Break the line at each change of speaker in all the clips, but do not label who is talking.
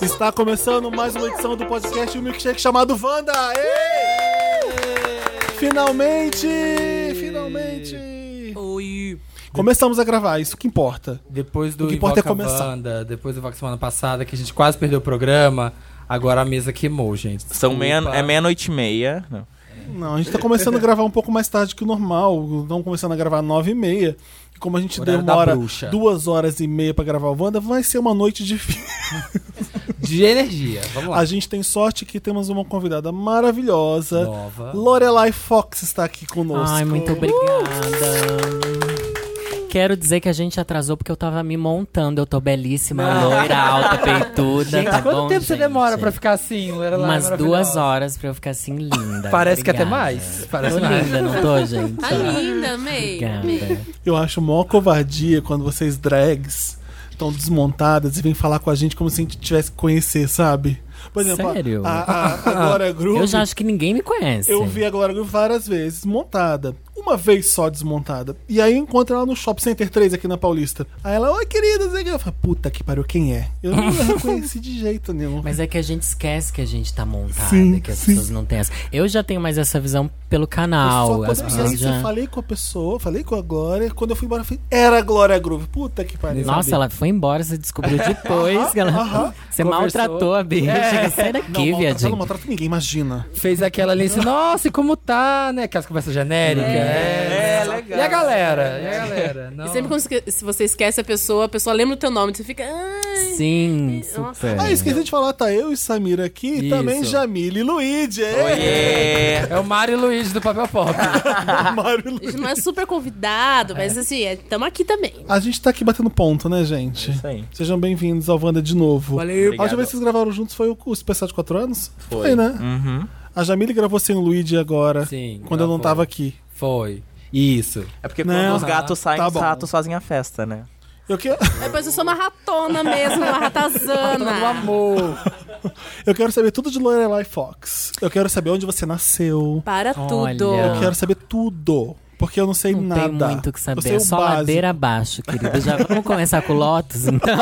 Está começando mais uma edição do podcast O Milkshake chamado Wanda! Ei! Finalmente! Finalmente!
Oi.
Começamos a gravar, isso que importa.
Depois
O
do
que importa é
Invoca
começar.
Wanda, depois do Vox semana passada, que a gente quase perdeu o programa, agora a mesa queimou, gente.
São meia,
Desculpa.
é meia-noite e meia. Não.
Não, a gente tá começando a gravar um pouco mais tarde que o normal. Estamos começando a gravar nove e meia. E como a gente
Horário da
demora
bruxa.
duas horas e meia pra gravar o Wanda, vai ser uma noite difícil.
De energia, vamos lá.
A gente tem sorte que temos uma convidada maravilhosa.
Nova.
Lorelai Fox está aqui conosco.
Ai, muito obrigada. Quero dizer que a gente atrasou porque eu tava me montando. Eu tô belíssima, loira, alta, peituda,
Gente,
tá
quanto
bom,
tempo você
gente?
demora pra ficar assim? Lorelai,
Umas duas
maravilhosa?
horas pra eu ficar assim linda.
Parece que é até
Obrigada.
mais. Parece
Tô
mais.
linda, não tô, gente?
Tá linda, amei.
Obrigada.
Eu acho mó covardia quando vocês drags estão desmontadas e vêm falar com a gente como se a gente tivesse que conhecer, sabe? Por exemplo, a-
Sério?
A, a, a Glória Groove,
Eu
eu,
já acho que ninguém me conhece.
vi a Glória Groove várias vezes montada. Uma vez só desmontada. E aí eu encontro ela no Shopping Center 3 aqui na Paulista. Aí ela, oi querida, Zé Eu falo, puta que pariu, quem é? Eu não reconheci de jeito nenhum.
Mas é que a gente esquece que a gente tá montada,
Sim,
que as
sim.
pessoas não têm essa. Eu já tenho mais essa visão pelo
Só
canal.
quando
As
eu
pessoas
saí,
assim, já...
eu falei com a pessoa, falei com a Glória. Quando eu fui embora, eu falei, era a Glória Groove. Puta que pariu.
Nossa, ela foi embora, você descobriu depois que ela. Você
Conversou.
maltratou a bicha.
É.
Sai
Não,
daqui,
maltrata, não
viadinho.
maltrata ninguém, imagina.
Fez aquela ali assim, nossa, e como tá, né? Aquelas conversas genéricas. É, legal. E a galera?
É.
E a galera? Não.
E sempre quando esque- se você esquece a pessoa, a pessoa lembra o teu nome, você fica. Ai,
Sim,
Nossa.
super.
Ah, esqueci de falar, tá eu e Samira aqui e
Isso.
também Jamile e Luigi. É,
Oiê!
É o Mário Luiz do Papel Pop.
Mário e
a gente
Luigi.
não é super convidado,
É.
mas assim, estamos aqui também.
A gente tá aqui batendo ponto, né, gente?
é Isso aí.
Sejam bem-vindos ao Wanda de novo.
Valeu.
A última
Obrigado.
vez que vocês gravaram juntos foi o, o especial de 4 anos?
Foi.
né?
Uhum.
A Jamile gravou sem o Luigi agora,
Sim,
quando eu não
gravou.
tava aqui.
Foi. Isso.
É porque
Não,
quando os
tá.
gatos saem,
Tá
os
bom.
ratos fazem a festa, né?
Eu, que-
Depois eu sou uma ratona mesmo, uma
Ah.
Todo
ratazana.
amor.
eu quero saber tudo de Lorelai Fox. Eu quero saber onde você nasceu.
Para
Olha.
tudo.
Eu quero saber tudo. Porque eu não sei
Ah. Não
nada.
tem muito o que
Eu sei
saber, é
o
só
básico.
ladeira abaixo, querido. Já vamos começar com o Lotus, então.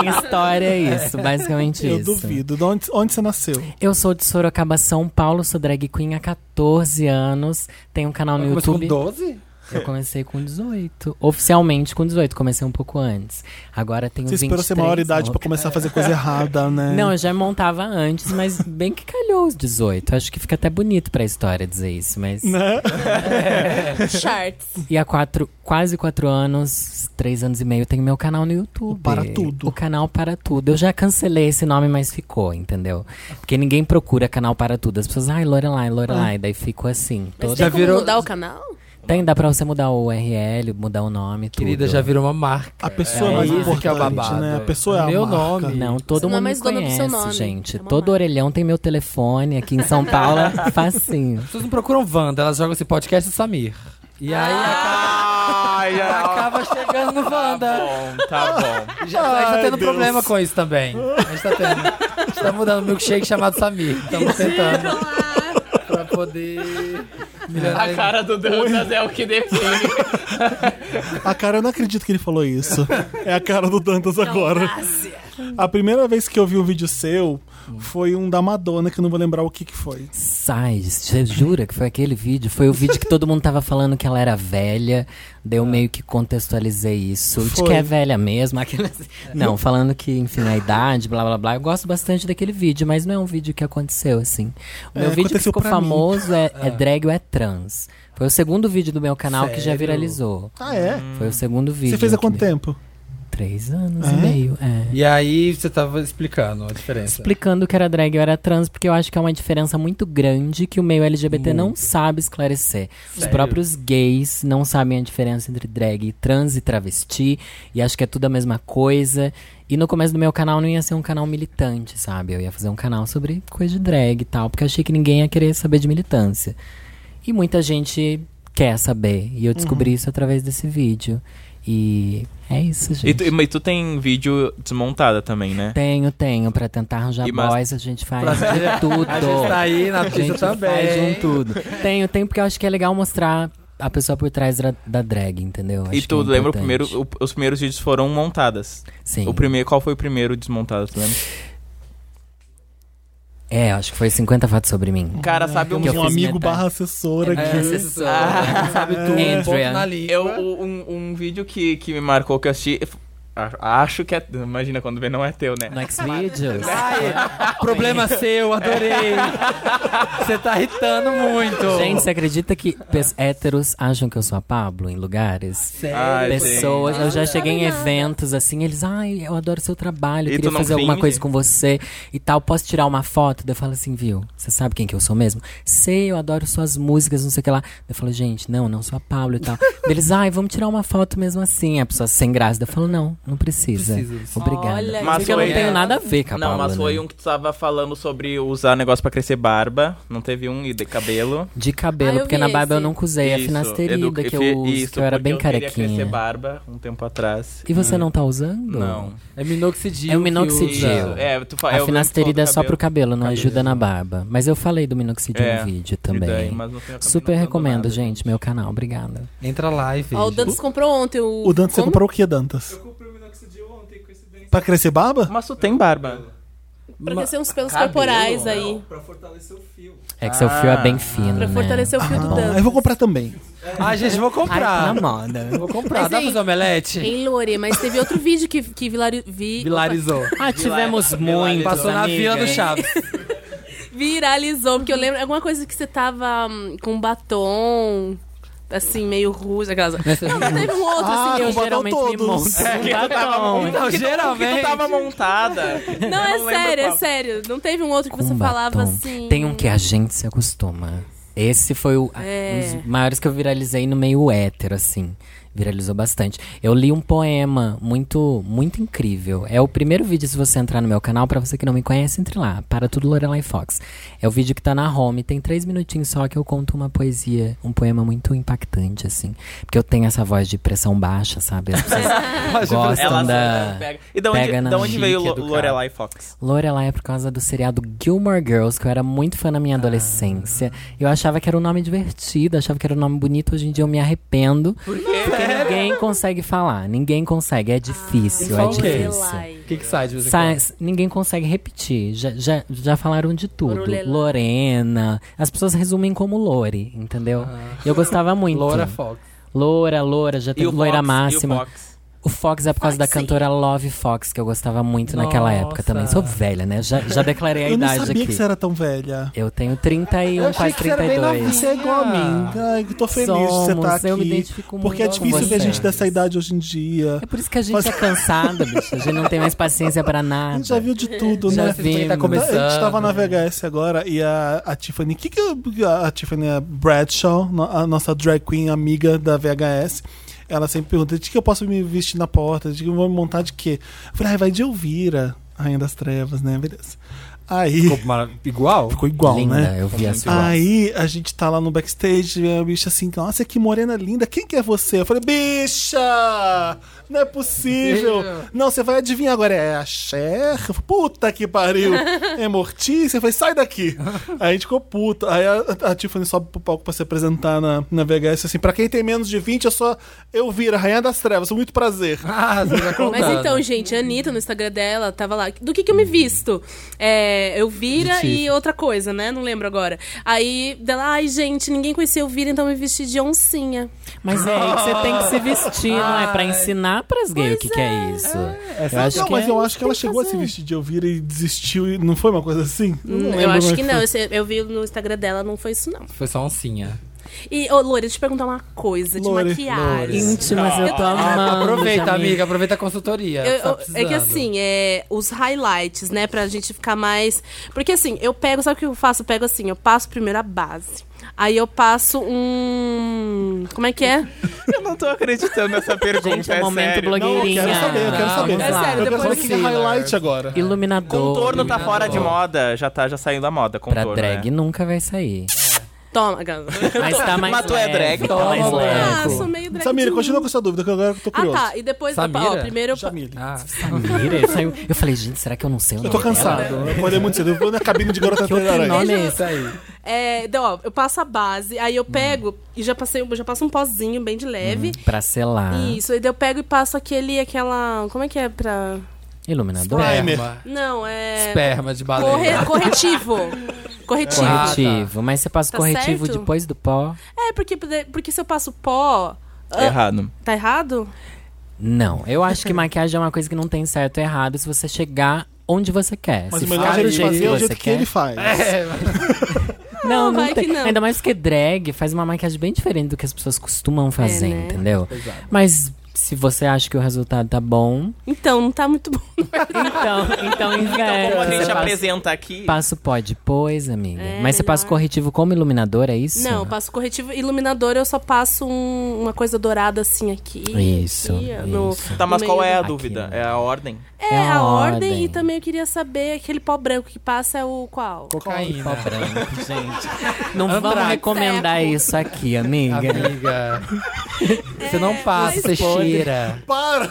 Minha história é isso, basicamente
Eu
isso.
duvido. De onde, onde você nasceu?
Eu sou de Sorocaba, São Paulo, sou drag queen há 14 anos. Tenho um canal no
Começou
YouTube.
com 12?
Eu comecei com 18. Oficialmente com 18, comecei um pouco antes. Agora tenho
Você
23.
esperou ser maior idade pra
louca.
começar a fazer coisa errada, né?
Não, eu já montava antes, mas bem que calhou os 18. Acho que fica até bonito pra história dizer isso, mas...
Né?
Charts.
E há quatro, quase quatro anos, três anos e meio, tenho meu canal no YouTube.
O Para Tudo.
O canal Para Tudo. Eu já cancelei esse nome, mas ficou, entendeu? Porque ninguém procura canal Para Tudo. As pessoas, ai, Lorelai,
Ah.
Lorelai. Daí ficou assim.
Mas
Toda...
tem
Já
como
virou-
mudar o canal?
Tem, dá pra você mudar o URL, mudar o nome, tudo.
Querida, já virou uma marca.
A pessoa é,
É,
mais
isso
importante,
que é o babado.
né? A pessoa é a
Meu
marca.
nome.
Não, todo
Você não é
mundo
mais
me
dona do
conhece,
seu nome.
gente.
É uma
todo
marca.
orelhão tem meu telefone aqui em São Paulo, é facinho.
As pessoas não procuram Wanda, elas jogam esse podcast do Samir. E aí
Ai,
acaba, acaba chegando no Wanda.
Bom, tá bom.
Já, a gente é, tá
Ai,
tendo
Deus.
problema com isso também. A gente tá tendo. A gente tá mudando o milkshake chamado Samir. Estamos tentando pra poder. melhorar.
do Dantas é o que define.
A cara, eu não acredito que ele falou isso. É a cara do Dantas agora. A primeira vez que eu vi um vídeo seu foi um da Madonna, que eu não vou lembrar o que, que foi.
Sai, você jura que foi aquele vídeo? Foi o vídeo que todo mundo tava falando que ela era velha. Daí eu meio que contextualizei isso. De
É. Foi.
que é velha mesmo. aquele- Não, falando que, enfim, a idade, blá blá blá. Eu gosto bastante daquele vídeo, mas não é um vídeo que aconteceu, assim. O meu
É,
vídeo que
aconteceu
ficou
pra mim. Ah.
famoso é, é drag ou é trans. Foi o segundo vídeo do meu canal que já
Sério?
viralizou.
Ah, é?
Foi o segundo vídeo.
Você fez há quanto
que-
tempo?
Três anos
É?
e meio, é.
E aí você tava explicando a diferença.
Explicando que era drag, eu era trans, porque eu acho que é uma diferença muito grande que o meio LGBT não sabe esclarecer. Os
Sério?
próprios gays não sabem a diferença entre drag, trans e travesti, e acho que é tudo a mesma coisa. E no começo do meu canal não ia ser um canal militante, sabe? Eu ia fazer um canal sobre coisa de drag e tal, porque eu achei que ninguém ia querer saber de militância. E muita gente quer saber, e eu descobri isso através desse vídeo. E é isso, gente.
Uhum. E tu, mas tu tem vídeo desmontada também, né?
Tenho, tenho. Pra tentar arranjar
E mas-
boys, a gente faz de tudo.
A gente tá aí na
A gente
pista também.
faz de um tudo. Tenho, tenho, porque eu acho que é legal mostrar a pessoa por trás da, da drag, entendeu?
e
Acho
tu
que é
lembra o
importante.
primeiro, o- os primeiros vídeos foram montadas.
Sim.
O primeiro, qual foi o primeiro desmontado, tu lembra?
É, acho que foi 50 fatos sobre mim.
O cara sabe um.
que eu
um
fiz
amigo
metade.
barra assessor aqui.
É, assessor, né? sabe tudo,
Andrea.
ponto na língua.
Eu, um, um vídeo que, que me marcou que eu assisti. a- Acho que é. Imagina quando vê, não é teu, né?
No Xvideos.
Ai, problema seu, adorei. Você tá irritando muito.
Gente, você acredita que pes- héteros acham que eu sou a Pablo em lugares?
Sério.
Ai,
Pessoas, eu já
não
cheguei em
sabe nada.
eventos assim, eles, ai, eu adoro seu trabalho,
E
queria
tu não
fazer alguma
finge?
coisa com você e tal, posso tirar uma foto? Daí eu falo assim, viu, você sabe quem que eu sou mesmo? Sei, eu adoro suas músicas, não sei o que lá. Daí eu falo, gente, não, não sou a Pablo e tal. Daí eles, ai, vamos tirar uma foto mesmo assim, a pessoa sem graça. Daí eu falo, não, não precisa.
Precisa disso.
Obrigada.
Olha,
Mas
isso
eu não
aí,
tenho
né?
nada a ver com a
Não,
Pabllo,
mas foi
né?
um que tu tava falando sobre usar negócio pra crescer barba. Não teve um e de cabelo.
De
Ah,
cabelo,
eu
porque
vi
na barba eu
esse.
nunca usei a
Isso,
finasterida
edu-
que eu
fi-
uso, que eu era
porque
bem
Eu queria
carequinha.
crescer barba um tempo atrás.
E você não tá usando?
Não.
É minoxidil.
É o
que
minoxidil.
usa.
Isso.
É, tu fa- é,
A
eu vi
finasterida é
tu
só
falou do
pro cabelo, não
Cabelo.
ajuda na barba. Mas eu falei do minoxidil
É,
no vídeo
E daí,
também.
mas no fim eu acabei
Super
não usando
recomendo,
nada.
gente, meu canal. Obrigada.
Entra lá e veja.
Ó, o Dantas comprou ontem o.
O Dantas, você
Como?
comprou o que, Dantas? Eu comprei o minoxidil ontem, Pra crescer barba?
Mas tu tem barba.
Pra crescer uns pelos
Cabelo,
corporais
não.
aí.
É que seu fio
Ah,
é bem fino,
Pra
né?
fortalecer o fio do
Bom, eu
Dantas.
vou comprar também.
Ah, gente, vou
Ai, tá
comprar.
na moda.
vou comprar.
Mas,
Dá pra
hein,
fazer
é.
omelete?
Em Lore, mas teve outro vídeo que, que vilari, vi,
Vilarizou.
Ah, tivemos muito.
Passou na fila do Chaves.
viralizou. Porque eu lembro alguma coisa que você tava hum, com batom, assim, meio rujo, aquelas. Não, mas teve um outro,
Ah,
assim,
eu
eu
batom
geralmente me
todos.
monto. Tá
É, que tu tava muito.
Não, Então, geralmente.
Tu tava montada.
Não, é
lembro
sério, é
qual.
sério. Não teve um outro que
Com
você falava
batom.
assim.
Tem um que a gente se acostuma. Esse foi o,
É.
um dos maiores que eu viralizei no meio hétero, assim. Viralizou bastante. Eu li um poema muito, muito incrível. É o primeiro vídeo, se você entrar no meu canal, pra você que não me conhece, entre lá. Para tudo Lorelai Fox. É o vídeo que tá na home. Tem três minutinhos só que eu conto uma poesia, um poema muito impactante, assim. Porque eu tenho essa voz de pressão baixa, sabe? As pessoas
Gosto.
gostam
Ela
da...
pega. E da onde,
pega na
da onde veio
chique
Lo-
do cara.
Lorelai Fox?
Lorelai é por causa do seriado Gilmore Girls, que eu era muito fã na minha adolescência. Eu achava que era um nome divertido, achava que era um nome bonito. Hoje em dia eu me arrependo. Porque ninguém consegue falar, ninguém consegue. É difícil, é
Fala o quê?
difícil.
Lorelai.
O que, que sai de você?
Sai- ninguém consegue repetir. Já, já, já falaram de tudo.
Lorelai.
Lorena. As pessoas resumem como Lore, entendeu? E eu gostava muito.
Ah. Loura é Fox.
Loura, Loura, já teve Loira
Fox,
Máxima.
E o Fox?
O Fox é por causa da
Foxy.
cantora Love Fox, que eu gostava muito naquela
Nossa.
época também. Sou velha, né? Já, já declarei a
eu não
idade
sabia
aqui.
que você era tão velha.
Eu tenho 31,
Eu achei
quase
que você era bem
32.
novinha.
Você é igual a mim. Ai, que tô feliz de você
Ah. Somos,
estar aqui.
eu me identifico
porque é
muito com
difícil ver
vocês.
gente dessa idade hoje em dia.
É por isso que a gente
Mas-
é cansada, bicho. A gente não tem mais paciência pra
A
nada.
gente já viu de tudo,
Já
né?
vi.
Quem tá
A
começando.
gente tava na VHS agora e a, a Tiffany, que que eu- a, a Tiffany Bradshaw, no- a nossa drag queen amiga da VHS, ela sempre pergunta: de que eu posso me vestir na porta? De que eu vou me montar de quê? Eu falei: ah, vai de Elvira, Rainha das Trevas, né? Beleza. Aí
Ficou mara- igual?
ficou igual,
Linda,
né?
eu vi a sua.
Aí a gente tá lá no backstage, e a bicha assim, nossa, que morena linda, quem que é você? Eu falei, bicha! Não é possível!
Bicha.
Não, você vai adivinhar agora, é a Cher? Eu falei, Puta que pariu! É Mortícia? Eu falei, sai daqui! Aí a gente ficou puta. Aí a, a Tiffany sobe pro palco pra se apresentar na, na VHS, assim, pra quem tem menos de 20, eu só. Eu viro, a Rainha das Trevas, muito prazer.
Ah, você já
Mas então, gente, a Anitta no Instagram dela tava lá. Do que que eu me visto? É, eu
De
vira
Tiff.
e outra coisa, né? Não lembro agora. Aí dela, ai, gente, ninguém conhecia eu vira, então eu me vesti de oncinha.
Mas é aí que você tem que se vestir, não é? Pra ensinar pras gays o que, que é isso. eu acho
não,
que
mas
é-
eu acho que ela
tem que
chegou a se
fazer.
vestir de Elvira e desistiu, e não foi uma coisa assim? Eu não
Hum, eu
lembro
acho
como
que
foi.
não. Eu, sei- eu vi no Instagram dela, não foi isso, não.
Foi só oncinha.
E, ô, Lore, deixa eu te perguntar uma coisa
Lore,
de maquiagem.
íntimas, eu tô amando.
Aproveita,
Jamil.
amiga, aproveita a consultoria.
Eu-
tá
eu- é
precisando.
que assim, é, os highlights, né? Pra gente ficar mais. Porque assim, eu pego, sabe o que eu faço? Eu pego assim, eu passo primeiro a base. Aí eu passo um. Como é que é?
Eu não tô acreditando nessa pergunta,
Gente, é
é
momento
sério.
Não, eu
ah,
blogueirinha.
quero saber, eu quero
Não,
saber.
vamos
É
lá.
sério,
eu quero
depois
saber
que
que é highlight agora.
Iluminador.
Contorno tá fora de
iluminador.
moda, já tá já saindo da moda.
Pra
Contorno,
drag
né?
nunca vai sair.
Toma,
Mas tá mais
Mas tu é
leve,
drag?
Tá mais
Toma,
leve.
Ah, sou meio drag.
Samira,
queen.
continua com essa dúvida, que agora eu tô
Ah,
curioso.
tá. E depois eu.
Samira?
Ó, primeiro eu.
Jamile.
Ah,
Samira, ele saiu- Eu falei, gente, será que eu não sei o
Eu
nome
tô
dela?
cansado. Eu acordei muito cedo. Eu vou na cabine de garota
nome?
aranha.
Olha
olha
isso
isso aí.
É, então, ó, eu passo a base, aí eu pego e já passei, um- já passo um pozinho bem de leve.
Pra selar.
Ah. Isso, e daí eu pego e passo aquele, aquela. Como é que é pra.
Iluminador.
Primer.
Esperma.
Não, é.
Esperma de baleia.
Corre- corretivo. Corretivo.
Ah, tá.
É Corretivo. Mas você passa o
Tá
corretivo
certo?
depois do pó?
É, porque, porque se eu passo pó. ah,
Errado.
Tá errado?
Não. Eu acho que maquiagem é uma coisa que não tem certo e errado se você chegar onde você quer.
Mas
se
o
for
melhor jeito
do
de fazer é o
você
jeito que ele faz.
É, mas-
Não, não,
vai que
tem.
não.
Ainda mais porque drag faz uma maquiagem bem diferente do que as pessoas costumam fazer,
né?
entendeu? Mas se você acha que o resultado tá bom,
Então, não tá muito bom.
então, então inverte.
Como a gente
Você passa-
apresenta aqui.
Passa o pó depois, amiga.
É,
Mas você passa o
melhor.
corretivo como iluminador, é isso?
Não, eu passo corretivo. Iluminador, eu só passo um- uma coisa dourada assim aqui.
Isso,
aqui, no-
isso.
Tá, mas
no
qual
meio
é a
do-
dúvida?
Aqui, né?
É a ordem?
É,
É
a
a
ordem.
ordem.
E também eu queria saber, aquele pó branco que passa é o qual?
Cocaína.
Pó branco, gente. Não vamos
Andrade.
recomendar
Seco.
isso aqui, amiga.
Amiga. Você não passa, você
É, mas pode.
cheira.
Para!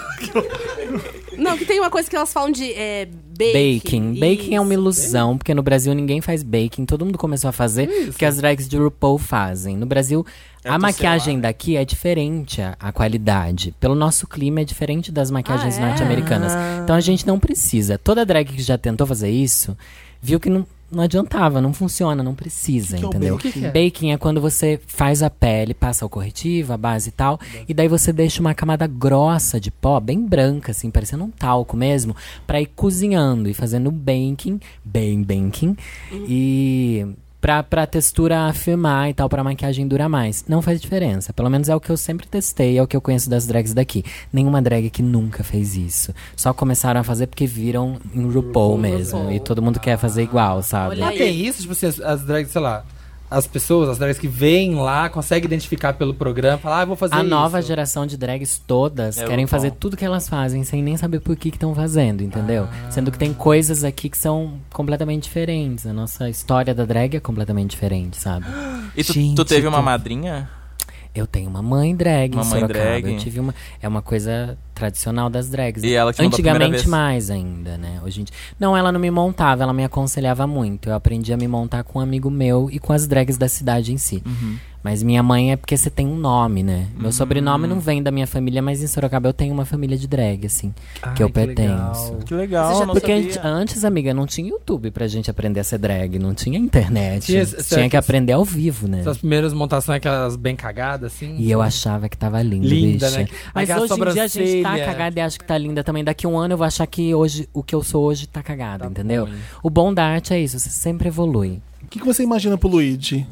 Não, que tem uma coisa que elas falam de é, baking. um
Baking. Baking é uma
Isso.
ilusão, porque no Brasil ninguém faz baking. Todo mundo começou a fazer porque as drags de RuPaul fazem. No Brasil, a
É
tô
maquiagem
selada.
daqui é diferente, a, a qualidade. Pelo nosso clima, é diferente das maquiagens
Ah, é?
norte-americanas. Então a gente não precisa. Toda drag que já tentou fazer isso, viu que não, não adiantava, não funciona, não precisa,
que é o
entendeu?
baking? O que
que é?
Baking é quando você faz a pele, passa o corretivo, a base e tal,
Uhum.
e daí você deixa uma camada grossa de pó, bem branca, assim, parecendo um talco mesmo, pra ir cozinhando e fazendo o baking, bem banking,
Uhum.
e pra, pra textura afirmar e tal, pra maquiagem durar mais. Não faz diferença, pelo menos é o que eu sempre testei, é o que eu conheço das drags daqui. Nenhuma drag que nunca fez isso. Só começaram a fazer porque viram em RuPaul mesmo,
RuPaul.
e todo mundo quer fazer igual, sabe?
Olha
Ah,
aí.
tem isso? Tipo assim, as, as drags, sei lá. As pessoas, as drags que vêm lá, conseguem identificar pelo programa, falar, ah, eu vou fazer
A
isso.
nova geração de drags todas
É
querem
RuPaul.
fazer tudo que elas fazem sem nem saber por que estão fazendo, entendeu?
Ah.
Sendo que tem coisas aqui que são completamente diferentes. A nossa história da drag é completamente diferente, sabe?
E tu,
Gente,
tu teve uma
tu-
madrinha?
Eu tenho uma mãe drag
Uma
em
mãe
Sorocaba.
drag.
Eu tive uma... É uma coisa tradicional das drags.
E ela te mandou a primeira
Antigamente
vez?
mais ainda, né? Hoje em dia... Não, ela não me montava, ela me aconselhava muito. Eu aprendi a me montar com um amigo meu e com as drags da cidade em si.
Uhum.
Mas minha mãe é porque você tem um nome, né? Meu
Hum.
sobrenome não vem da minha família, mas em Sorocaba eu tenho uma família de drag, assim,
Ah,
que eu pertenço.
Que legal,
Você já- não
Porque a gente- antes, amiga, não tinha YouTube pra gente aprender a ser drag, não tinha internet.
Tinha-
Tinha,
será que-
que aprender ao vivo, né?
Essas primeiras montações, aquelas bem cagadas, assim.
E eu achava que tava lindo,
Linda,
bicha.
né?
Mas
Aquela
hoje em dia a gente tá
sobrancelha.
cagada e acho que tá linda também. Daqui um ano eu vou achar que hoje o que eu sou hoje tá cagada,
Tá
entendeu?
bom, hein?
o bom da arte é isso, você sempre evolui.
O que, que você imagina pro Luigi?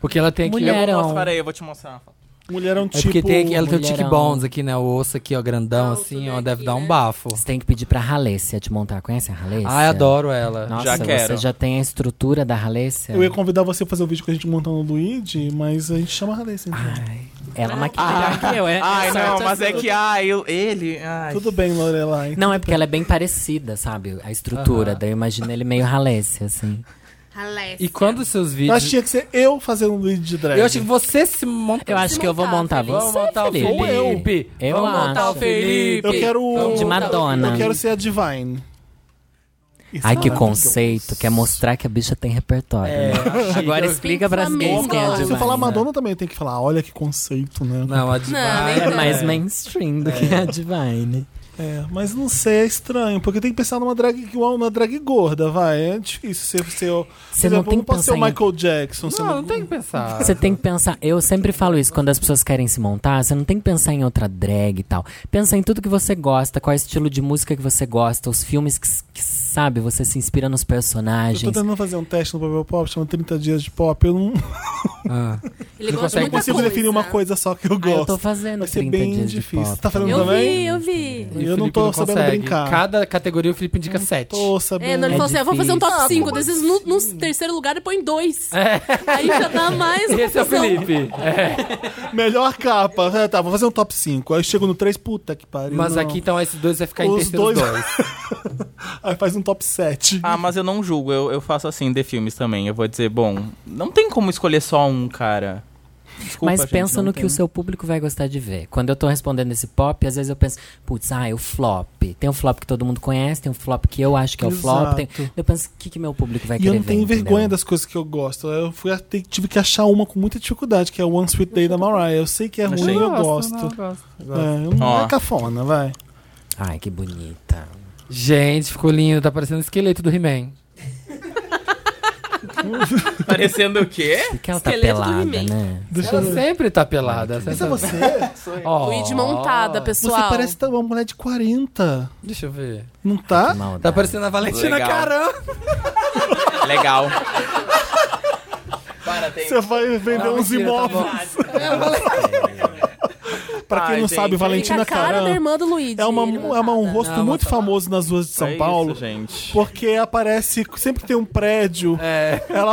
Porque ela tem aqui.
Mulher.
Eu vou
Mulherão.
mostrar, peraí, eu vou te mostrar. uma foto.
Mulher é um
É
tipo.
porque tem aqui, ela tem o
mulherão.
tic bones aqui, né? O osso aqui, ó, grandão,
Alto,
assim,
né,
ó, deve
aqui,
dar um
né?
bafo.
Você tem que pedir pra Ralécia te montar. Conhece a Ralécia?
Ai, Ah, adoro ela.
Nossa,
Já
você
quero.
já tem a estrutura da Ralécia?
Eu ia convidar você pra fazer o vídeo com a gente montando o Luigi, mas a gente chama a Raíssa. Então.
Ela maquia
Ah.
melhor que eu, é?
Ai,
Sorte
não, mas
sua.
é que ai, eu- ele. Ai.
Tudo bem, Lorelai.
Não, é porque ela é bem parecida, sabe? A estrutura. Daí eu imagino ele meio Ralécia, assim.
Ralés.
E quando os seus
Eu
vídeos.
acho que tinha que ser eu fazendo um Luigi de drag.
Eu acho que você se monta.
Eu acho que eu vou montar
Felipe.
tá
você,
Vamos montar o
Felipe.
Felipe.
Eu
Vamos
tá
montar o
acho.
Felipe.
Eu quero o-
De Madonna.
Eu quero ser a Divine. Isso
Ai,
é
que
maravilhoso.
conceito. Quer mostrar que a bicha tem repertório.
É,
né?
achei
Agora
Então,
que eu-
explica pras gays quem é a
Flamengo.
Se eu
Divine.
falar Madonna também, eu tenho que falar, olha que conceito, né?
Não, a
nem
É
Divine.
mais mainstream do que a Divine.
É, mas não sei, é estranho, porque tem que pensar numa drag, uma drag gorda, vai. É difícil ser, ser o.
Você não tem que
pode ser
pensar
o
em...
Michael Jackson.
Não, não tem que pensar.
Você tem que pensar, eu sempre falo isso quando as pessoas querem se montar, você não tem que pensar em outra drag e tal. Pensa em tudo que você gosta, qual é o estilo de música que você gosta, os filmes que, que, sabe, você se inspira nos
Eu tô
personagens.
tentando fazer um teste no papel pop, chama 30 dias de pop. Eu não
Ah. Não consegue
Ele gosta de
não
muita
consigo
coisa.
definir uma coisa só que eu
Ah, eu
gosto.
tô fazendo
Vai ser
30
bem
dias de
difícil.
pop.
Tá fazendo
Eu
também?
vi, eu vi.
E o
Eu não
Felipe
tô sabendo
consegue.
brincar.
Cada categoria o Felipe indica sete.
Tô sabendo.
É, não, ele
É
falou assim: eu vou fazer um top
difícil.
5. Desses, no, no terceiro lugar, ele põe dois. Aí já dá mais.
Esse é o
confusão.
Felipe. É.
Melhor capa. Ah, tá, vou fazer um top 5. Aí eu chego no 3, puta que pariu.
Mas
não.
aqui então esses dois vai ficar em
Os
terceiro
dois-
dois.
Aí faz um top 7.
Ah, mas eu não julgo, eu, eu faço assim de filmes também. Eu vou dizer, bom, não tem como escolher só um, cara. Desculpa,
Mas
gente,
pensa
não
no
tem.
que o seu público vai gostar de ver. Quando eu tô respondendo esse pop, às vezes eu penso, putz, ah, é o flop. Tem um flop que todo mundo conhece, tem um flop que eu acho que é o flop. tem-
Exato.
Eu penso, o que, que meu público
É
vai
E
querer
eu não
né?
tenho
ver,
vergonha
entendeu?
das coisas que eu gosto. Eu fui até- tive que achar uma com muita dificuldade, que é One Sweet Day da Mariah. Eu sei que é ruim,
Achei.
eu gosto.
gosto.
É, eu não
Ó.
é cafona, vai.
Ai, que bonita.
Gente, ficou lindo. Tá parecendo o esqueleto do He-Man.
Parecendo o quê?
Porque ela tá
Esqueleto do
pelada,
He-Man.
né?
Deixa
Ela
eu ver.
sempre tá pelada.
Isso é
Sempre...
você?
Oh,
Luigi montada,
Você
pessoal.
parece tá uma mulher de 40.
Deixa eu ver.
Não tá?
Maldade.
Tá parecendo a Valentina
Legal.
Caramba.
Legal. Para, tem.
Você vai vender uns
tá
imóveis. pra quem
Ai,
não
gente,
sabe,
fica a
Fica
Valentina
a tá cara da
Caran
irmã do Luigi.
é, uma,
ele
é uma- um
montada.
rosto
Não,
muito
montada.
famoso nas ruas de São
É isso,
Paulo.
gente.
porque aparece, sempre que tem um prédio,
É.
ela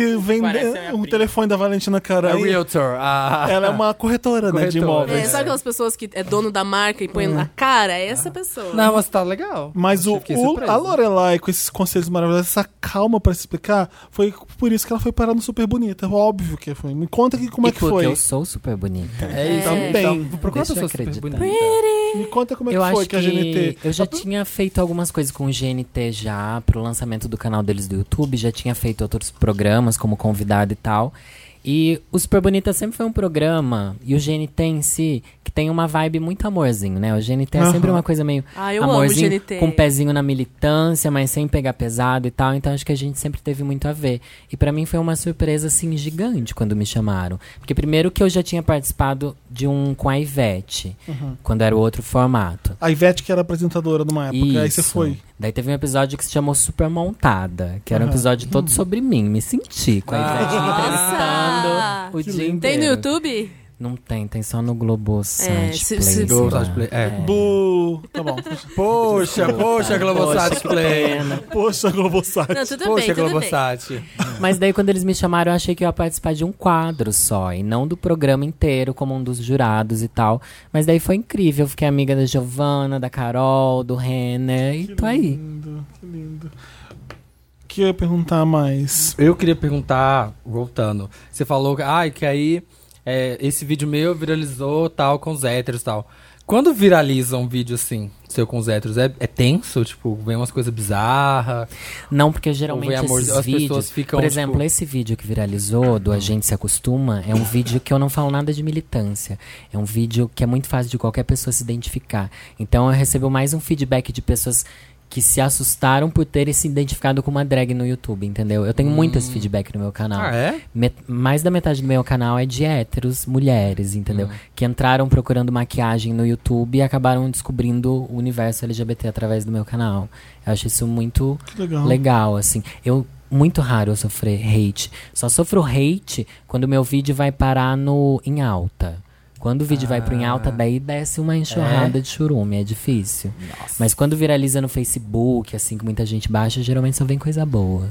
Parece a minha
vendendo o
prima. É
telefone da Valentina
A
Caran.
é Realtor. Ah. a-
Ela é uma corretora, né, de
Corretora.
É,
imóveis.
sabe aquelas pessoas que é dono da marca e põe na cara? É essa pessoa.
Não, mas tá legal.
Mas
Eu
o, tá
fiquei
o-
surpreso.
a Lorelai, com esses conselhos maravilhosos, essa calma pra se explicar, foi por isso que ela foi parar no Super Bonita. Óbvio que foi. Me conta aqui como
E
é que
porque
foi.
eu sou super bonita.
É isso.
Também.
Então, vou procurar
Deixa
pessoa
eu
super
acreditar.
bonita.
Me conta como é
eu
que
acho
foi que, a GNT.
Eu já tinha feito algumas coisas com o GNT já, pro lançamento do canal deles do YouTube, já tinha feito outros programas como convidado e tal. E o Super Bonita sempre foi um programa, e o GNT em si, que tem uma vibe muito amorzinho, né? O GNT é sempre
Aham.
uma coisa meio
Ah, eu amo
amorzinho,
o GNT.
com um pezinho na militância, mas sem pegar pesado e tal. Então acho que a gente sempre teve muito a ver. E pra mim foi uma surpresa, assim, gigante quando me chamaram. Porque primeiro que eu já tinha participado de um com a Ivete,
Uhum.
quando era o outro formato.
A Ivete, que era apresentadora numa época, É, aí você
Isso.
foi.
Daí teve um episódio que se chamou Super Montada, que era um
Aham.
episódio todo
Uhum.
sobre mim. Me senti com a Ivete me
Nossa!
entrevistando o dia
Ah. Tem no
inteiro.
YouTube?
Não tem, tem só no Globo
É, se- se-
Globo
Play.
Sat Play, é.
Bu. Tá bom.
Poxa, poxa, Globosat Play.
Poxa, Globosat.
Não, tudo bem,
Poxa,
tudo bem.
Globosat.
Mas daí quando eles me chamaram, eu achei que eu ia participar de um quadro só, e não do programa inteiro, como um dos jurados e tal. Mas daí foi incrível, eu fiquei amiga da Giovanna, da Carol, do Renner, e tô Tá aí.
lindo, que lindo. O que eu ia perguntar mais?
Eu queria perguntar, voltando. Você falou que- ai, que aí é, esse vídeo meu viralizou tal com os héteros tal. Quando viraliza um vídeo assim, seu com os héteros, é, é tenso? Tipo, vem umas coisas bizarras.
Não, porque geralmente
Ou vem amor-
esses
as pessoas
vídeos,
ficam,
por exemplo,
tipo-
esse vídeo que viralizou do A gente se acostuma, é um vídeo que eu não falo nada de militância. É um vídeo que é muito fácil de qualquer pessoa se identificar. Então eu recebo mais um feedback de pessoas que se assustaram por terem se identificado com uma drag no YouTube, entendeu? Eu tenho muito esse feedback no meu canal.
Hum. Ah, é?
Met- mais da metade do meu canal é de héteros, mulheres, entendeu?
Hum.
Que entraram procurando maquiagem no YouTube e acabaram descobrindo o universo LGBT através do meu canal. Eu acho isso muito
Que legal.
legal, assim. Eu muito raro eu sofrer hate. Só sofro hate quando meu vídeo vai parar no em alta. Quando o vídeo vai pro em
Ah.
alta, daí desce uma enxurrada de churume, é difícil. Mas quando viraliza no Facebook, assim, que muita gente baixa, geralmente só vem coisa boa.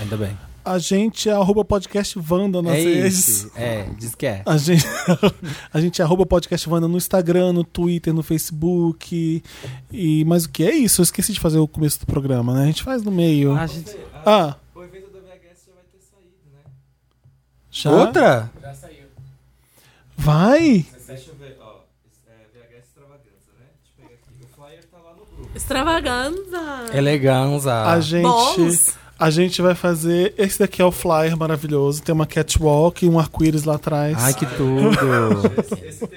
Ainda bem.
A gente é arroba podcast Wanda nas
é
redes.
isso. É, diz que é.
A gente, a gente é arroba podcast Wanda no Instagram, no Twitter, no Facebook. E, mas o que é isso? Eu esqueci de fazer o começo do programa, né? A gente faz no meio.
Ah, gente-
Ah,
né?
já?
Outra?
Vai!
Ah.
Extravaganza!
Eleganza.
A gente.
Bons!
A gente vai fazer. Esse daqui é o flyer maravilhoso. Tem uma catwalk e um arco-íris lá atrás.
Ai, que tudo.
Isso,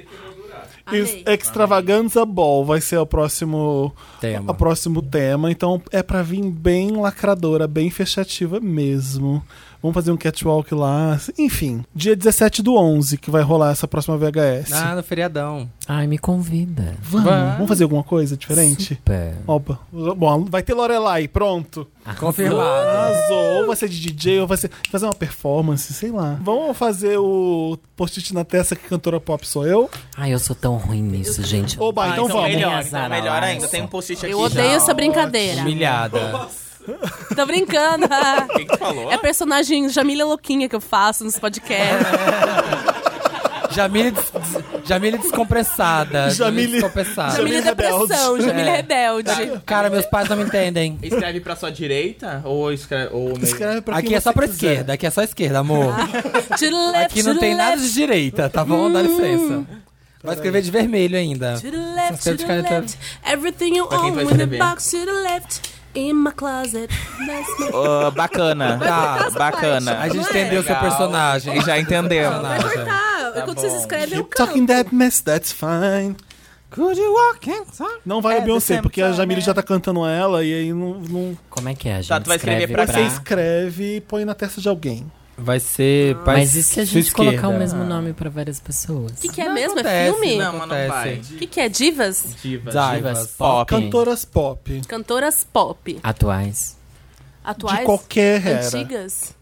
Amei.
Extravaganza Ball vai ser o próximo,
Tema.
o próximo tema. Então é pra vir bem lacradora, bem fechativa mesmo. Vamos fazer um catwalk lá. Enfim, dia 17 do 11 que vai rolar essa próxima VHS.
Ah, no feriadão.
Ai, me convida.
Vamos,
vai.
vamos fazer alguma coisa diferente?
Super.
Opa, bom, vai ter Lorelai, pronto.
Confirmado.
Arrasou, ou vai ser de DJ, ou vai ser fazer uma performance, sei lá. Vamos fazer o post-it na testa que cantora pop sou eu?
Ai, eu sou tão ruim nisso, gente.
Oba,
Ah,
então, vamos.
é
Melhor, então
Azar,
melhor
Alex.
ainda. Tem um post-it aqui.
Eu odeio essa brincadeira.
Humilhada.
Tô brincando.
O que, que tu falou?
É personagem Jamília Louquinha que eu faço nos podcasts.
Jamile, des... des- Jamile descompressada.
Jamile-
descompressada.
Jamília
Jamília Rebelde.
é Depressão, Jamília
É.
Rebelde.
Cara, meus pais não me entendem.
Escreve pra sua direita ou escreve. Ou meio-
Escreve pra
Aqui
quem
é só
você
pra
quiser.
esquerda, aqui é só esquerda, amor.
To the left,
Aqui não
to
tem
the
nada
left,
de direita, tá bom? Dá licença. Vai escrever de vermelho ainda.
to the left,
Você
to
de
the
caneta.
left. Everything you
quem
own
vai
in the
escrever?
box to the left. In my closet. That's my...
Ah, bacana.
Tá.
Bacana.
A gente entendeu seu personagem.
E já entendemos.
Ah, tá.
Vai cortar. Tá Quando você se inscreve, eu
Keep talking
canto.
that mess, that's fine.
Could you walk inside?
Não vai
É,
a Beyoncé,
The
porque a
Temptation
Jamile já
Man.
tá cantando ela e aí não. não...
Como é que é, gente?
Tá, tu vai escrever pra
Você escreve e põe na testa de alguém.
Vai ser. pai
Mas e se a
sua
gente colocar
esquerda?
o mesmo nome pra várias pessoas?
O que, que é
Não
mesmo?
acontece,
é filme?
Não, mas não vai.
Acontece.
O que, que é? Divas?
Divas.
Divas,
Pop.
Cantoras pop.
Cantoras pop.
Atuais.
Atuais?
De qualquer era.
Antigas?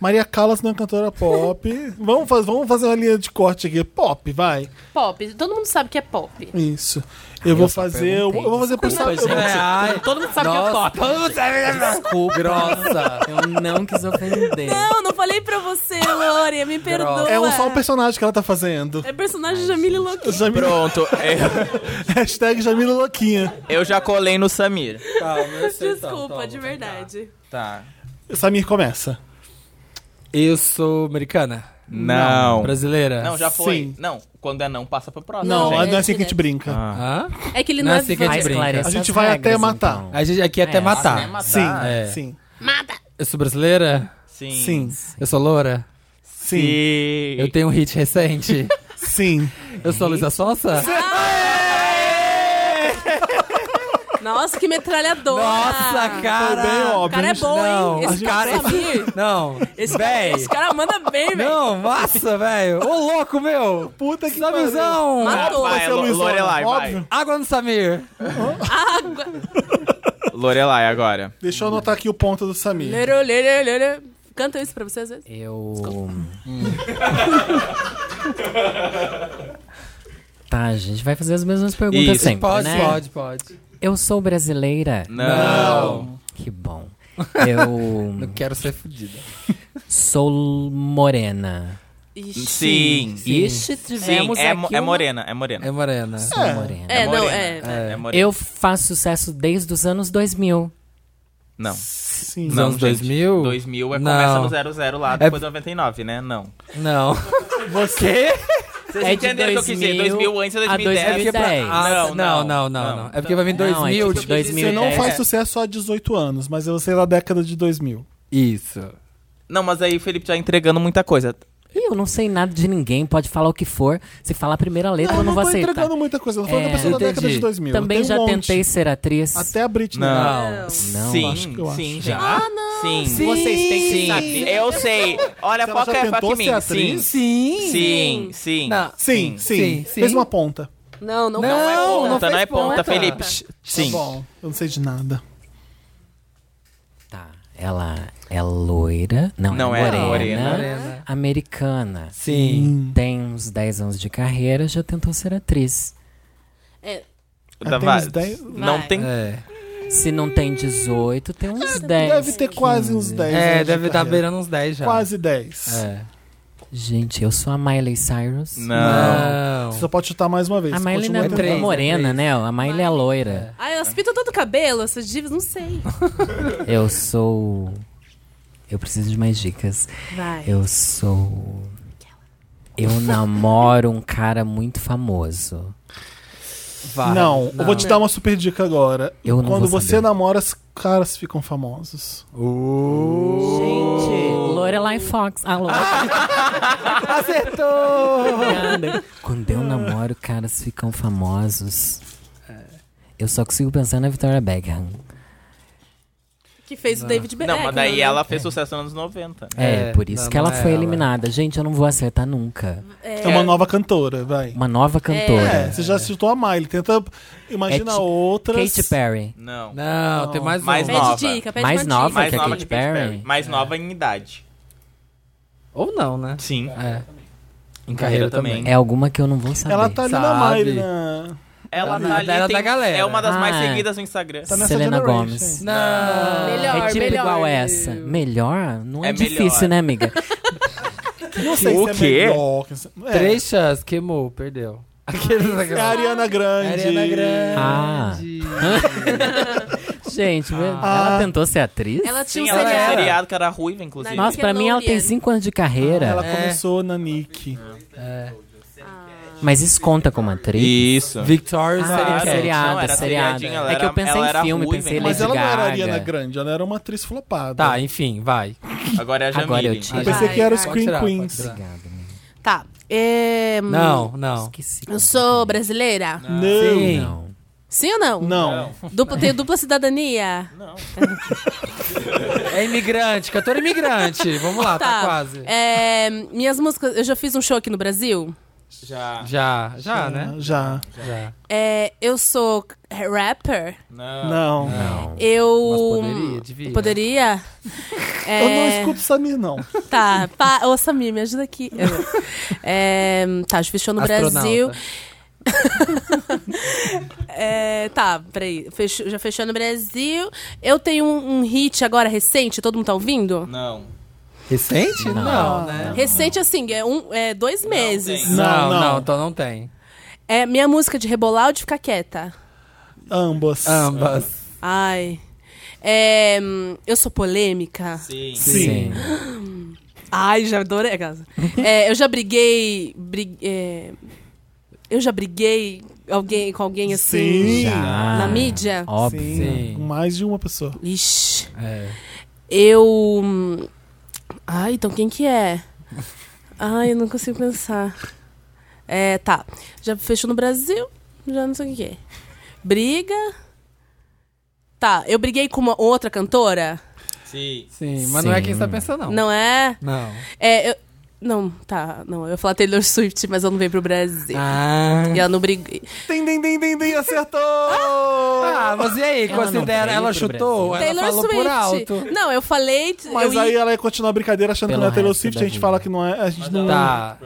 Maria Callas não é cantora pop. vamos, faz, vamos fazer uma linha de corte aqui. Pop, vai.
Pop. Todo mundo sabe que é pop.
Isso. Eu vou fazer. Eu, eu vou fazer por
Pois é, ai,
Todo mundo sabe
Nossa.
que é pop.
desculpa. Grossa.
Eu não quis ofender.
Não, não falei pra você, Lore. Me perdoa.
É um só um personagem que ela tá fazendo.
É personagem de Jamile Louquinha.
Jamile-
Pronto, eu,
hashtag Jamila Louquinha.
eu já colei no Samir.
tá,
Desculpa, de verdade.
Tá.
Samir começa.
Eu sou americana.
Não.
Brasileira.
Não, já foi.
Sim.
Não, quando é não, passa pro próximo.
Não,
Não,
não
é
é, assim que a gente
direto.
brinca.
Ah.
Hã?
É que ele não,
Não,
é
assim que a
Ah,
gente brinca.
esclareça
A gente
as
vai até
regras,
matar.
então.
A gente aqui é até
É,
matar.
Sim,
É.
sim,
Eu sou brasileira?
Sim.
sim,
Eu sou loura?
sim,
Eu tenho um hit recente?
sim.
Eu sou a Luísa Sonsa?
Nossa, que metralhadora. Ah!
Nossa, cara!
Foi bem
O
óbvio.
cara é bom,
Não,
hein?
os
Esse cara,
caras-
Samir.
Não,
Esse,
véi.
esse cara é manda bem, velho.
Não, massa, velho. Ô, louco, meu.
Puta
é
que
Samizão.
Matou.
Vai,
Você é Luizona,
Lorelai, vai.
óbvio.
Água no Samir.
Água.
Lorelai agora.
Deixa eu anotar aqui o ponto do Samir.
Lero, lero, lero. Canta isso pra você às vezes.
então. Eu. Hum. tá, a gente vai fazer as mesmas perguntas
Isso,
sempre,
Pode,
né?
pode, pode.
Eu sou brasileira?
Não.
Que bom. Eu
Não quero ser fodida.
sou morena.
Sim.
Ixi,
Sim,
tivemos
é, mo-
aqui
é
uma-
morena, é morena.
É morena.
Sou morena.
É, não,
morena.
é.
É morena.
Eu faço sucesso desde os anos 2000.
Não.
Sim.
Nos anos
gente.
2000?
2000 é
Não.
começa no 00 lá, depois do 99, né? Não.
Não.
Você?
Vocês
É de
entenderam o que eu quis dizer?
2000
2000 antes de
a
2010.
É pra-
2010.
Ah, não,
Não, não,
não, não,
não.
não. É porque vai vir
Não, é
2000.
tipo
tipo,
2000.
Você não
É.
faz sucesso só há 18 anos, mas você é da década de 2000.
Isso.
Não, mas aí o Felipe tá entregando muita coisa.
Ih, eu não sei nada de ninguém, pode falar o que for. Se falar a primeira letra, eu não vou
tô
aceitar.
entregando um muita coisa. Eu tô falando
É,
da pessoa da
entendi.
década de 2000.
Também
Tem um
já
monte.
tentei ser atriz.
Até a Britney.
Não.
Sim,
acho que eu
sim,
acho.
já. Ah, não. Sim.
Vocês têm
Sim, eu sei. Olha,
Se ela
foca
já
foca
tentou
em mim.
ser
Sim,
atriz?
Sim.
sim, sim.
Não.
Sim, sim,
Sim, sim.
Fez uma ponta. Tá
Não, não,
Não,
é
não
Ponta,
boa.
não é
fez
ponta,
ponta.
Felipe. Sim.
Tá bom, eu não sei de nada.
Tá. Ela é loira. Não,
Não,
é
é
morena.
morena.
Americana.
Sim.
Tem uns 10 anos de carreira, já tentou ser atriz.
É,
Ela
Tá,
tem
vai.
uns dez-
Não
Vai.
tem.
É.
Se não tem 18, tem uns 10.
Deve ter quase uns 10.
É,
anos de
deve estar
carreira.
beirando uns 10 já.
Quase 10.
É.
Gente, eu sou a Miley Cyrus.
Não.
Você só pode chutar mais uma vez.
A Miley
Continua
não é
tentando.
três, é
morena,
três.
né? A Miley é loira.
Ah, elas pintam todo o cabelo, essas divas, não sei.
Eu sou. Eu preciso de mais dicas.
Vai.
Eu sou. Eu namoro um cara muito famoso.
Vai.
Não, eu vou te dar uma super dica agora.
Eu não
Quando
vou
você
saber.
namora, os caras ficam famosos.
Uh.
Gente, Lorelai Fox. Ah, Lorelai.
Acertou!
Obrigada. Quando eu namoro, caras ficam famosos. Eu só consigo pensar na Victoria Beckham.
Que fez o David Beckham.
Não, mas daí
né?
ela fez sucesso nos anos 90. né?
É,
É,
por isso
não,
que ela
não é
foi
ela.
eliminada. Gente, eu não vou acertar nunca.
É, uma nova cantora, vai.
Uma nova
É,
cantora.
você já citou a Miley. Tenta. Imagina
É ti-
outras.
Katy Perry.
Não.
Não, tem mais
Mais
um.
Pede
nova.
dica, pede
Mais
uma
nova
dica.
Mais
que a
nova
Katy
que Katy
Perry.
Perry. Mais nova em idade.
Ou não, né?
Sim.
É.
Em
carreira
carreira também.
É alguma que eu não vou saber.
Ela tá ali na
Sabe.
Miley. né? Na...
Ela
Ela
tá ali.
tá
tem-
da galera.
É uma das mais
Ah, é.
seguidas no Instagram.
Tá nessa
Selena
generation.
Gomez.
Não.
Melhor,
é tipo
melhor.
igual essa. Melhor? Não é,
É melhor.
difícil, né, amiga?
Não sei
O
se é
quê?
melhor. É,
Três chances, queimou, perdeu. Aquele da
É a
galera.
Ariana Grande.
Ariana
Ah.
Grande.
Gente,
Ah.
ela tentou ser atriz?
Ela tinha
Sim,
um
ela tinha um
seriado.
seriado que era ruiva, inclusive.
Nossa, pra mim ela tem
Nickelodeon.
5 anos de carreira.
Ah, Ela
É.
começou na Nick.
Ah.
Mas isso conta como atriz?
Isso.
Victoria's
Ah,
Secret.
Claro.
seriado,
Não, era
seriado.
seriadinho, ela
É que eu
era-
pensei
ela
em
era
filme,
ruiva,
pensei em
né?
Mas
Lady
ela não era a
Gaga.
Ariana Grande, ela era uma atriz flopada.
Tá, enfim, vai.
Agora é a Jamile.
Agora eu tiro.
Pensei
Ai,
que era
ai,
Scream
Pode tirar, pode
Queens.
tirar.
Obrigado, amiga.
Tá, É, hum,
Não, não.
Esqueci.
Eu sou brasileira?
Não.
Sim.
Não.
Sim ou não?
Não.
Dupla, tenho dupla cidadania?
É imigrante, cantor imigrante. Vamos lá, tá, quase.
É, minhas músicas. Eu já fiz um show aqui no Brasil.
Já.
Já, já, né?
Já.
Já.
É, eu sou rapper.
Não.
Não.
Eu.
Mas poderia, devia.
Poderia? É,
Eu não escuto Samir, não.
Tá, pa... ô Samir, me ajuda aqui. É, tá, já fiz show no
Astronauta.
Brasil. É, tá, peraí. Fech- já fechou no Brasil. Eu tenho um, um hit agora recente, todo mundo tá ouvindo?
Não.
Recente? Não,
Não,
né?
Recente, assim, é, um, é dois meses.
tem.
Não,
Não,
não,
não.
então não tem.
É minha música de rebolar ou de ficar quieta?
Ambas.
Ambas.
Ai. É, hum, eu sou polêmica.
Sim.
Sim.
Ai, já adorei a casa. É, eu já briguei. bri- é, eu já briguei alguém, com alguém assim.
Sim.
Já.
Na mídia?
Óbvio.
Sim.
Sim.
Com Mais de uma pessoa.
Ixi.
É.
Eu. hum, Ai, então quem que é? Ai, eu não consigo pensar. É, tá. Já fechou no Brasil? Já não sei o que que é. Briga. Tá, eu briguei com uma outra cantora?
Sim.
Sim, mas não é
Sim.
quem está pensando, não.
Não é?
Não.
É, eu. Não, tá. Não, eu ia falar Taylor Swift, mas ela não veio pro Brasil.
Ah.
E ela não briga.
Tem, tem, tem, tem, tem, acertou!
Ah, mas e aí?
Ela
Considera,
não
ela
veio pro
chutou,
Brasil.
ela
Taylor
falou
Swift.
por alto.
Não, eu falei.
Mas
eu
aí
ia-
ela ia continuar a brincadeira achando
Pelo
que não é Taylor
resto
Swift,
da
a gente
vida.
fala que não é. A gente não.
Tá.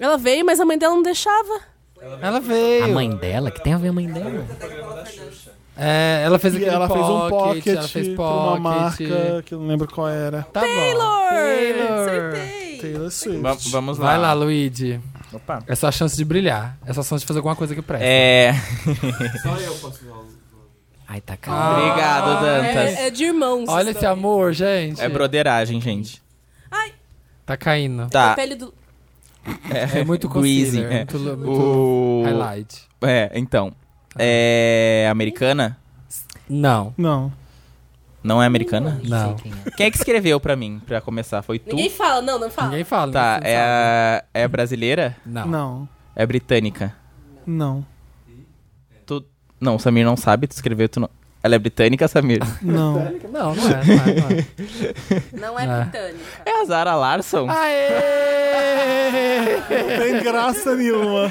Ela veio, mas a mãe dela não deixava.
Ah, Ela veio.
A mãe dela? Que tem a ver a mãe dela?
É, ela fez
E
aquele
ela fez um pocket,
ela fez
pra uma
pocket.
marca que eu não lembro qual era.
Tá Taylor! Taylor!
Taylor Swift.
Va- vamos lá.
Vai lá, Luigi.
Opa.
É sua chance de brilhar. É sua chance de fazer alguma coisa que presta.
É.
Ai,
Ah.
tá calma.
Ah,
Obrigado, Dantas.
É, é de irmãos.
Olha
isso
esse
daí.
amor, gente.
É broderagem, gente.
Tá caindo.
A
Tá.
pele do.
É muito
Greasy,
concealer,
é.
muito, lu- muito
O...
highlight.
É, então. É. Americana?
Não,
Não.
Não é americana?
não.
Quem é que escreveu pra mim, pra começar? Foi tu?
Ninguém fala, não, não fala.
Ninguém fala.
Tá,
ninguém
é,
sabe.
a- é brasileira?
Não.
Não.
É britânica?
Não.
Tu... Não, o Samir não sabe, tu escreveu, tu não... Ela é britânica, Samir?
Não.
Não, não é, não é, não é.
Não é
Ah.
britânica.
É a Zara Larson?
Aê!
Tem graça nenhuma.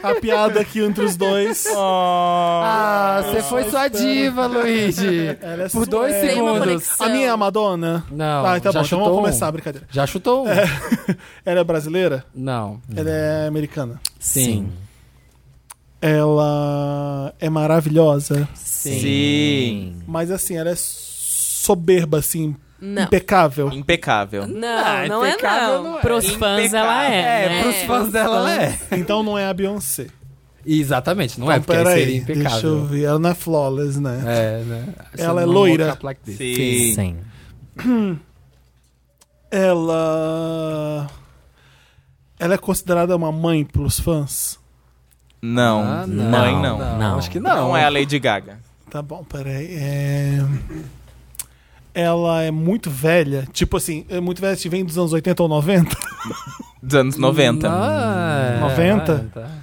A piada aqui entre os dois.
Ah, você foi sua diva, Luigi.
Ela é
Por dois
sueca.
Tem uma
segundos.
conexão.
A minha é a Madonna?
Não,
Ah, tá
já
bom, então
chutou
vamos
um.
começar a brincadeira.
Já chutou um.
Ela é brasileira?
Não.
Ela é americana.
Sim.
Ela é maravilhosa.
Sim.
Mas assim, ela é soberba, assim,
Não.
impecável.
Oh. Impecável.
Não,
Ah,
não é
impecável
não.
não é.
Pros fãs ela é,
É,
né?
pros fãs dela ela é.
Então não é a Beyoncé. Então,
Exatamente, não é, porque aí
Peraí,
seria impecável.
Deixa eu ver. Ela não é flawless, né?
É, né?
Ela é
Não
loira.
vou caplar desse.
É,
Sim.
Ela. Ela é considerada uma mãe pelos fãs?
Não.
Ah,
Mãe, não. Não,
Não.
Acho que não.
é a Lady Gaga.
Tá bom, peraí. É... Ela é muito velha. Tipo assim, é muito velha, se vem dos anos 80 ou 90.
Dos anos 90.
Ah,
90?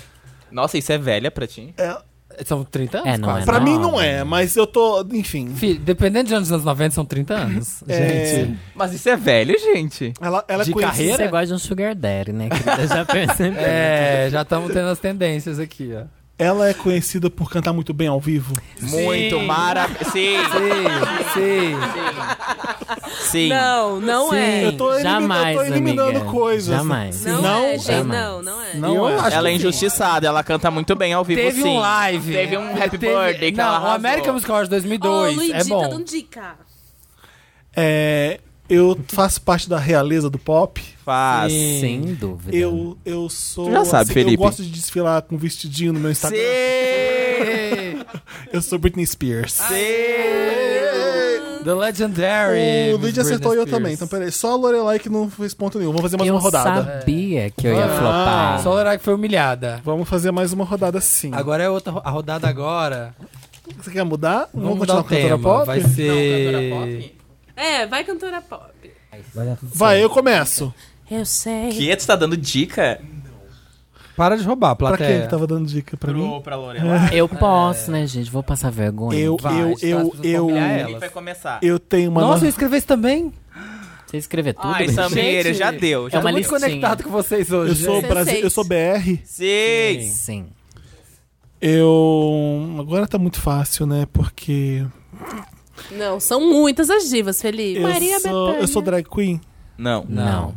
Nossa, isso é velha pra ti?
É,
São 30 anos?
É, não é,
quase.
pra mim não é, mas eu tô. Enfim.
Filho, dependendo de anos, anos 90, são 30 anos.
É,
Gente.
Mas isso é velho, gente.
Ela, ela é
De
conhecida-
carreira?
Você gosta de um sugar daddy, né, querida? Já percebeu.
É, já estamos tendo as tendências aqui, ó.
Ela é conhecida por cantar muito bem ao vivo.
Muito maravilhoso. Sim,
Sim, sim.
Tipo sim.
Não, não é.
Eu tô elimin-
Jamais,
eu tô eliminando
amiga.
coisas.
Jamais.
Não,
Não
é,
é.
gente. Não, não é.
Não
Eu
é.
acho
Ela é
que sim.
injustiçada, ela canta muito bem ao vivo,
Teve
sim.
um live.
assim, Teve um Happy
Teve-
Birthday que
Não,
ela
o
arrasou.
American Music Awards 2002.
Ô, Luigi,
é
tá
bom.
dando dica.
É, eu faço parte da realeza do pop.
Faz.
Sim.
Sem dúvida.
Eu, eu sou. assim,
Tu já sabe, Felipe.
Eu gosto de desfilar com vestidinho no meu Instagram.
Sim!
Eu sou Britney Spears.
The Legendary.
Ah, o Luigi
Britney
acertou e eu
Spears.
também. Então, peraí. Só a Lorelai que não fez ponto nenhum. Vamos fazer mais
Eu
uma rodada.
sabia que eu ia
Ah,
flopar.
Só lembrar que foi humilhada.
Vamos fazer mais uma rodada sim.
Agora é outra a rodada agora.
Você quer mudar?
Vamos
continuar
mudar o
com a cantora
tema.
pop?
Vai ser.
É, vai cantora pop.
Vai, eu começo.
Eu sei.
Que? Tu tá dando dica?
Para de roubar,
Pra quem que tá
plateia.
tava dando dica pra mim?
Pro, pra Lorelai.
Eu posso, né, gente? Vou passar vergonha.
Eu,
Vai,
eu,
tá,
eu,
precisamos
eu,
combinar
eu,
ela.
Felipe vai começar.
tenho uma.
Nossa,
no-
eu escrevi isso
É
também?
Você escrever tudo?
Ai,
gente?
Samir, já deu. Já
É uma
deu.
Muito
listinha.
conectado com vocês hoje.
eu sou
gente.
Brasil, eu sou BR.
Seis.
Sim.
Eu agora tá muito fácil, né? Porque
Não, são muitas as divas, Felipe.
eu
Maria
sou,
Bethânia.
eu sou drag queen.
Não.
Não.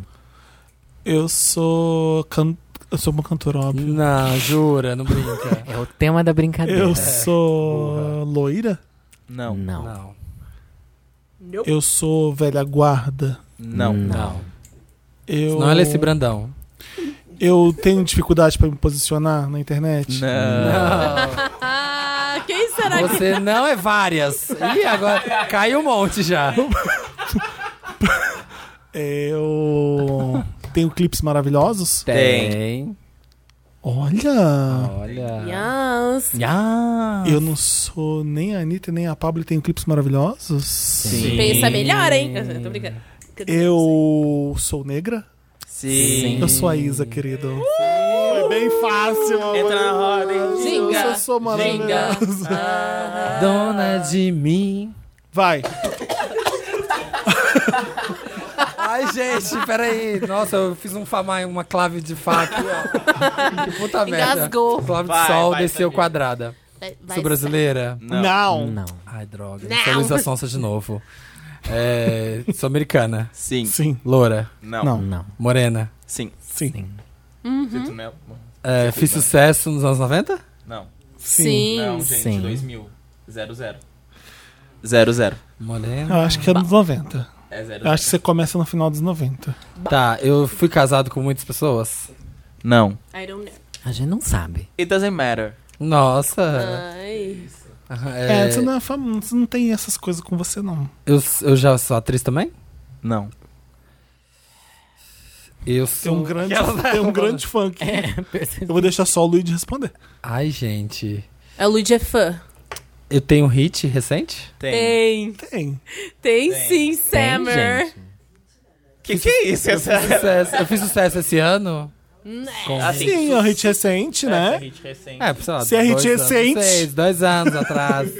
Eu sou can... eu sou uma cantora óbvio.
Não, jura, não brinca.
É o tema da brincadeira.
Eu sou loira.
Não.
Não.
Não.
Nope.
Eu sou velha guarda.
Não.
Não.
Eu
Não é Leci Brandão.
Eu tenho dificuldade pra me posicionar na internet.
Né? Não.
Ah, quem será que...
Você não é várias. Ih, agora caiu um monte já.
Eu tenho clipes maravilhosos.
Tem. Ah.
Olha,
Olha.
Yes.
Ah.
eu não sou nem a Anitta nem a Pablo e tenho clipes maravilhosos. Sim.
Pensa melhor, hein? Eu Tô brincando.
Eu sou negra.
Sim.
Eu sou a Isa, querido. Foi bem fácil.
É
é
Entra na roda, hein?
Ginga.
Eu sou, sou maravilhoso.
Dona de mim.
Vai.
Ai, gente, peraí. Nossa, eu fiz um famai, uma clave de fá aqui, ó. Que puta merda.
Engasgou.
Clave de
Vai,
sol
vai,
desceu
Samir.
quadrada.
Vai- vai
Sou brasileira?
Não.
Não.
Não.
Ai, droga.
Não.
Sou Luísa Sonsa de novo. É, sou americana.
Sim.
Sim.
Loura.
Não.
Não.
Não.
Morena.
Sim.
Sim.
Zito Mel-
É, fiz sucesso nos anos 90?
Não.
Sim.
Não, gente.
Sim.
2000. 00. 00.
Morena.
Eu acho que é anos 90.
É 00.
Eu acho que você começa no final dos 90.
Tá, eu fui casado com muitas pessoas.
Não.
I don't know.
A gente não sabe.
It doesn't matter.
Nossa.
Ah. Ai.
É,
É,
você, não é fam... você não tem essas coisas com você, não.
eu, eu já sou atriz também?
Não.
Tem
Eu sou.
um grande, tem um grande fã aqui.
É,
Eu vou deixar só o Luigi responder.
Ai, gente.
A Luigi é fã.
Eu tenho um hit recente?
Tem.
Tem.
Tem.
Tem,
Tem.
sim,
Tem,
Summer.
gente.
Que que é isso? Essa...
Sucesso. Eu fiz sucesso esse ano. Com...
Ah,
Sim, é um hit recente,
Essa
né?
hit recente.
É, sei lá,
Se é hit
dois anos,
recente.
seis, dois anos atrás.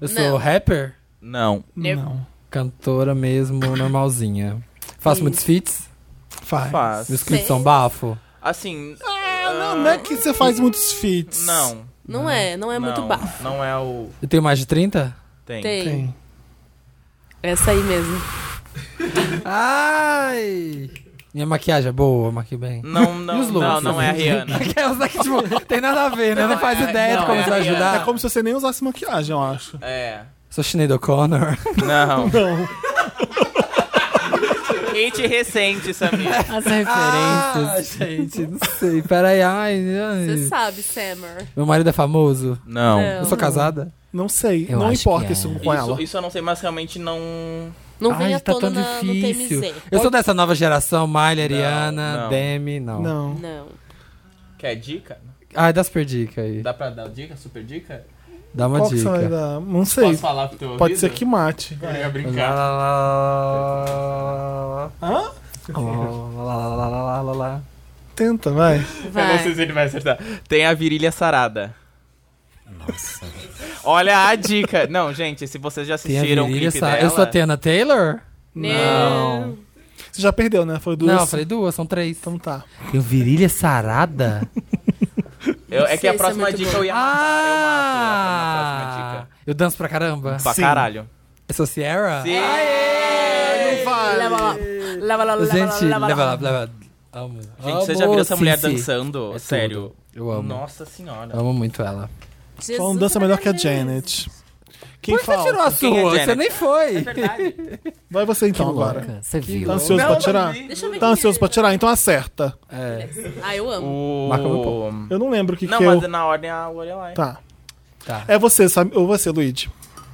Eu sou
Não.
rapper,
Não.
Não.
cantora mesmo, normalzinha. Faço muitos feats,
Faz.
Faz.
meus clipes
Sei.
são bafo.
Assim.
Ah, não, não é que você faz muitos feats.
Não.
Não é, não é muito bafo.
Não é o.
Eu tenho mais de 30?
Tem.
Tem.
Tem.
Essa aí mesmo.
Ai! Minha maquiagem é boa, maquio bem.
Não, não,
E os louros,
não, não é a
né?
Rihanna.
Aquelas daqui, tipo, tem nada a ver, né? Não, faz
é-
ideia
não,
de como
é
isso vai
a Rihanna.
ajudar.
É como se você nem usasse maquiagem, eu acho.
É.
Sou Sinead O'Connor.
Não.
Não.
Hit recente, Samir.
As referências.
Ah, gente, não sei. Peraí, ai,
Você
ai.
sabe, Summer.
Meu marido é famoso?
Não.
Não.
Eu sou casada?
Não sei.
Eu
não
acho
importa
que é.
isso com ela.
Isso, isso eu não sei, mas realmente não.
Não
Ai,
vem à
tá
tona
tão
na, no
difícil.
TMZ.
Eu sou dessa nova geração, Miley,
Não,
Ariana,
não.
Demi, não.
Não.
Não.
Quer dica?
Ai, dá super dica aí. Dá,
Dá pra dar dica? Super dica?
uma
Qual que você vai
dica.
dar? Não sei.
Posso falar pro teu
Pode
ouvido?
ser que mate.
Eu ia
Lá,
brincar.
lá, lá, lá, lá, lá, lá,
Hã?
lá, lá, lá, lá, lá, lá, lá, lá.
Tenta, vai.
Eu não
Vai.
sei se ele vai acertar. Tem a virilha sarada. Nossa. Olha a dica. Não, gente, se vocês já
Tem a
assistiram o
virilha,
um clipe
sa...
dela...
Eu sou a Tena Taylor?
Não.
Você já perdeu, né? Foi duas.
Não, eu falei duas, são três.
Então tá.
Tem virilha sarada?
Eu- é que a
Isso é
próxima
muito
dica
bom.
eu ia matar. Eu mato ela na
Ah!
próxima dica.
Eu danço pra caramba.
Pra
Sim.
caralho.
Eu sou Sierra?
Sim.
Não
Leva lá. Leva lá, leva lá,
Gente,
leva
leva lá,
lá.
leva lá. Amo.
Gente, você já viu essa mulher dançando?
É
Sério.
Eu amo.
Nossa senhora.
Amo muito ela.
Jesus
Só não dança é melhor que a
Maria.
Janet. Quem
Por que
fala?
você tirou a
Quem é
sua?
Janet?
você nem foi.
Vai você
Que
então agora.
louca. Você viu?
Tá ansioso pra tirar?
Deixa eu ver
Tá
quem
ansioso
é.
pra tirar? Então acerta.
É.
Ah, eu amo.
O...
Marca meu
Eu não lembro o que,
Não,
que
mas
eu.
na ordem é a Lorelai.
Tá.
Tá,
É você, sabe? Ou você, Luigi.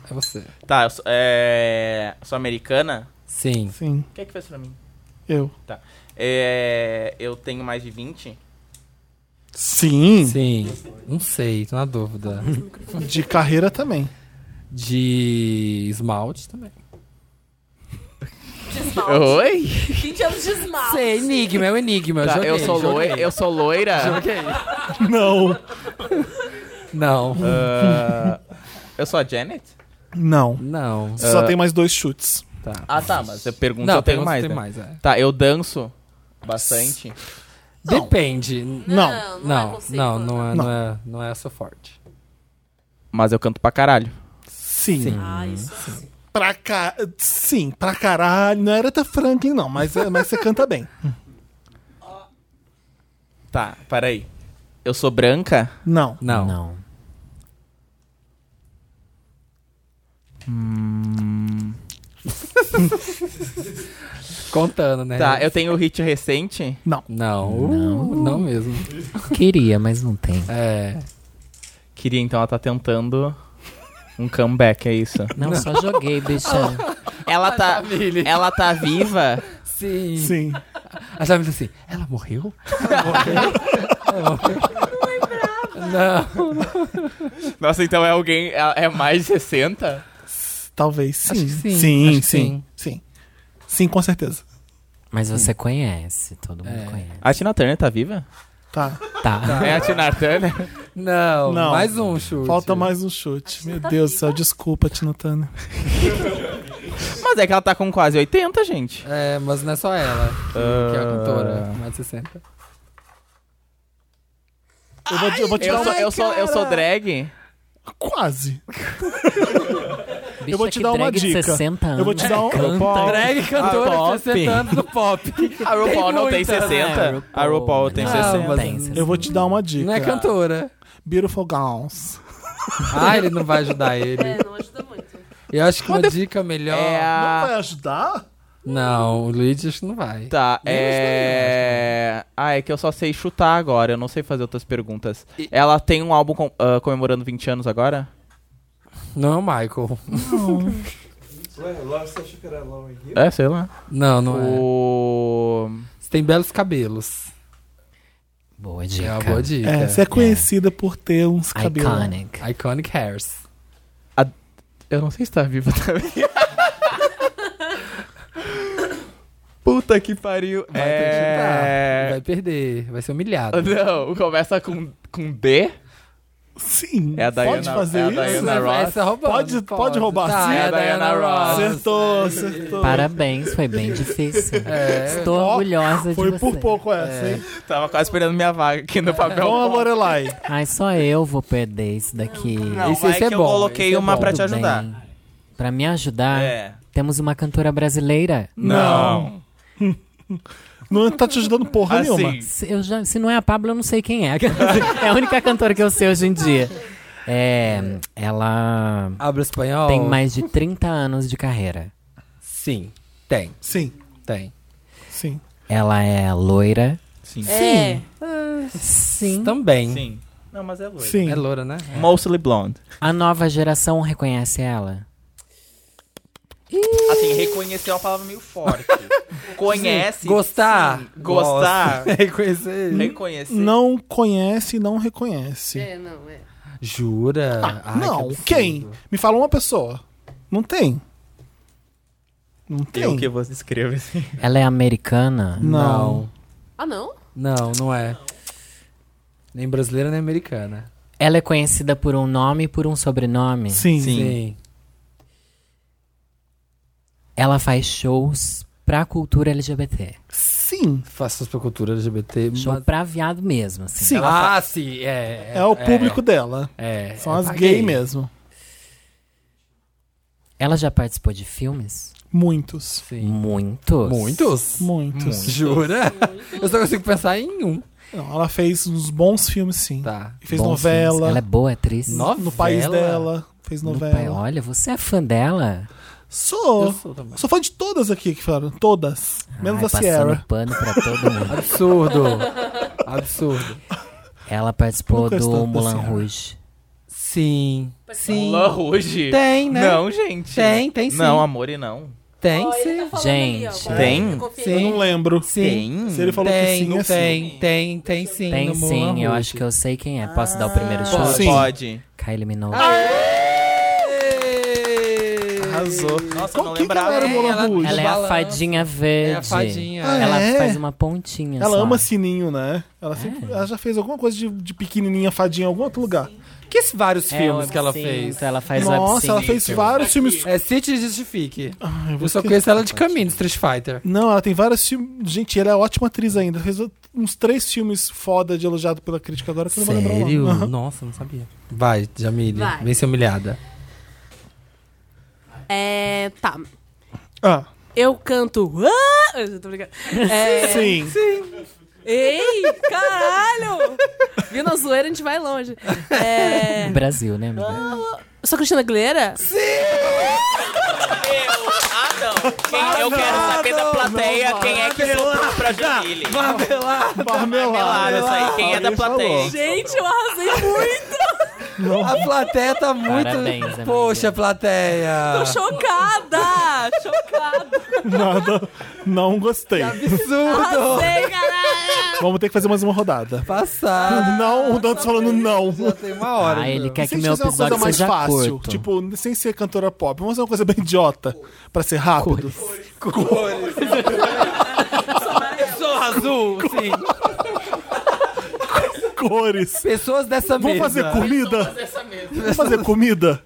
é você.
Tá, eu sou, é... sou americana.
Sim.
Sim,
O que é que fez pra mim?
eu.
É... Eu tenho mais de 20?
Sim,
Sim. Não sei, tô na dúvida.
de carreira também.
De esmalte também.
de esmalte.
Oi?
20 anos de
Ah,
esmalte.
Sei, enigma, é o enigma.
Tá,
joguei,
eu, sou
joguei.
loira, eu sou loira?
Joguei.
Não.
Não,
Ah, eu sou a Janet?
Não.
não.
Você Só tem mais dois chutes.
Tá.
Ah, tá, mas você pergunta,
Não,
eu tenho
pergunta
mais.
se
né?
Tem mais é.
Tá, eu danço bastante.
Não.
Depende.
Não. né?
Não, não, é
Não,
consigo.
não, não é, não é, não é essa forte.
Mas eu canto pra caralho.
Sim.
Ah, isso sim.
Pra ca... Sim, pra caralho. Não era até Franklin, não, mas, eh, mas você canta bem.
Tá, peraí. Eu sou branca?
Não.
Não.
Não.
Contando, né?
Tá, eu tenho hit recente?
Não, uh, não mesmo.
Queria, mas não tem.
É.
Queria, então, ela tá tentando um comeback, é isso.
Não, só joguei, bicha.
Ela tá.
Jamile.
Ela tá viva?
Sim.
assim.
Sim.
A Jamile assim, ela morreu? Ela morreu? Ela morreu? Não,
Nossa, então é alguém. É é mais de 60?
Talvez sim.
Acho que sim,
Sim,
acho que
sim, sim. Sim, com certeza.
Mas você conhece, todo mundo
É.
conhece.
A Tina Turner tá viva?
Tá.
Tá.
É a Tina Turner?
não,
Não.
mais um chute.
Falta mais um chute. Meu Deus do céu, desculpa, Tina Turner.
Mas é que ela tá com quase 80, gente.
É, mas não é só ela, que, que é a
Ah.
cantora, mais de 60.
Eu vou, eu vou te
Eu
dar
sou,
uma.
eu, sou, eu sou drag?
Quase.
Bicha,
Eu vou te
é que
dar uma
drag de
dica.
60 anos.
Eu vou te dar um.
Canta.
Drag cantora
pop.
de 60 anos do pop.
A RuPaul não tem 60?
né?
A RuPaul tem
Ah,
Não,
60.
mas-
Tem 60.
Eu vou te dar uma dica.
Não é cantora.
Beautiful Gowns.
Ah, ele não vai ajudar ele.
É, não ajuda muito.
Eu acho que uma dica melhor...
É a.
ajudar?
Não, o Luigi acho que não vai.
Tá, é. Ah, é que eu só sei chutar agora, eu não sei fazer outras perguntas. Ela tem um álbum com- ah, comemorando 20 anos agora?
Não é o Michael.
Ué, Lawrence achou que era Lauren Hill?
É, sei lá.
Não, não é.
O.
Você tem belos cabelos.
Boa dica.
É uma boa dica.
É, você é conhecida por ter
É.
uns cabelos.
Iconic.
Iconic Hairs.
Eu não sei se tá viva também. Puta que pariu.
Vai
é...
tentar. Vai perder. Vai ser humilhado.
Não, começa com, com D.
Sim.
É a Diana-
pode fazer
é a
isso?
Diana
Essa-
Ross.
essa roubando,
Pode- pode roubar,
Tá,
sim.
é a Diana Ross.
É.
Acertou, acertou.
Parabéns, foi bem difícil.
É.
Estou
Ó,
orgulhosa de
Foi
você.
por pouco
É.
essa, hein?
Tava quase esperando minha vaga aqui no papel.
Bom, a Lorelai.
Ai, só eu vou perder isso daqui.
Não,
Esse-
vai
esse é
que eu
bom,
coloquei
esse é
uma
bom. Ah.
pra te
Tudo
ajudar.
bem. Pra me ajudar,
É.
temos uma cantora brasileira.
Não.
Não tá te ajudando porra nenhuma.
Assim.
Se, eu já- se não é a Pablo, eu não sei quem é. É a única cantora que eu sei hoje em dia. É, ela
Ah,
Abre o espanhol.
tem mais de 30 anos de carreira.
Sim. Tem,
Sim,
tem.
sim.
Ela é loira.
Sim.
É.
Sim.
Também.
Sim. Não, mas é loira.
Sim.
É loura, né? É.
Mostly blonde.
A nova geração reconhece ela.
Assim, reconhecer é uma palavra meio forte. Conhece.
Gostar.
É, sim. Gostar.
Gosto. É Reconhecer.
Reconhecer.
Não conhece e não reconhece.
É, não, é.
Jura? Ai, que
Ah, não,
absurdo.
quem? Me fala uma pessoa. Não tem. Não tem.
Eu que você escreve assim.
Ela é americana?
Não.
Não.
Ah, não?
Não, não é. Nem brasileira, nem americana.
Ela é conhecida por um nome e por um sobrenome?
Sim.
Sim.
Ela faz shows pra cultura LGBT.
Sim.
Faço pra cultura LGBT.
Show
mas-
pra viado mesmo, assim.
Sim.
Ah, sim, é.
É o público dela.
É.
São
é
as
pra
gay mesmo.
Ela já participou de filmes?
Muitos.
Sim.
Muitos.
Muitos?
Muitos.
Jura? Eu só consigo pensar em um.
Não, ela fez uns bons filmes, sim.
Tá.
E fez
Bons filmes.
novela.
Ela é boa atriz?
No país dela. Fez
No pai,
novela.
olha, você é fã dela?
Sou.
Eu sou também.
Sou fã de todas aqui que falaram. Todas. Menos
Ai,
da Sierra.
Passando pano pra todo mundo.
Absurdo. Absurdo.
Ela participou
Nunca estou
do
da
Mulan
Sierra.
Rouge.
Sim. Sim.
Lã Rouge.
Tem, né?
Não, gente.
Tem, tem sim.
Não, amor e não.
Tem
Ó, ele
sim.
tá falando
Gente.
ali, ó, agora. tá
Tem?
Eu confio.
Eu
Sim.
não lembro.
Sim. assim.
Se ele falou
tem,
que sim, é sim.
tem, tem, tem sim.
Tem
no
sim,
Moulin
eu
Rouge.
acho que eu sei quem é. Posso dar o primeiro
Pode.
Sim.
chute?
Pode.
Kylie Minogue.
Aê!
arrasou.
Nossa, eu
Qual-
não
quem que ela
lembrava.
era,
É,
Moulin
ela-
Rouge?
Ela é a
Balanço.
fadinha verde.
É a fadinha.
Ah,
Ela
é?
faz uma pontinha
Ela
só.
ama sininho, né? Ela,
É.
sempre- ela já fez alguma coisa de, de pequenininha fadinha em algum outro lugar.
Que esses vários
É,
filmes
o
que ela tá.
absinto,
fez.
Ela faz o
Nossa, ela
absinto.
fez vários filmes.
É City Justifique.
Ai,
Ah, Eu só
esquecer.
conheço ela de caminho, Street Fighter.
Não, ela tem vários filmes. Gente, ela é ótima atriz ainda. Fez uns três filmes foda de elogiado pela crítica agora que eu não vou lembrar o nome.
Sério?
Aham.
Nossa, não sabia. Vai, Jamile.
Vai.
Vem ser humilhada.
É, tá.
Ah,
Eu canto. Ah! Eu tô brincando. É,
sim.
Ei, caralho! Viu na zoeira, a gente vai longe. É,
No Brasil, né, amiga?
eu sou Cristina Aguilera?
Eu, ah, não. Quem, eu quero saber da plateia quem é que votou pra Jamile. Marmelada, isso aí. Quem é da
Alguém falou.
plateia?
Gente, eu arrasei muito!
A plateia tá muito.
Parabéns, amiga.
Poxa, plateia.
Tô chocada! Chocada!
Nada. Não gostei.
Absurdo.
Arrasei, caralho!
Vamos ter que fazer mais uma rodada.
Passado.
Não, o Dantas falando não.
Já tem uma hora.
Ah, ele
então.
quer que
Sem
meu
fazer é uma coisa
episódio
mais
seja
fácil,
curto.
tipo, sem ser cantora pop, vamos fazer uma coisa bem idiota, pra ser rápido.
Pessoa azul, sim.
Cores.
Pessoas dessa
Vamos
mesa.
fazer comida? Vamos fazer comida?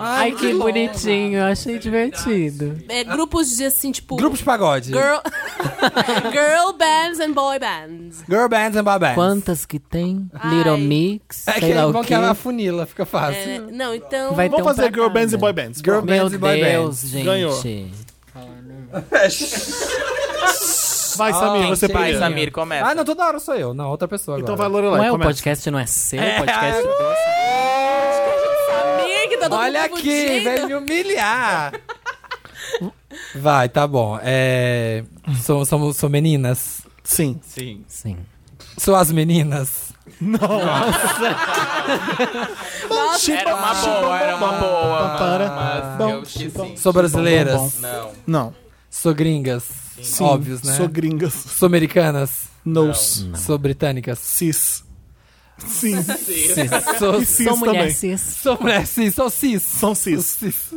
Ai, que bonitinho. Eu achei divertido.
É, grupos de assim, tipo.
Grupos de pagode.
Girl... girl bands and boy bands.
Girl bands and boy bands.
Quantas que tem?
Ai.
Little Mix,
É
sei
que
lá
é
o
bom
quê.
que ela funila, fica fácil.
É, não, então.
Vai ter
Vamos
um
fazer
pra
girl bands
cada.
e boy bands.
Girl
Meu
bands e boy
Deus,
bands.
gente.
Ganhou. Vai, Samir,
Ah,
você
sim.
Vai,
primeiro.
Samir,
É.
começa.
Ah, não, toda hora sou eu. Não, outra pessoa
Então vai,
agora.
Não
Lorelai,
é o
começa.
podcast, não é seu, o podcast
é.
Amiga, tá todo
Olha
mundo
aqui,
fudido.
vem me humilhar. Vai, tá bom. É... Sou, sou, sou meninas.
Sim.
Sim.
Sim.
Sou as meninas.
Nossa,
Era uma boa, era uma boa.
Para.
Mas eu esqueci.
Sou brasileiras.
Não.
Não.
Sou gringas.
Sim.
Óbvios, né?
Sou gringas.
Sou americanas.
Nos.
Sou britânicas.
Cis. Sim.
Sou,
E cis
Sou mulher
também.
cis.
sou mulher cis. Sou cis.
São cis.
cis.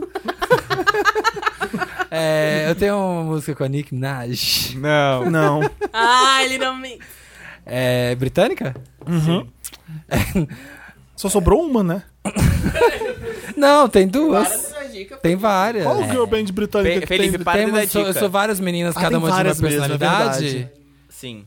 É, eu tenho uma música com a Nick Minaj.
Não.
Não.
Ai, Ah, ele não me.
É britânica?
Só sobrou uma, né?
Não, tem duas. Tem várias.
Qual o girl band britânica
Fe-
que tem?
Felipe, para de dar
Temos, sou,
dica.
sou várias meninas,
Ah,
cada
tem
uma de uma
várias mesmo, é
personalidade.
verdade.
Sim.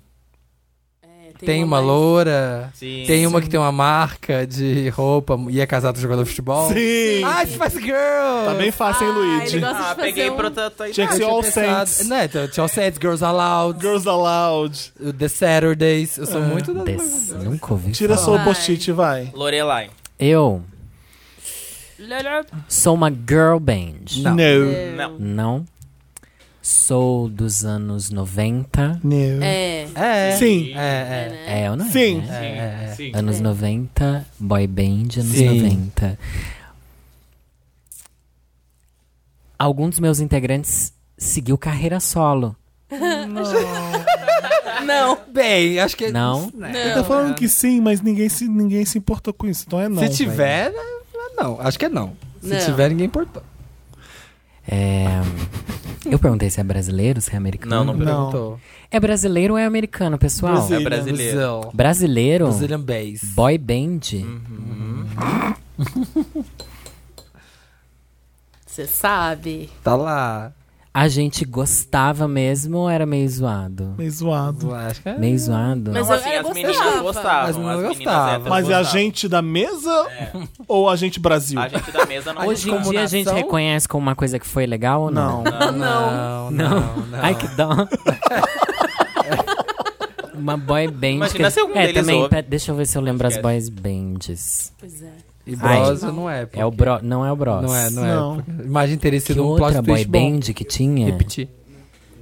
É,
tem uma
mais-
loura.
Sim.
Tem uma que tem uma marca de roupa e é casada com jogador de futebol.
Sim.
Ah, isso faz girl!
Tá bem fácil, hein,
Ah, ele
Luigi?
gosta
Ah,
de fazer
peguei Ah,
um...
pro Tata
Tinha que ser All Saints.
Né, então, All Saints, Girls Aloud,
Girls Aloud.
o The Saturdays. Eu sou
É.
muito da...
Des- Nunca ouvi.
Tira
falar.
sua
Vai.
post-it, vai.
Lorelai.
Eu
Lelé.
sou uma girl band.
Não.
É.
Não. é
Não. Sou dos anos 90.
Não.
É.
É,
Sim.
é, é.
É, ou não é?
Sim.
né?
é, é.
Sim.
Anos 90, boy band, anos
Sim.
90. Alguns dos meus integrantes seguiu carreira solo.
Não.
Bem, acho que... é né?
Não. é.
Ele tá falando que sim, mas ninguém se, ninguém se importou com isso. Então é não.
Se
velho.
tiver, é- não. Acho que é não. Se
Não.
tiver, ninguém importou.
É, eu perguntei se é brasileiro, se é americano.
Não, não
Perguntou.
É brasileiro ou é americano, pessoal?
Brasil.
É brasileiro.
Brazil.
Brasileiro?
Brazilian Uhum. Bass.
Boy band?
Hum.
Você sabe.
Tá lá.
A gente gostava mesmo ou era meio zoado?
Meio zoado.
Acho que é.
Meio zoado?
Mas
Não,
eu-
assim,
eu
as
gostava.
meninas gostavam.
As meninas
meninas
gostavam.
héteras
Mas é a
gostavam.
gente da mesa
É,
ou a gente Brasil?
A gente da mesa não
Hoje em
gostava.
dia a gente
Comunação?
reconhece como uma coisa que foi legal ou não?
Não.
Não, não, não. não.
Ai, que dó. Uma boy band.
Imagina
que-
se algum
é,
deles
também,
ouve.
pe- deixa eu ver se eu lembro as
Esquece.
boys bands.
Pois é.
E
Ai.
Bros não é. porque-
É o bro, não é o Bros.
Não é, não,
Não.
é. porque- Imagem teria
Que
sido um
outra
plot
boy
twist bom.
band né? que tinha?
Repetir.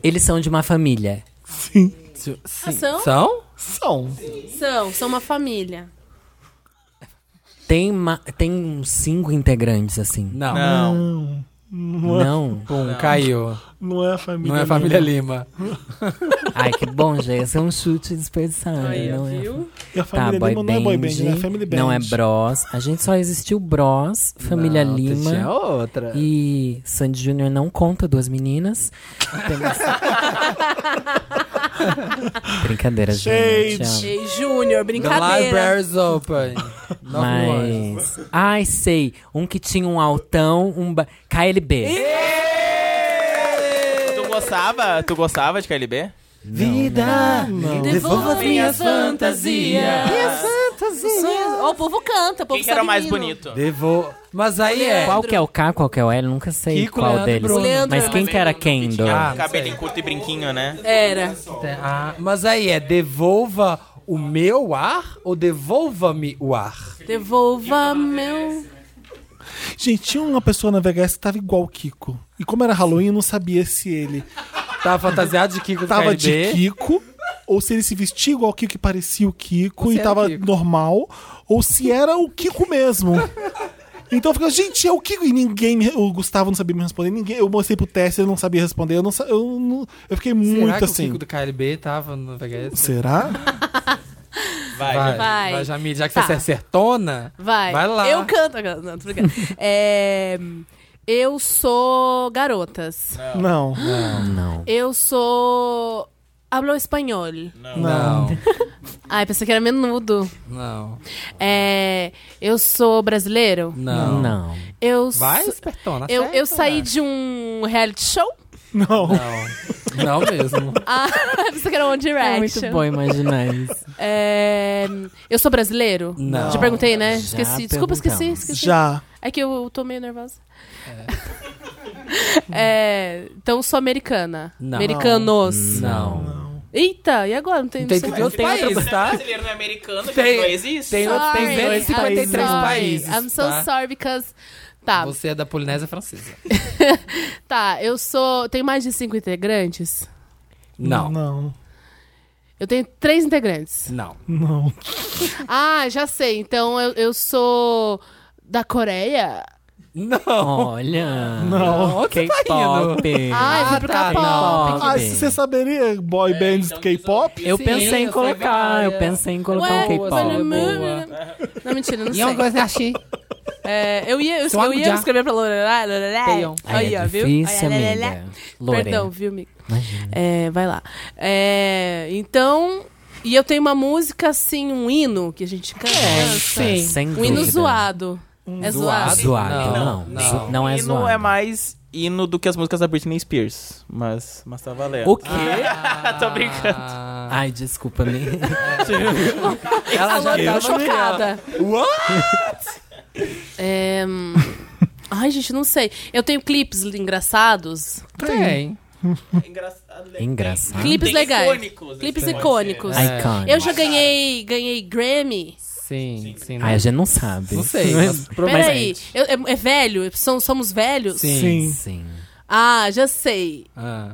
Eles são de uma família.
Sim.
Sim.
Ah, são?
São?
São.
São, são uma família.
Tem, ma- tem
tá?
Hum.
uns cinco integrantes, assim.
Não.
Não.
Não?
Pum, caiu.
Não é a família.
Não é a família Lima.
Ai, que bom, gente. Esse é um chute desperdiçado,
Aí,
não é?
viu?
E a família
tá,
Lima
boy
não é boy
band,
band, né? É family band.
não é Bros. A gente só existiu Bros, Família
Não,
Lima.
Tinha outra.
E Sandy Júnior não conta duas meninas. Temos- Brincadeira, gente. te amo.
Ei, Júnior,
The
brincadeira.
library's open. Not one.
Mas. Ai, sei. Um que tinha um altão, um. Ba... KLB.
Tu gostava? Tu gostava de KLB?
Vida, devolva minhas fantasias.
Ó, o povo canta, o povo
Quem que era o
sabe
mais
hino.
bonito?
Devo... Mas aí é...
Qual que é o K, qual que é o L? Nunca sei
Kiko,
qual
Leandro e
deles.
Bruno.
Leandro
Mas
é
quem
mais
que era
Que tinha
Kendo?
Ah,
Cabelinho curto e brinquinho, né?
Era.
Ah, mas aí é devolva o meu ar ou devolva-me o ar?
Devolva meu.
Gente, tinha uma pessoa na VHS que tava igual o Kiko. E como era Halloween, eu não sabia se ele
Tava Tá fantasiado de Kiko do
tava de
KLB?
Kiko, ou se ele se vestia igual o Kiko e parecia o Kiko
Ou se
e
era
tava
o Kiko.
normal, ou se era o Kiko mesmo. Então eu ficava, gente, é o Kiko. E ninguém, me- o Gustavo não sabia me responder, ninguém, eu mostrei pro teste, ele não sabia responder, eu, não, sa- eu, não- eu fiquei
Será
muito
que o
assim.
Kiko do KLB tava no VHS?
Será?
Vai.
Vai,
Vai.
vai, Jamile, já que
Tá.
você é certona,
Vai.
Vai lá.
Eu canto. Não, tô brincando. É, eu sou garotas.
Não.
Ah, Não.
Eu sou. Hablo espanhol.
não,
Ai, pensei que era menudo.
não,
É, eu sou brasileiro.
não.
Não.
Eu
Vai,
Tá
sou-
espertona,
Eu, eu
acerta.
né?
saí de um reality show.
Não.
Não, não mesmo.
Ah, pensei que era One Direction.
É muito bom imaginar isso.
É, eu sou brasileiro?
Não.
Já perguntei, né?
Já
Esqueci. Desculpa, esqueci.
perguntamos.
esqueci.
Já.
É que eu tô meio nervosa. É, então eu sou americana.
Não.
Americanos.
Não.
Eita, e agora? Não tem,
Não tem
sei
que
lá.
ter outro país, tá?
não é americano,
Tem-
não existe.
tem outro- tem
Sorry,
253
I'm sorry.
países,
I'm so
tá?
sorry because. Tá,
Você é da Polinésia Francesa.
tá, eu sou. Tenho mais de cinco integrantes?
Não,
Não.
Eu tenho três integrantes.
não.
Não.
Ah, já sei. Então eu, eu sou da Coreia?
Não.
Olha.
Não.
Onde você tá
K-pop.
Ah, eu fui pro
tá,
K-pop.
não.
Ah, se você saberia boy bands do K-pop?
Eu
Sim,
pensei em
eu sei
colocar, eu
várias.
pensei em colocar um
Ué,
boa,
mas
K-pop.
não-
boa.
Não, mentira, não
E uma
sei.
coisa assim.
É, eu ia, eu,
Só
eu ia
já.
escrever pra Lorelai. Lorelai.
Tenham.
Aí
Aí,
é
ó, viu?
difícil,
Aí, lá, lá, lá.
amiga. Lore.
Perdão, viu, amigo?
Imagina.
É, vai lá. É, então, e eu tenho uma música assim, um hino que a gente canta.
É, Sim. Sem
Um hino
dúvida. Um
zoado. é zoado?
Zoado, não.
Não,
Zo- Não,
não.
é
hino
zoado.
é mais hino do que as músicas da Britney Spears. Mas, mas tá valendo.
O quê?
Tô brincando.
Ah,
Ai, desculpa, me.
ela já
Eu
tava
chocada.
What?
É, hum, ai, gente, não sei. Eu tenho clipes engraçados.
Tem.
Engraçado. né?
Engraçado.
Clipes
Ah, Tem
legais.
icônicos,
clipes
assim, pode
icônicos.
ser.
Iconic.
Eu já ganhei, ganhei Grammy.
Sim, sim.
Ai, a gente não sabe.
Não sei, mas provavelmente.
Peraí, eu- é, é velho? São- somos velhos?
Sim.
Sim.
Sim.
Ah, já sei.
Ah.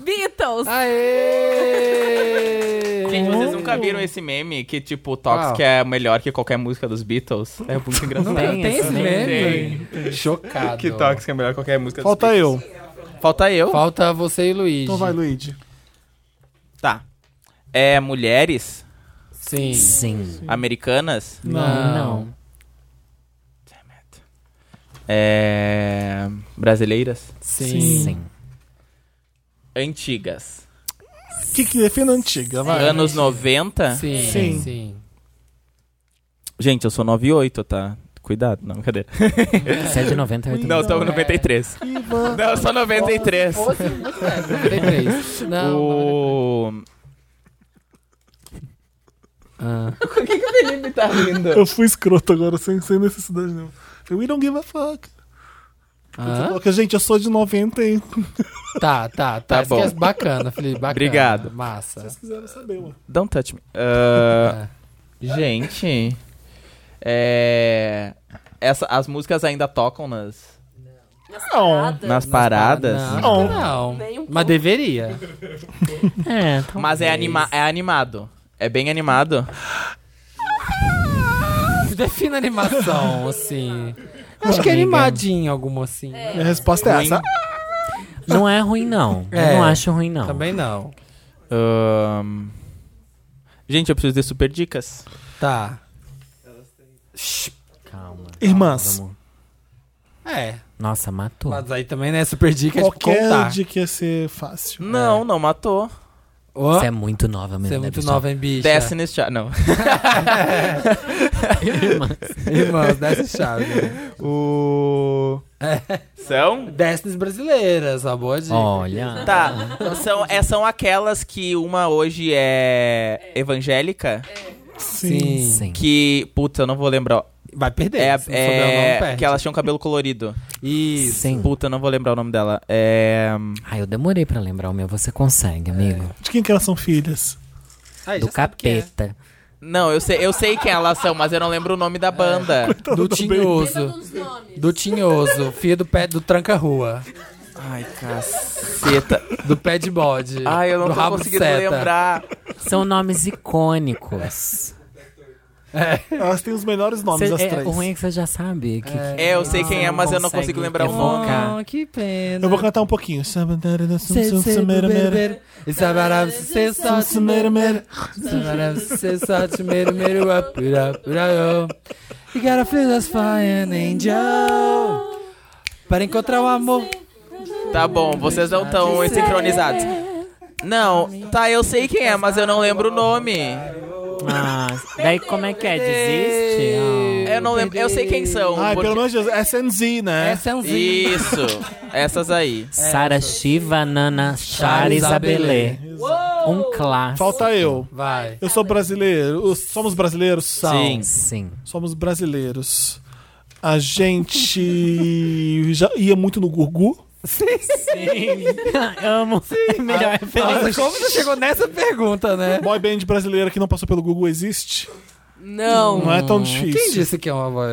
Beatles.
Aê!
Gente, vocês nunca viram esse meme que, tipo, Toxic
Qual?
é melhor que qualquer música dos Beatles? É muito engraçado.
tem
Tem
esse
esse meme? né? Chocado.
Que Toxic é melhor que qualquer música
Falta
dos
eu.
Beatles. Falta eu.
Falta você e Luigi.
Então vai, Luigi.
Tá. É mulheres
Sim.
Sim.
americanas?
Não.
É... Brasileiras?
Sim.
Sim.
Antigas.
Que que defina a antiga, vai.
Anos 90?
Sim.
Sim.
Sim.
Gente, eu sou 98, tá? Cuidado, não, cadê?
Você é de 98
Não, eu tô
é.
93.
Ivan.
Não, eu sou 93.
Tem três. Não.
O...
Ah.
Eu fui escroto agora, sem, sem necessidade nenhuma. Eu, We don't give a fuck. Você
Ah.
coloca, gente, eu sou de 90 e
Tá, tá, tá.
Tá
Isso que é
bom.
bacana, Felipe. Bacana.
Obrigado.
Massa.
quiseram saber, ué.
Don't touch me. Ah,
Ah.
gente. É... Essa, as músicas ainda tocam nas,
Não.
nas paradas.
Não.
Não.
não.
Nem um
Mas deveria.
É, então.
Mas é, anima é animado. É bem animado.
Defina animação, assim. Acho que é animadinho alguma, assim.
Minha resposta é essa.
Não é ruim, não.
É.
Eu não acho ruim, não.
Também não.
Ahn, Gente, eu preciso de super dicas.
Tá.
Calma.
Irmãs.
Vamos-
É.
Nossa, matou.
Mas aí também, né? Super dica é de
Qualquer
contar.
dica ia ser fácil.
Não, não matou.
Ó,
Você é muito nova mesmo.
Você é
né,
muito
bicha?
nova, hein, bicha?
Destiny's Child. Não.
Irmãos, desce chave.
o...
É.
São?
Destiny's brasileiras, uma boa dica.
Olha.
Tá. São, é, são aquelas que uma hoje é evangélica,
Sim.
Sim.
Sim.
que... Putz, eu não vou lembrar. ó.
Vai perder.
É,
se não souber o nome,
é,
perde.
que elas tinham cabelo colorido.
Isso.
Sim.
Puta, eu não vou lembrar o nome dela. É...
Ah, eu demorei pra lembrar o meu. Você consegue, amigo.
De quem que elas são filhas?
Aí,
Do
já sabe quem é.
capeta.
Não, eu sei, eu sei quem elas são, mas eu não lembro o nome da banda.
Do
Lembra
Tinhoso.
dos nomes.
Do Tinhoso. Filho do pé do tranca-rua.
Ai, caceta.
Do pé de bode.
Ai, Ah, eu não
do
tô
rabo de
conseguindo
seta.
lembrar.
São nomes icônicos.
Elas têm os melhores nomes,
Cê-
as
é,
três.
o ruim é que você já sabe. Que,
É, eu sei quem é, mas eu não
consegue
consigo lembrar o nome.
evocar.
Oh, que pena.
Eu vou cantar um pouquinho.
é You gotta feel that's fire and angel. Para encontrar o amor.
Tá bom, vocês não estão sincronizados. Não, tá, eu sei quem é, mas eu não lembro o nome.
Ah, daí como é que é? Desiste? Ah.
Eu não lembro, eu sei quem são.
Ai,
porque-
pelo amor de Deus, SNZ, né?
Essa é um zinho.
Isso, essas aí.
Ah. Sara Shiva, Nana, Chara Isabelê. Um clássico.
Falta eu.
Vai.
Eu sou brasileiro. Os- Somos brasileiros? São.
Sim.
Sim.
Somos brasileiros. A gente já ia muito no Gugu.
Amo. Melhor referência.
Nossa, como não chegou nessa pergunta, né?
Boy band brasileira que não passou pelo Gugu existe?
Não.
Não é tão difícil.
Quem disse que é uma voz?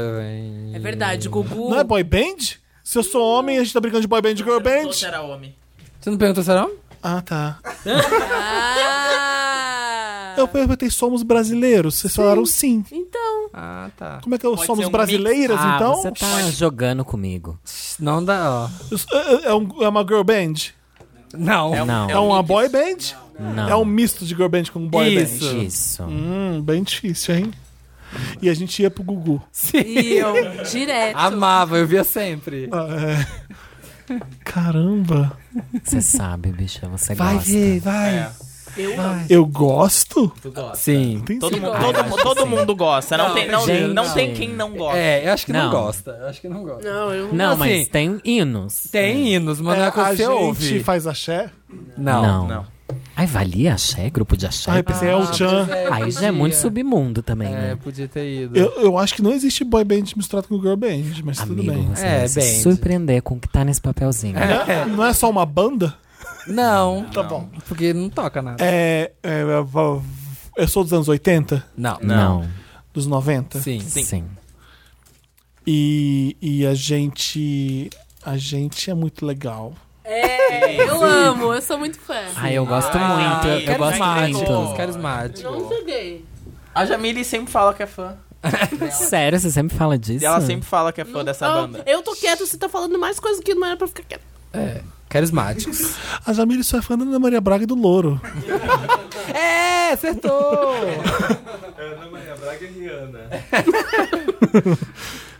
É verdade, Gugu.
Não é boy band? Se eu sou homem, a gente tá brincando de boy band e girl band?
Era homem.
Você não perguntou se era homem?
Ah, tá.
Ah!
Eu perguntei, somos brasileiros? Vocês falaram sim.
Então,
Ah, tá.
Como é que eu-
Pode
somos
ser um
brasileiras,
Ah,
então?
você tá jogando comigo.
Não dá, ó.
É- É, um- é uma girl band?
Não.
Não,
É uma boy band?
um não.
É um misto de girl band com boy
Isso.
band.
Isso.
Hum, bem difícil, hein? E a gente ia pro Gugu.
e eu, direto.
Amava, eu via sempre.
Ah, é. Caramba.
Você sabe, bicha. Você
Vai,
gosta.
Vi, vai.
Eu gosto?
Sim.
Tem
Todo,
sim.
mundo, todo, mu- todo mundo gosta. Não,
Não,
tem, não,
gente.
não tem quem não gosta.
É, eu acho que não,
Não.
gosta. Eu acho que não gosta.
Não, eu
Não,
Assim,
mas tem hinos.
Tem hinos, mas
É,
não é
a
quando você
gente
ouve.
faz axé?
Não.
Não.
não.
Ai, valia axé? Grupo de axé?
Ai, pensei, é o Chan.
pois é,
Aí já Ah, é
podia.
muito submundo também,
É,
né?
podia ter ido.
Eu, eu acho que não existe boy band misturado com girl band, mas tudo
Amigo,
bem.
você
É,
vai se
bem.
surpreender com o que tá nesse papelzinho.
É, não é só uma banda?
Não,
Tá bom.
porque não toca nada.
É, é, eu vou- eu sou dos anos 80,
Não.
Não.
dos 90.
Sim.
Sim.
E, e a gente. A gente é muito legal.
É, eu amo, eu sou muito fã.
Ai, eu gosto
Ah,
muito. Eu, eu gosto
carismático,
muito.
Carismático.
Não joguei.
A Jamile sempre fala que é fã.
Sério, você sempre fala disso?
E ela sempre fala que é fã dessa
Não,
banda.
Eu tô quieto, você tá falando mais coisa que não era pra ficar quieto.
É. Carismáticos.
A Jamile só é fã da Ana Maria Braga e do Louro.
É, acertou!
Ana Maria Braga e Rihanna.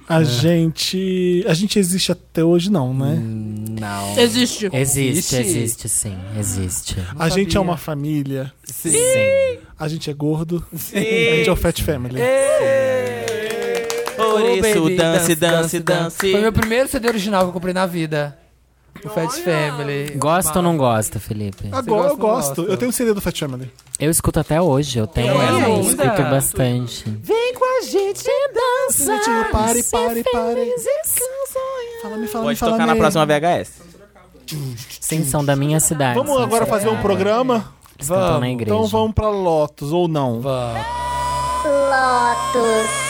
A gente. A gente existe até hoje, não, né?
Hum. não.
Existe.
Existe,
Existe?
existe, sim. Existe.
a gente é
sabia.
uma família.
Sim.
Sim.
A gente é gordo. A gente é o Fat Family.
Por
Oh,
isso,
baby,
dance, dance, dance.
Foi meu primeiro CD original que eu comprei na vida. O Fat Family.
Gosta ou não gosta, Felipe?
Agora
gosta
eu
ou não
gosto.
gosta?
Eu tenho um CD do Fat Family.
Eu escuto até hoje, eu tenho ela, eu
ainda?
escuto bastante.
Vem com a gente dança.
Gente, pare, pare, pare. Fala, me fala, me
Pode
fala.
tocar na
me.
próxima VHS.
Sim, são da minha cidade.
Vamos
são
agora
de
fazer um
São Paulo.
programa?
Eles cantam na igreja.
Então vamos pra Lotus ou não?
Vamos.
Lotus.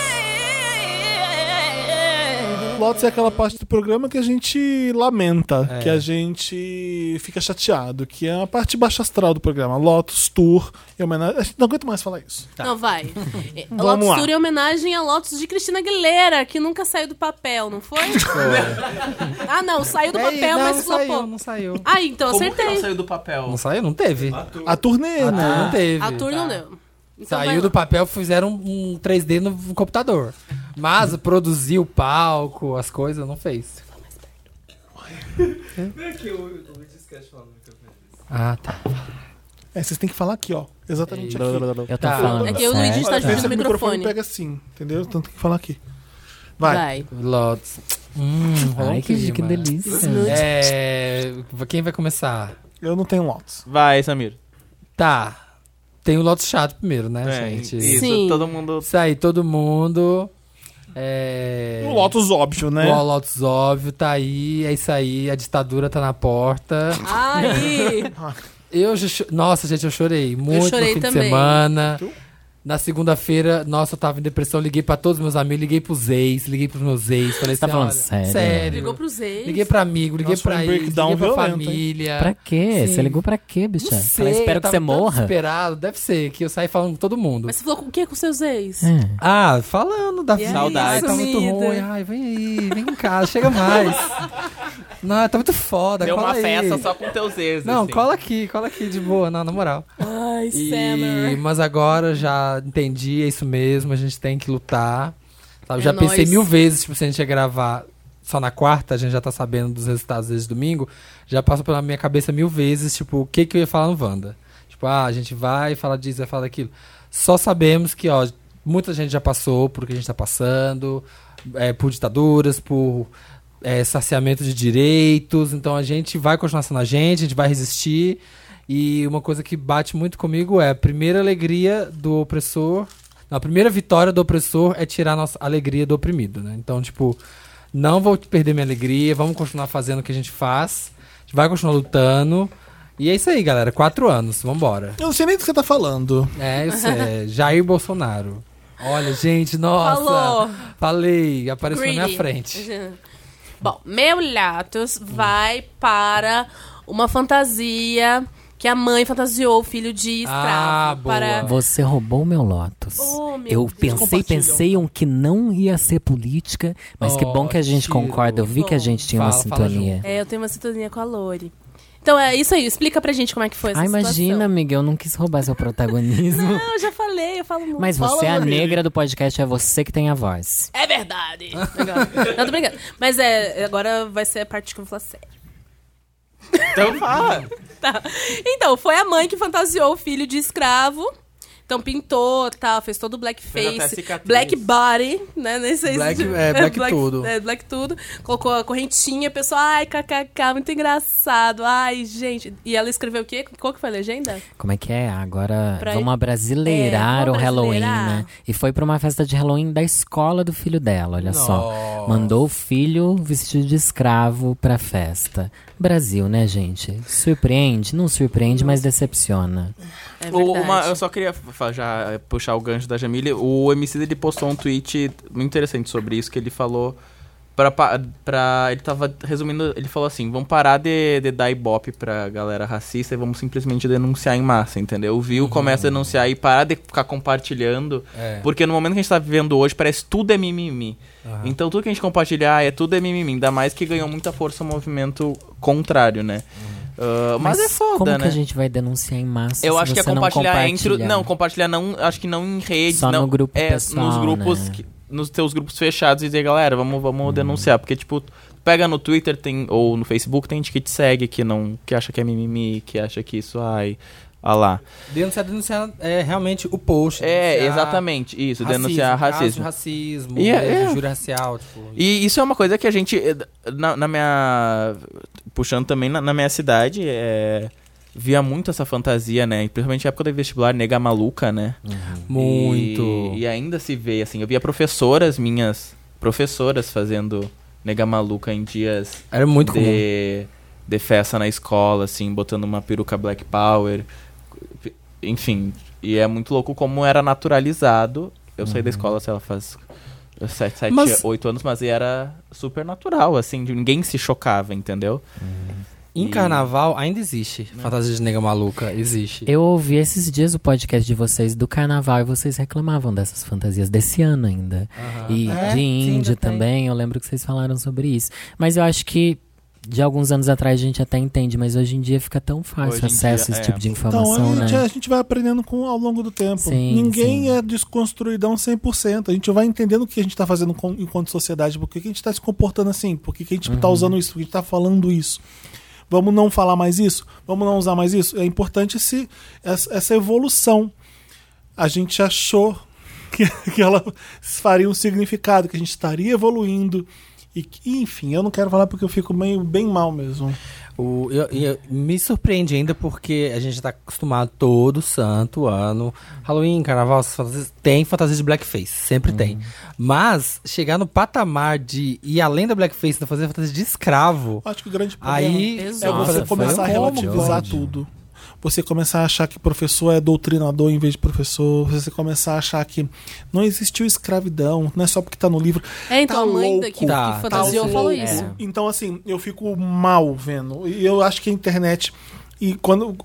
Lotus é aquela parte do programa que a gente lamenta,
É.
que a gente fica chateado, que é a parte baixa astral do programa. Lotus Tour, em homenagem. A gente não aguenta mais falar isso.
Tá.
Não, vai. É, Lotus
lá.
Tour é homenagem a Lotus de Cristina Aguilera, que nunca saiu do papel, não foi? ah, não, saiu do papel,
não,
mas
saiu,
flopou.
não saiu.
Ah, então
Como que
acertei.
não saiu do papel?
Não saiu? Não teve.
A turnê, né?
Ah, não teve.
a Tour não deu. Então vai
Saiu
lá.
do papel, fizeram um 3D no, no computador. Mas produziu o palco, as coisas, não fez.
Vem aqui, o o Luiz esquece falando que eu fiz.
Ah, tá.
É, vocês têm que falar aqui, ó. Exatamente aqui.
Eu tô
Tá.
falando.
É que o Luigi
certo?
está
Às vezes
junto no
o microfone
microfone.
pega assim, entendeu? Então tem que falar aqui.
Vai.
Vai.
Lotus. Hum, rolou um
Ai, que, que
clima.
delícia.
É, quem vai começar?
Eu não tenho Lotus.
Vai, Samir.
Tá. Tem o Lotus chato primeiro, né,
É,
gente?
Isso,
Sim.
todo mundo.
Isso aí, todo mundo. É...
O Lotus óbvio, né?
O Lotus óbvio tá aí, é isso aí, a ditadura tá na porta.
Aí!
Eu já cho- Nossa, gente, eu chorei muito
chorei
no fim
também.
de semana.
Tu?
Na segunda-feira, nossa, eu tava em depressão, liguei pra todos os meus amigos, liguei pros ex, liguei pros meus ex, falei
Você tá
assim,
falando
olha,
sério?
Ligou pros ex.
Liguei pra amigo, liguei
Nossa, foi
pra
um
ex,
breakdown
liguei pra
violento, hein?
família.
Pra quê?
Sim.
Você ligou pra quê, bicha?
Não sei,
Ela
eu
espera que
tava
você
tão
morra.
desesperado, deve ser, que eu saí falando com todo mundo.
Mas você falou com o que com seus ex?
É.
Ah, falando da
E
vida.
aí,
Saudades.
Ai, tá muito
sumida.
ruim. Ai, vem aí, vem em casa, chega mais. Não, tá muito foda.
Deu
cola
uma
aí.
festa só com teus exes.
Não,
assim.
cola aqui, cola aqui de boa, não, na moral.
Ai,
E,
Summer.
mas agora já entendi, é isso mesmo, a gente tem que lutar. Sabe? já
É
pensei
nóis.
mil vezes, tipo, se a gente ia gravar só na quarta, a gente já tá sabendo dos resultados desde domingo, já passou pela minha cabeça mil vezes, tipo, o que que eu ia falar no Wanda? Tipo, ah, a gente vai falar disso, vai falar daquilo. Só sabemos que, ó, muita gente já passou por o que a gente tá passando, é, por ditaduras, por é, saciamento de direitos. Então a gente vai continuar sendo a gente, a gente vai resistir. E uma coisa que bate muito comigo é a primeira alegria do opressor. Não, a primeira vitória do opressor é tirar a nossa alegria do oprimido, né? Então, tipo, não vou perder minha alegria, vamos continuar fazendo o que a gente faz, a gente vai continuar lutando. E é isso aí, galera. Quatro anos, vambora.
Eu não sei nem do que você tá falando.
É, isso é. Jair Bolsonaro. Olha, gente, nossa.
Falou.
Falei, apareceu na
Greedy.
minha frente.
Bom, meu Latos vai para uma fantasia que a mãe fantasiou o filho de
Ah,
escravo.
boa.
para...
Você roubou meu Lotus.
Oh, meu
eu
Deus.
pensei, pensei um que não ia ser política, mas que bom que a gente
Ótimo.
concorda. Eu vi que a gente tinha uma
Fala, fala
sintonia.
É, eu tenho uma sintonia com a Lori. Então é isso aí, explica pra gente como é que foi essa
Ah, imagina,
situação.
amiga, eu não quis roubar seu protagonismo.
Não, eu já falei, eu falo muito.
Mas
Fala,
você é a
Marília.
negra do podcast, é você que tem a voz.
É verdade. Não, tô brincando. Mas é, agora vai ser a parte que eu vou falar sério.
é
Então fala.
Tá. Então, foi a mãe que fantasiou o filho de escravo. Então pintou, tal, fez todo o
Fez até
blackface,
cicatriz.
black body, né? Nem sei
Black-
se...
é, black tudo.
É, black tudo. Colocou a correntinha, pessoal, ai, kkk, muito engraçado. Ai, gente. E ela escreveu o quê? Qual que foi a legenda?
Como é que é? Agora
Pra-
vamos abrasileirar
É, vamos
o Halloween,
abrasileirar.
né? E foi pra uma festa de Halloween da escola do filho dela, olha só. Mandou o filho vestido de escravo pra festa. Brasil, né, gente? Surpreende? Não surpreende, mas decepciona.
É
O-
verdade.
uma- eu só queria fa- já eh, puxar o gancho da Jamile. O MC ele postou um tweet muito interessante sobre isso que ele falou pra, pa- pra ele tava resumindo, ele falou assim: "Vamos parar de, de dar ibope pra galera racista e vamos simplesmente denunciar em massa", entendeu? O
Uhum.
viu começa a denunciar e parar de ficar compartilhando,
É.
porque no momento que a gente tá vivendo hoje parece que tudo é mimimi.
Aham.
Então tudo que a gente compartilhar é tudo é mimimi, ainda mais que ganhou muita força o movimento contrário, né?
Uhum.
Ah, mas, é foda,
como
né?
que a gente vai denunciar em massa
Eu
se
acho que é
você não
compartilhar
compartilha?
entre. Não, compartilhar não. Acho que não em rede.
Só
não,
no grupo
é,
pessoal,
nos grupos.
né?
que- nos teus grupos fechados e dizer, galera, vamos, vamos
Uhum.
denunciar. Porque, tipo, tu pega no Twitter tem, ou no Facebook, tem gente que te segue, que não. que acha que é mimimi, que acha que isso, ai. Ah lá.
Denunciar, denunciar é realmente o post.
É,
denunciar
exatamente. Isso,
racismo, casos
denunciar
de
racismo.
racismo, né,
E é- é.
injúria racial, tipo.
E isso é uma coisa que a gente. eh, Na, na minha. Puxando também na, na minha cidade, é, via muito essa fantasia, né? E Principalmente na época do vestibular, nega maluca, né?
Muito.
E, e ainda se vê, assim, eu via professoras minhas, professoras fazendo nega maluca em dias
Era muito comum.
de, de festa na escola, assim, botando uma peruca black power, enfim. E é muito louco como era naturalizado. Eu saí da escola, sei lá, faz Sete, sete,
Uhum. Mas-
oito anos, mas era super natural, assim, de- ninguém se chocava, entendeu?
Em
E-
carnaval ainda existe. Fantasia de nega maluca, existe.
Eu ouvi esses dias o podcast de vocês do carnaval e vocês reclamavam dessas fantasias desse ano ainda. E
É?
de
Sim,
índio
ainda tem.
também, eu lembro que vocês falaram sobre isso. Mas eu acho que de alguns anos atrás a gente até entende, mas hoje em dia fica tão fácil
Hoje em
acesso
dia,
a esse
é.
tipo de
Então,
informação,
a, gente,
né?
a gente vai aprendendo com, ao longo do tempo.
Sim,
Ninguém
sim.
é desconstruidão 100%. A gente vai entendendo o que a gente está fazendo com- enquanto sociedade, por que que a gente está se comportando assim, por que que a gente
Uhum.
está usando isso, por que a gente está falando isso. Vamos não falar mais isso? Vamos não usar mais isso? É importante esse, essa essa evolução. A gente achou que, que ela faria um significado, que a gente estaria evoluindo. E, que- enfim, eu não quero falar porque eu fico meio, bem mal mesmo.
O- eu- eu- me surpreende ainda porque a gente tá acostumado todo santo ano. Halloween, carnaval, essas fantasias- tem fantasia de blackface, sempre tem. Mas chegar no patamar de ir além da blackface, ainda fazer fantasia de escravo,
Acho que o grande problema
aí
Exato.
É você
Nossa,
começar
foi
a
um
relativizar
ódio.
tudo. Você começar a achar que professor é doutrinador em vez de professor. Você começar a achar que não existiu escravidão, não é só porque tá no livro.
É,
Tá
então a mãe
louco.
daqui
Tá,
que
tá
fantasiou
louco.
falou
É.
isso.
Então, assim, eu fico mal vendo. E eu acho que a internet. E quando.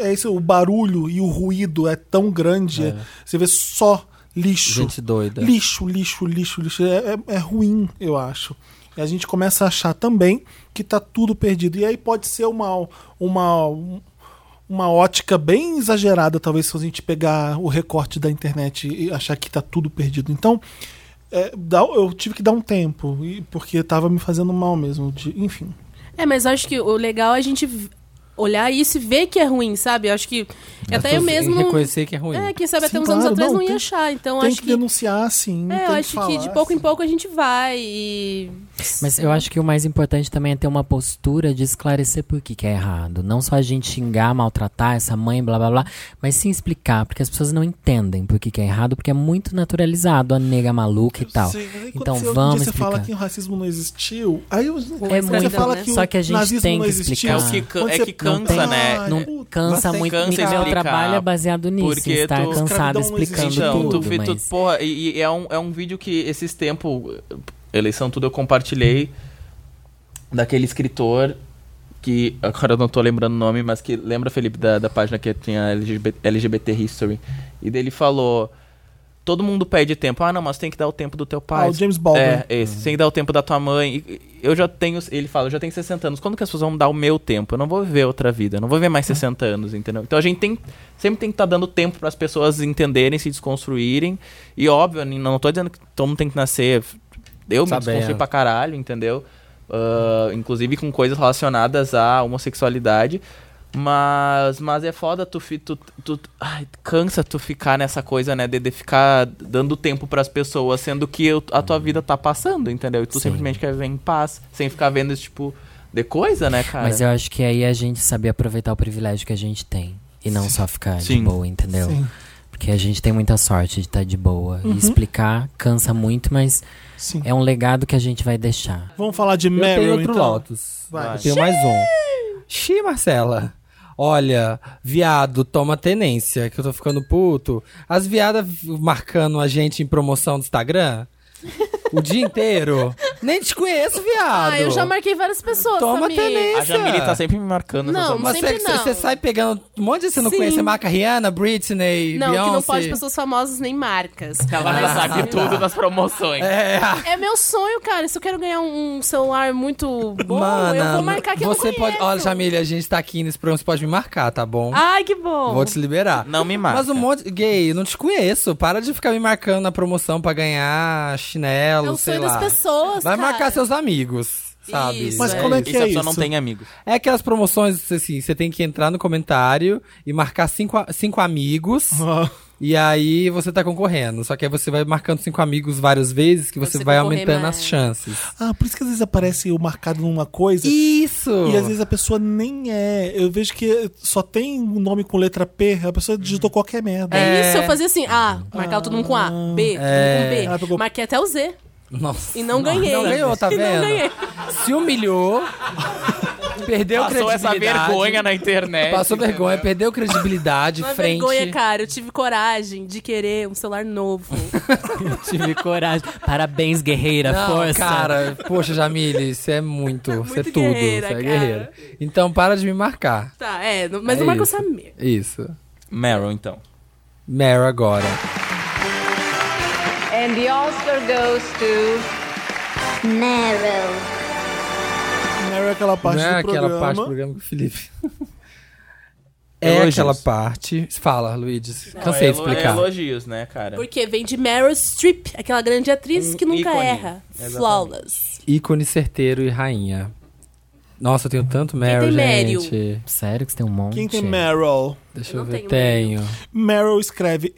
É isso, o barulho e o ruído é tão grande. Você vê só lixo.
gente doida.
Lixo, lixo, lixo, lixo. É, é- é ruim, eu acho. E a gente começa a achar também que tá tudo perdido. E aí pode ser uma, uma, uma ótica bem exagerada, talvez, se a gente pegar o recorte da internet e achar que tá tudo perdido. Então, é, dá- eu tive que dar um tempo, e- porque tava me fazendo mal mesmo. de- enfim.
É, mas eu acho que o legal é a gente v- olhar isso e ver que é ruim, sabe? Eu acho que até
Pessoas
eu mesmo. não-
É, Reconhecer que é ruim.
É, quem sabe
Sim,
até uns
claro,
anos atrás
não,
não, ia
tem-
achar. Então
tem
acho
que,
que.
denunciar, sim.
é,
tem
eu acho que,
falar,
de pouco em
assim.
sim.
pouco a gente vai e.
Mas eu acho que o mais importante também é ter uma postura de esclarecer por que, que é errado. Não só a gente xingar, maltratar essa mãe, blá blá blá, mas sim explicar, porque as pessoas não entendem por que, que é errado, porque é muito naturalizado a nega maluca e tal.
Sim, mas aí quando
Então
você, hoje em
vamos
dia você
explicar.
fala que o racismo não existiu, aí os-
É
você
muito,
fala
né?
que o
Só que a gente
nazismo
tem
não
que
existiu,
explicar. É o que
can-
quando
é
você-
que cansa,
Ai,
né?
Não
puta.
cansa
você
muito.
cansa
e meu
explicar,
trabalho é baseado nisso,
porque
em estar
tu-
cansado
escravidão
explicando
existe,
Então,
tudo.
tu vê, tu,
mas...
porra, e, e é, um, é um vídeo que esses tempos, eleição tudo, eu compartilhei daquele escritor que, agora eu não tô lembrando o nome, mas que lembra, Felipe, da, da página que tinha LGBT, LGBT History, e dele falou... Todo mundo pede tempo. Ah, não, mas tem que dar o tempo do teu pai.
Ah, o James Baldwin.
É, esse. Sem dar o tempo da tua mãe. E- e- Eu já tenho. Ele fala, eu já tenho 60 anos. Quando que as pessoas vão dar o meu tempo? Eu não vou viver outra vida. Eu não vou viver mais 60 anos, entendeu? Então a gente tem, sempre tem que estar dando tempo para as pessoas entenderem, se desconstruírem. E óbvio, eu não tô dizendo que todo mundo tem que nascer. Eu me
Sabendo.
desconstruí pra caralho, entendeu? Ah, inclusive com coisas relacionadas à homossexualidade. Mas, mas é foda tu, fi- tu, tu ai, cansa tu ficar nessa coisa, né? De, de ficar dando tempo pras pessoas, sendo que eu- a tua vida tá passando, entendeu? E tu
Sim.
simplesmente quer viver em paz, sem ficar vendo esse tipo de coisa, né, cara?
Mas eu acho que aí a gente saber aproveitar o privilégio que a gente tem. E não só ficar de
Sim.
boa, entendeu?
Sim,
Porque a gente tem muita sorte de estar de boa. E explicar cansa muito, mas
sim.
é um legado que a gente vai deixar.
Vamos falar de
Eu
Meryl,
tenho outro
então.
Lotus.
Vai.
Eu tenho mais um. Xi, Marcela. Olha, viado, toma tenência, que eu tô ficando puto. As viadas v- marcando a gente em promoção do Instagram o dia inteiro. Nem te conheço, viado.
Ah, eu já marquei várias pessoas,
Toma
Samir.
tenência.
A Jamile tá sempre me marcando.
Não,
essas-
mas-
Mas
sempre não.
você sai pegando um monte de gente que você não
Sim.
conhece. Você marca Rihanna, Britney,
Não,
Beyoncé.
que não pode pessoas famosas nem marcas.
ela já sabe tudo das promoções.
É,
É meu sonho, cara. Se eu quero ganhar um celular muito bom, eu
Mana,
vou marcar que
você
eu não
pode. Olha,
conheço.
Jamile, a gente tá aqui nesse programa, você pode me marcar, tá bom?
Ai, que bom.
Vou te liberar.
Não me marca.
Mas um monte. Gay, eu não te conheço. Para de ficar me marcando na promoção pra ganhar
É
chinelo,
o
sei
sonho
lá.
das pessoas,
Vai
cara.
marcar seus amigos, sabe?
Isso,
Mas
é.
como é
E
que
se a
é
pessoa
isso?
não tem amigos.
É aquelas promoções, assim, você tem que entrar no comentário e marcar cinco, a- cinco amigos.
Ah,
E aí você tá concorrendo. Só que aí você vai marcando cinco amigos várias vezes que você,
Você
vai
concorrer
aumentando
mais.
as chances.
Ah, por isso que às vezes aparece o marcado numa coisa
Isso!
e às vezes a pessoa nem é. Eu vejo que só tem um nome com letra P, a
Hum.
pessoa digitou qualquer merda.
É isso, eu fazia assim, A, marcava todo mundo com A, B,
É.
com
Ela
B.
pegou-
Marquei até o Z.
Nossa.
E não ganhei.
Não ganhou, tá
E não
vendo?
ganhei.
Se humilhou. Perdeu
Passou
credibilidade.
essa vergonha na internet.
Passou
entendeu?
vergonha, perdeu credibilidade
Não é
frente.
vergonha, cara. Eu tive coragem de querer um celular novo.
Tive coragem. Parabéns,
É
guerreira,
Não,
força.
cara, poxa, Jamile, você é muito, você é tudo,
Muito
você é
guerreira, cara.
guerreira. Então para de me marcar.
tá, é. não- Mas
É
não marca o
isso.
Samir.
Isso.
Meryl, então.
Mary agora.
And the Oscar goes to
Né? Meryl.
Meryl é aquela parte
não é
do
aquela
programa.
parte do programa que o Felipe. É
Elogios.
aquela parte. Fala, Luiz. Cansei de
é Elo-
explicar.
Elogios, né, cara?
Porque vem de Meryl Streep, aquela grande atriz
Um
que nunca
ícone.
erra.
Exatamente.
Flawless.
Ícone certeiro e rainha. Nossa, eu tenho tanto Meryl,
tem Meryl?
gente.
Sério que você tem um monte?
Quem tem Meryl?
Deixa
Eu
eu,
não
ver.
tenho
Tenho.
Meryl escreve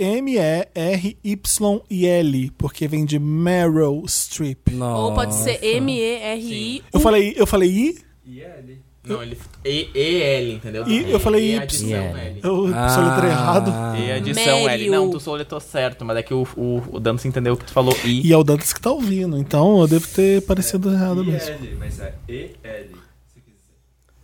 M-E-R-Y-I-L, porque vem de Meryl Streep.
Nossa.
Ou pode ser M-E-R-I.
Hum.
Eu falei, eu falei I?
E ele?
Não, ele. E, e L, entendeu?
E- eu falei
E
Y.
adição L. Ah.
Eu
Ah.
soletrei errado.
E adição L.
Meryl.
Não, tu soletou certo, mas é que o, o, o Dantas entendeu que tu falou I.
E é o Dantas que tá ouvindo, então eu devo ter parecido errado
E
mesmo.
ele, mas é E L. Se quiser.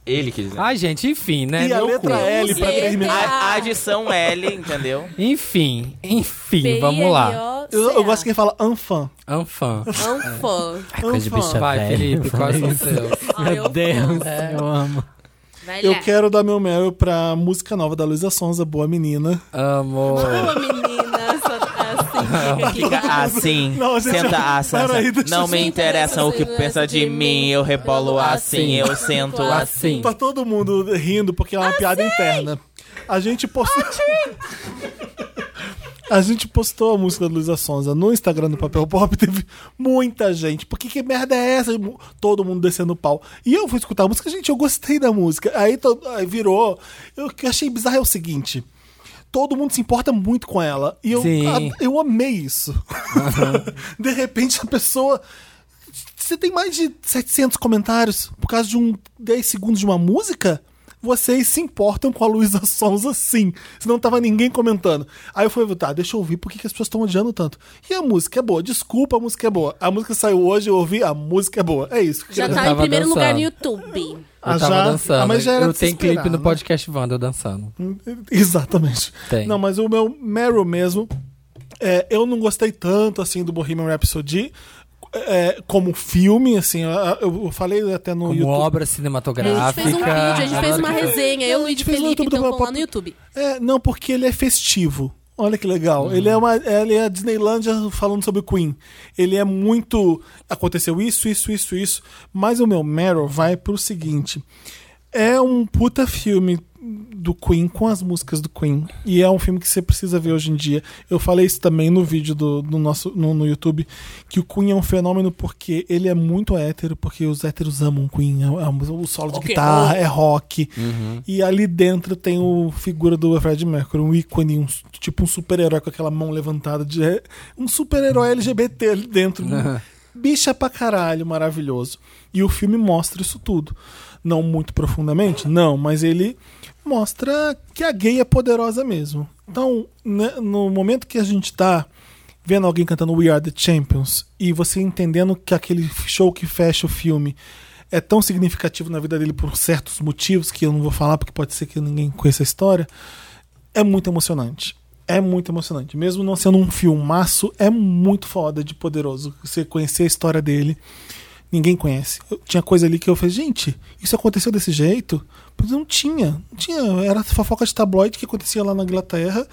Ele quis dizer.
Ai, gente, enfim, né?
e a
Meu
letra
cu.
L pra
Vamos ver.
terminar.
A, a adição L, entendeu?
Enfim, enfim, vamos lá.
Eu, eu gosto que ele fala anfã.
Anfã.
Anfã.
Ai, coisa de
Anfã.
bicha
Vai,
velha. É.
Felipe, é quais são os seus?
Ai, eu-
Meu Deus, eu amo.
Vai
Eu
lá.
quero dar meu Meryl pra música nova da Luísa Sonza, Boa Menina.
Amor.
Boa, menina. Essa, assim,
Fica assim,
Não, gente,
senta assim.
peraí,
assim.
deixa
não
eu-
me interessa o que pensa de mim, eu rebolo assim, eu sento assim.
Assim.
Tá todo mundo rindo porque é uma piada interna. A gente postou. A gente postou a música da Luísa Sonza no Instagram do Papel Pop, teve muita gente. Porque que merda é essa? Todo mundo descendo o pau. E eu fui escutar a música, gente, eu gostei da música. Aí, to- aí virou. Eu, o que eu achei bizarro é o seguinte. Todo mundo se importa muito com ela. E eu,
Sim.
a- eu amei isso. de repente a pessoa. Você tem mais de 700 comentários por causa de um 10 segundos de uma música? Vocês se importam com a Luísa Sonza, sim. Senão não tava ninguém comentando. Aí eu fui, tá, deixa eu ouvir por que que as pessoas estão odiando tanto. E a música é boa, desculpa, a música é boa. A música saiu hoje, eu ouvi, a música é boa. É isso.
Já
Eu
tá em
tava
primeiro
dançando.
lugar no YouTube.
Eu
Ah,
tava
já?
dançando.
Ah, mas já era
eu
de se
tenho
esperar,
clipe no
né?
podcast Wanda eu dançando.
Exatamente.
Tem.
Não, mas o meu Meryl mesmo, é, eu não gostei tanto assim do Bohemian Rhapsody é, como filme, assim, eu, eu falei até no
Como
YouTube.
obra
A gente
cinematográfica.
fez um vídeo, a gente fez uma
Agora que-
resenha. Eu,
Não, a
Luiz e
gente fez no
Felipe,
YouTube do
então vão
Papo-
lá no YouTube.
É, não, porque ele é festivo. Olha que legal. Ele é uma, ele é a Disneylândia falando sobre Queen. Ele é muito aconteceu isso, isso, isso, isso. Mas o meu Meryl vai pro seguinte. É um puta filme do Queen com as músicas do Queen e é um filme que você precisa ver hoje em dia. Eu falei isso também no vídeo do, do nosso no, no YouTube que o Queen é um fenômeno porque ele é muito hétero, porque os héteros amam Queen, é, é, o solo de
Rock and
guitarra,
roll.
é rock.
Uhum.
E ali dentro tem o figura do Fred Mercury, um ícone, um, su- tipo um super-herói com aquela mão levantada. De, um super-herói LGBT ali dentro. Bicha pra caralho, maravilhoso. E o filme mostra isso tudo. Não muito profundamente, não, mas ele mostra que a gay é poderosa mesmo. Então, né, no momento que a gente tá vendo alguém cantando We Are the Champions e você entendendo que aquele show que fecha o filme é tão significativo na vida dele por certos motivos que eu não vou falar porque pode ser que ninguém conheça a história, é muito emocionante. É muito emocionante. Mesmo não sendo um filmaço, é muito foda de poderoso você conhecer a história dele. Ninguém conhece. Eu- tinha coisa ali que eu falei, gente, isso aconteceu desse jeito? Mas não tinha. Não tinha. Era fofoca de tabloide que acontecia lá na Inglaterra.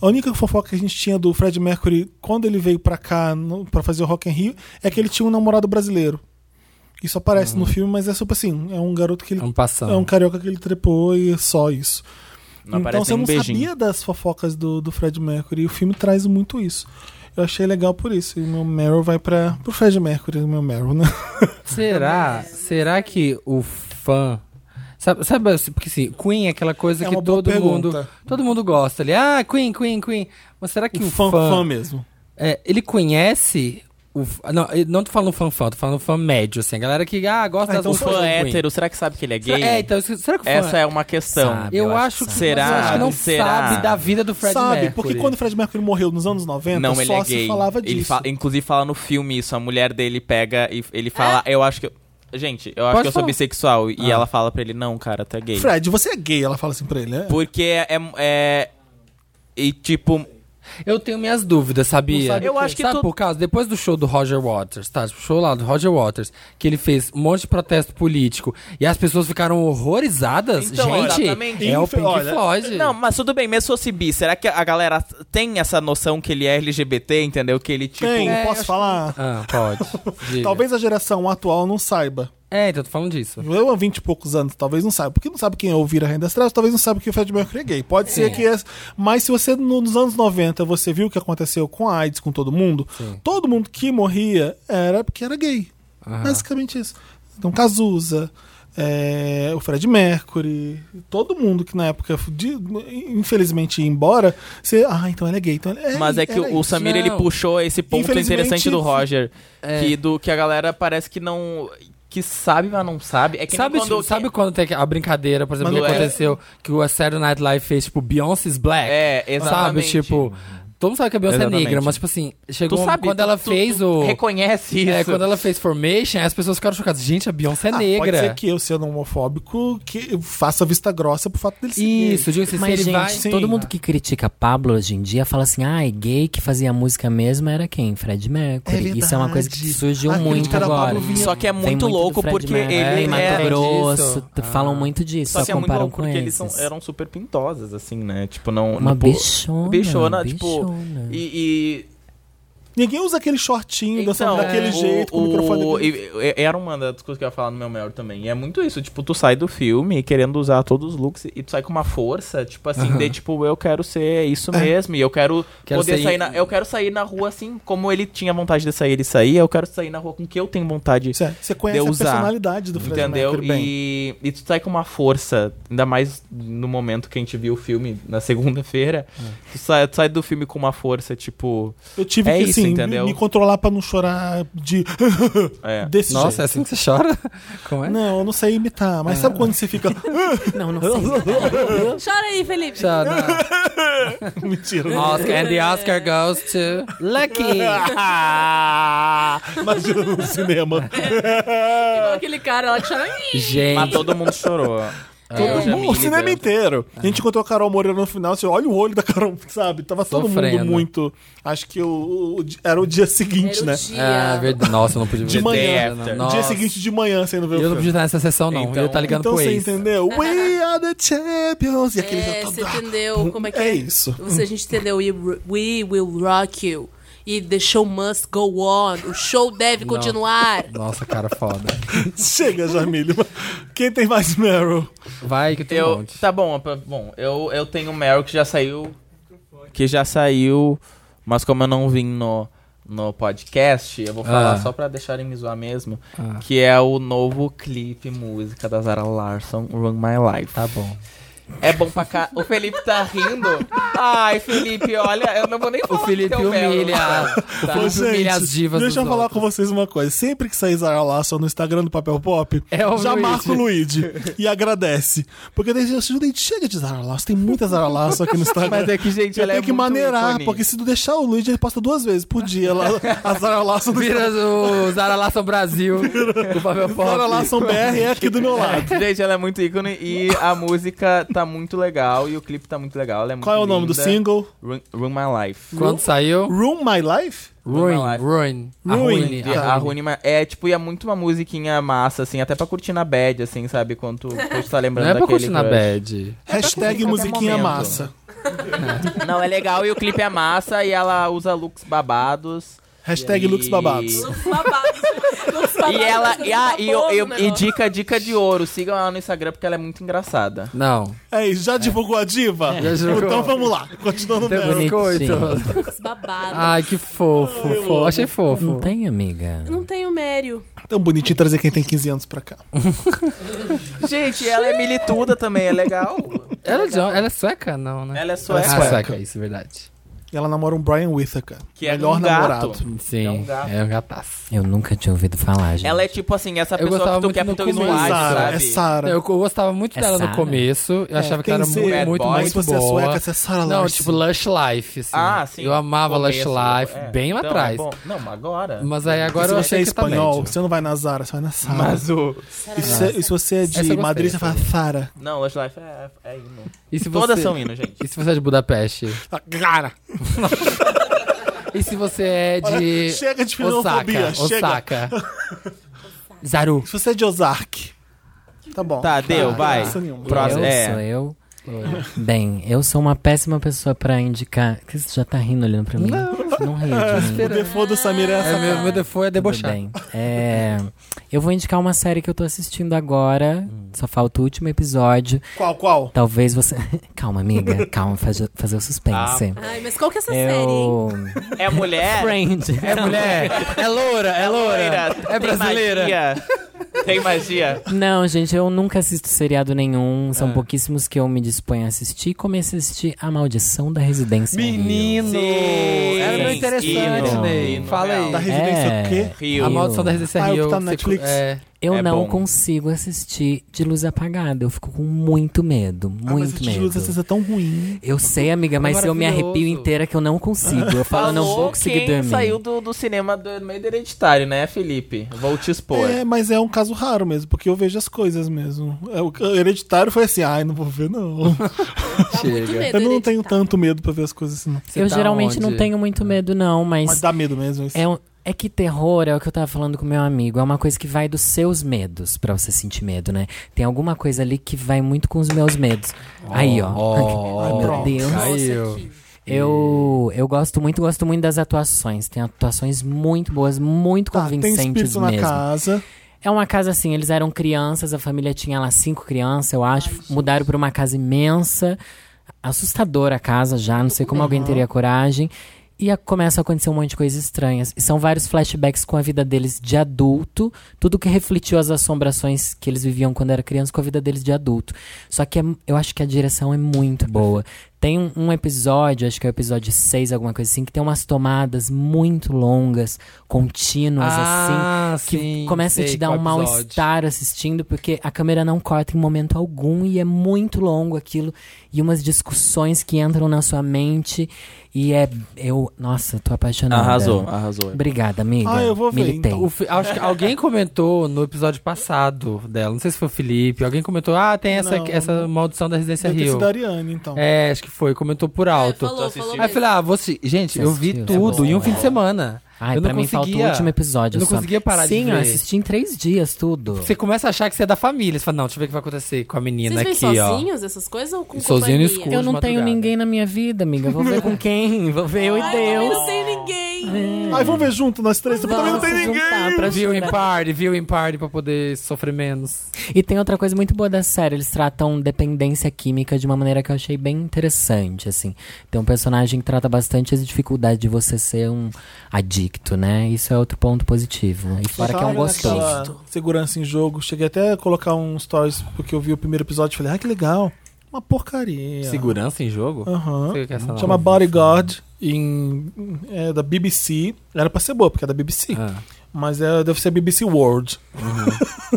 A única fofoca que a gente tinha do Fred Mercury quando ele veio pra cá no- pra fazer o Rock in Rio é que ele tinha um namorado brasileiro. Isso aparece no filme, mas é super assim, é um garoto que ele
É um passão.
é um carioca que ele trepou e é só isso.
Não
então
aparece
você
nem um
não
beijinho.
sabia das fofocas do, do Fred Mercury. E o filme traz muito isso. Eu achei legal por isso. E meu Meryl vai para pro Fred Mercury, meu Meryl, né?
Será? Será que o fã. Sabe, sabe assim, porque assim, Queen é aquela coisa
É
que
uma boa
todo mundo.
pergunta.
Todo mundo gosta ali. Ah, Queen, Queen, Queen. Mas será que o, fã.
mesmo.
é, ele conhece. O, f- não, eu não tô falando fã fã, tô falando fã médio, assim. A galera que ah, gosta
Ah,
das
então
O
músicas
fã
do Queen.
hétero, será que sabe que ele é gay?
Será- É, então, isso- será que o fã.
Essa é uma questão.
Sabe.
Eu,
Eu acho
acho que,
que
será,
sabe.
eu acho que não
Será?
sabe da vida do Fred
Sabe,
Mercury.
porque quando o Fred Mercury morreu nos anos 90,
Não, ele
só
é
se
gay.
falava
Ele
disso. É.
fala- inclusive fala no filme isso, a mulher dele pega e ele fala, eu acho que eu-
Gente, eu acho
Pode
que eu sou
falar.
bissexual. E
Ah.
ela fala pra ele, não, cara, tu é gay.
Fred, você é gay, ela fala assim pra ele, né?
Porque é, é. E tipo.
Eu tenho minhas dúvidas, sabia?
Não sabe Eu o quê. acho que
Sabe
tu-
por causa? Depois do show do Roger Waters, tá? O show lá do Roger Waters, que ele fez um monte de protesto político e as pessoas ficaram horrorizadas.
Então,
Gente,
exatamente.
é o
Infe-
Pink
olha,
Floyd.
Não, mas tudo bem, mesmo se fosse bi, será que a galera tem essa noção que ele é LGBT, entendeu? Que ele, tipo.
Tem,
é,
posso
acho
falar?
Ah, pode. Diga.
Talvez a geração atual não saiba.
É, então tô falando disso.
Eu há 20 e poucos anos, talvez não saiba. Porque não sabe quem é ouvir a Renda Estrada, talvez não sabe que o Fred Mercury é gay. Pode ser que... É... Mas se você, no- nos anos 90, você viu o que aconteceu com a AIDS, com todo mundo, todo mundo que morria era porque era gay.
Aham.
Basicamente isso. Então, Cazuza, é, o Fred Mercury, todo mundo que na época, de- infelizmente, ia embora, você... Ah, então ele é gay. Então ele é,
Mas é que
era
o
isso.
Samir, ele
Não.
puxou esse ponto
Infelizmente,
interessante do Roger.
É.
Que, do, que a galera parece que não... Que sabe, mas não sabe. É que nem
sabe,
quando...
tipo, sabe quando tem a brincadeira, por exemplo,
Quando
que
é-
aconteceu que o Saturday Night Live fez, tipo, Beyoncé's Black?
É, exatamente.
Sabe, tipo... Todo mundo sabe que a Beyoncé é
Exatamente.
negra, mas, tipo assim,
Tu
chegou
sabe,
quando
tu-
ela
tu-
fez
tu
o...
Reconhece isso.
É, quando ela fez Formation, as pessoas ficaram chocadas. Gente, a Beyoncé é
Ah,
negra.
Pode ser que eu, sendo homofóbico, que faça vista grossa pro fato dele ser gay.
Isso, digo assim, se
Mas,
ele
gente,
vai...
sim.
todo mundo que critica Pablo hoje em dia fala assim, ah, gay que fazia música mesmo era quem? Fred Mercury.
É
Isso é uma coisa que
verdade.
surgiu
A
muito
crítica da
agora.
Pablo Vittar.
Só que é
Vem
muito
do
louco
Fred
porque
Mercury,
É,
ele Ah.
em Mato
é-
Grosso,
disso.
falam muito disso, só,
né? Só que é muito
comparam
louco
com
porque eles
eles.
são- eram super pintosas, assim, né? Tipo, não...
uma
não-
bichona,
bichona,
bichona,
tipo, E... e
Ninguém usa aquele shortinho dançando daquele
é,
jeito, com o microfone daquele jeito.
e- e- Era uma das coisas que eu ia falar no meu maior também. E é muito isso, tipo, tu sai do filme querendo usar todos os looks e tu sai com uma força, tipo assim, de tipo, eu quero ser isso
É.
mesmo, e eu quero,
Quero
poder
sair-
sair... na. Eu quero sair na rua assim, como ele tinha vontade de sair, ele saía, eu quero sair na rua com o que eu tenho vontade.
Você- é, Você conhece a
usar.
personalidade do Fred
Entendeu?
Mercury bem.
E, e tu sai com uma força, ainda mais no momento que a gente viu o filme na segunda-feira.
É.
Tu, sai, tu sai do filme com uma força, tipo.
Eu tive
É
que,
isso,
assim, me-
entendeu?
me controlar pra não chorar de...
É.
desse jeito.
Nossa, é assim que você chora? Como é?
Não, eu não sei imitar, mas
Ah.
sabe quando você fica.
Não, não sei.
Chora aí, Felipe.
Chora.
Mentira. né?
Ah.
Oscar, and the Oscar goes to... Lucky!
Imagina no cinema.
Igual Aquele cara lá que chora.
Mas
Gente,
Ah, todo mundo chorou. É,
Todo mundo- o cinema é inteiro. A gente encontrou a Carol Moreira no final, assim, olha o olho da Carol, sabe? Tava todo
Sofrendo.
mundo muito. Acho que o, o- o di- era o dia seguinte,
Era o
né?
dia.
é verdade. Nossa, eu não podia ver.
De manhã.
Não,
after.
O
Nossa.
dia seguinte de manhã, você não vê
Eu não
o
podia
filme.
estar nessa sessão, não.
Então-
eu tá ligando
Então
pro
você
ex.
entendeu? We are the champions! E aquele
É,
já
você
tá-
entendeu como é que
É isso.
Você, a gente entendeu We, we Will Rock You e The Show Must Go On. O show deve
Não.
continuar.
Nossa, cara, foda.
Chega, Jamile. Quem tem mais Meryl?
Vai que tem um
Eu,
monte.
tá bom, pra- bom eu, eu tenho o Meryl que já saiu. Que já saiu, mas como eu não vim no, no podcast, eu vou falar
Ah.
só pra deixarem me zoar mesmo.
Ah.
Que é o novo clipe música da Zara Larson, Run My Life.
Tá bom.
É bom pra cá. O Felipe tá rindo. Ai, Felipe, olha, eu não vou nem
O
falar.
Felipe
do teu Meryl.
humilha.
Ô,
O Felipe humilha Tá, as divas
Deixa eu
dos
falar
outros.
com vocês uma coisa. Sempre que sair Zara Lasso no Instagram do Papel Pop,
É o
já
Luigi.
marca o Luigi e agradece. Porque daí assim, gente, chega de Zara Lasso, tem muita Zara Lasso aqui no Instagram.
Mas é que, gente,
eu
ela
tenho
é
que
muito
maneirar,
ícone.
porque se tu deixar o Luigi, ele posta duas vezes por dia lá, a Zara Lasso do
Vira o Zara Larson Brasil. o papel pop.
Zara Lasso BR é aqui do meu lado.
Gente, ela é muito ícone e a música tá muito legal e o clipe tá muito legal. Ela é muito
Qual é o nome do
linda.
single?
Run, Run My Life.
Quando saiu?
Room My Life?
Ruin,
Run My Life.
Ruin. A
Ruin.
Ruin.
Tá.
A Rune Ma- é tipo, e é muito uma musiquinha massa, assim, até pra curtir na bad, assim, sabe? Quando tu, quando tu tá
Não
lembrando
é pra
daquele.
curtir na
crush.
bad.
Hashtag
qualquer
musiquinha
momento.
massa.
Não, é legal e o clipe é massa e ela usa looks babados.
Hashtag
E-
Lux Babados.
E ela. E, ah, e, eu- eu-
né?
e dica, dica de ouro, sigam ela no Instagram porque ela é muito engraçada.
Não.
É isso, já divulgou a diva?
Já divulgou.
Então vamos lá, continuando o
Tem
Meryl.
biscoito.
Babado.
Ai, que fofo. fofo. Achei fofo.
Não tem, amiga.
Não tenho Mério.
Tão bonitinho trazer quem tem 15 anos pra cá.
Gente, ela é milituda também, é legal.
Ela, é de- ela é sueca? Não, né?
Ela é sueca.
Ah, sueca, isso, verdade.
E ela namora um Brian Whittaker.
Que é
melhor
um gato.
namorado.
Sim,
É um gato.
é um gataço.
Eu nunca tinha ouvido falar, gente.
Ela é tipo assim, essa
Eu
pessoa
gostava
que tu
muito
quer
no
pro teu squad,
começo.
Sarah,
sabe?
é Sarah.
Eu, eu gostava muito
É
dela
Sarah.
no começo. Eu achava que
É, tem
ela era
que ser
muito,
bad
muito,
boy.
Mas
muito
se você é
boa.
sueca, você é Sarah
Não,
Larson.
tipo Lush Life, assim.
Ah, sim.
Eu amava
Começo,
Lush Life,
é.
bem lá
Então, é
atrás.
bom. né? Não, agora.
Mas aí agora
se
eu
você é
achei que tá
espanhol,
médio.
você não vai na Zara, você vai na Sara.
Mas o.
e, se, e se você é
eu
de
gostei,
Madrid, você
essa eu
fala Sara.
Não, Lush Life é, é hino.
E se
Todas
você-
são hino, gente.
E se você é de Budapeste?
Ah, Cara,
E se você é de
chega de filosofia,
Osaka?
chega.
Osaka. Zaru.
Se você é de Ozark. Tá bom.
Tá, deu, vai.
graça nenhuma.
Próximo.
Eu
É.
sou eu. Bem, eu sou uma péssima pessoa pra indicar. Que Você já tá rindo olhando pra mim? Não, não ri de mim.
O default do Samir é
É,
essa.
meu, meu default é
Tudo
debochar.
bem. É, eu vou indicar uma série que eu tô assistindo agora.
Hum.
Só falta o último episódio.
Qual, qual?
Talvez você. calma, amiga. Calma, faz- fazer o suspense.
Ah.
Ai, mas qual que é essa série, hein?
eu.
É mulher.
Friend.
É mulher, é loura, é loura.
Loira.
É
Tem
brasileira.
magia. Tem magia.
Não, gente, eu nunca assisto seriado nenhum.
Ah.
São pouquíssimos que eu me disponho a assistir. Comecei a assistir A Maldição da Residência.
Menino.
Sim.
Era meio interessante,
Hino,
Ney.
hino,
Fala
real.
aí.
Da residência
É.
o quê?
Rio.
A Maldição da Residência
Ah, é o que
Rio.
tá no
Você-
Netflix?
É.
Eu
É
não
bom.
consigo assistir de luz apagada. Eu fico com muito medo.
Ah, mas
Muito
o
medo.
Tijolo Zacês é tão ruim.
Eu sei, amiga, mas eu me arrepio
maravilhoso.
inteira que eu não consigo. Eu
tá
falo, eu não vou
Falou
conseguir
quem
dormir.
saiu do, do cinema do meio do hereditário, né, Felipe? Vou te expor.
É, mas é um caso raro mesmo, porque eu vejo as coisas mesmo. É, o hereditário foi assim, ai, não vou ver, não.
É
Muito medo, né,
Eu não tenho
hereditário.
tanto medo pra ver as coisas assim, não.
Você
Eu
tá
geralmente não
onde?
tenho muito medo, não, mas
Mas dá medo mesmo. Isso.
é, um- é que terror é o que eu tava falando com meu amigo. É uma coisa que vai dos seus medos pra você sentir medo, né? Tem alguma coisa ali que vai muito com os meus medos.
Oh,
Aí, ó.
Ó,
Ai, meu
pronto.
Deus.
Caiu.
Eu, eu gosto muito, gosto muito das atuações. Tem atuações muito boas, muito
Tá, tem
convincentes
espírito na
mesmo.
casa.
É uma casa assim, eles eram crianças, a família tinha lá cinco crianças, eu acho. mudaram pra uma casa imensa, assustadora a casa já, não sei como alguém teria coragem. E a- começa a acontecer um monte de coisas estranhas. E são vários flashbacks com a vida deles de adulto, tudo que refletiu as assombrações que eles viviam quando era criança com a vida deles de adulto. Só que é- eu acho que a direção é muito boa. Tem um, um episódio, acho que é o episódio 6, alguma coisa assim, que tem umas tomadas muito longas, contínuas, assim
Ah,
que
sim,
começa a
sei
te dar
qual
um
episódio.
mal-estar assistindo, porque a câmera não corta em um momento algum e é muito longo aquilo. E umas discussões que entram na sua mente. E é. Eu. Nossa, tô apaixonada.
arrasou.
Obrigada, amiga.
Ah, eu vou ver,
Militei.
então.
O Fi- acho que alguém comentou no episódio passado dela, não sei se foi o Felipe, alguém comentou, ah, tem essa,
Não.
essa maldição da Residência
Deve ter
Rio.
sido a Ariane, então.
É, acho que foi, comentou por alto.
É, falou, falou
Aí eu
mesmo.
falei, ah, você. Gente,
Você
eu vi
assistiu?
tudo
É bom,
em um fim
é.
de semana.
Ai,
eu não
pra mim falta o
conseguia-
último episódio.
eu não
só.
conseguia parar de
Sim, eu
ver.
assisti em três dias tudo.
Você começa a achar que você é da família. Você fala, não, deixa eu ver o que vai acontecer com a menina
Vocês vêm
aqui, ó.
sozinhos essas coisas ou com
Sozinho no
companhia?
escuro.
Eu não
de
tenho
madrugada.
ninguém na minha vida, amiga. Vou ver com quem? Vou ver eu e
Ai, eu
Deus.
não sei ninguém.
Ai, vamos ver junto, nós três. Também não
Vamos
tem
se juntar
ninguém.
pra
Viu em party, viu em party pra poder sofrer menos.
E tem outra coisa muito boa da série, eles tratam dependência química de uma maneira que eu achei bem interessante, assim. Tem um personagem que trata bastante as dificuldades de você ser um adicto, né? Isso é outro ponto positivo. E fora que é
Tava
um
naquela
gostoso.
né? Segurança em jogo. Cheguei até a colocar um stories porque eu vi o primeiro episódio e falei, ah, que legal. Uma porcaria.
Segurança em jogo?
Aham.
Não sei o que é
tá
essa
Chama
nova.
Bodyguard em, é, da BBC. Era pra ser boa, porque é da BBC.
Ah.
Mas é, deve ser BBC World.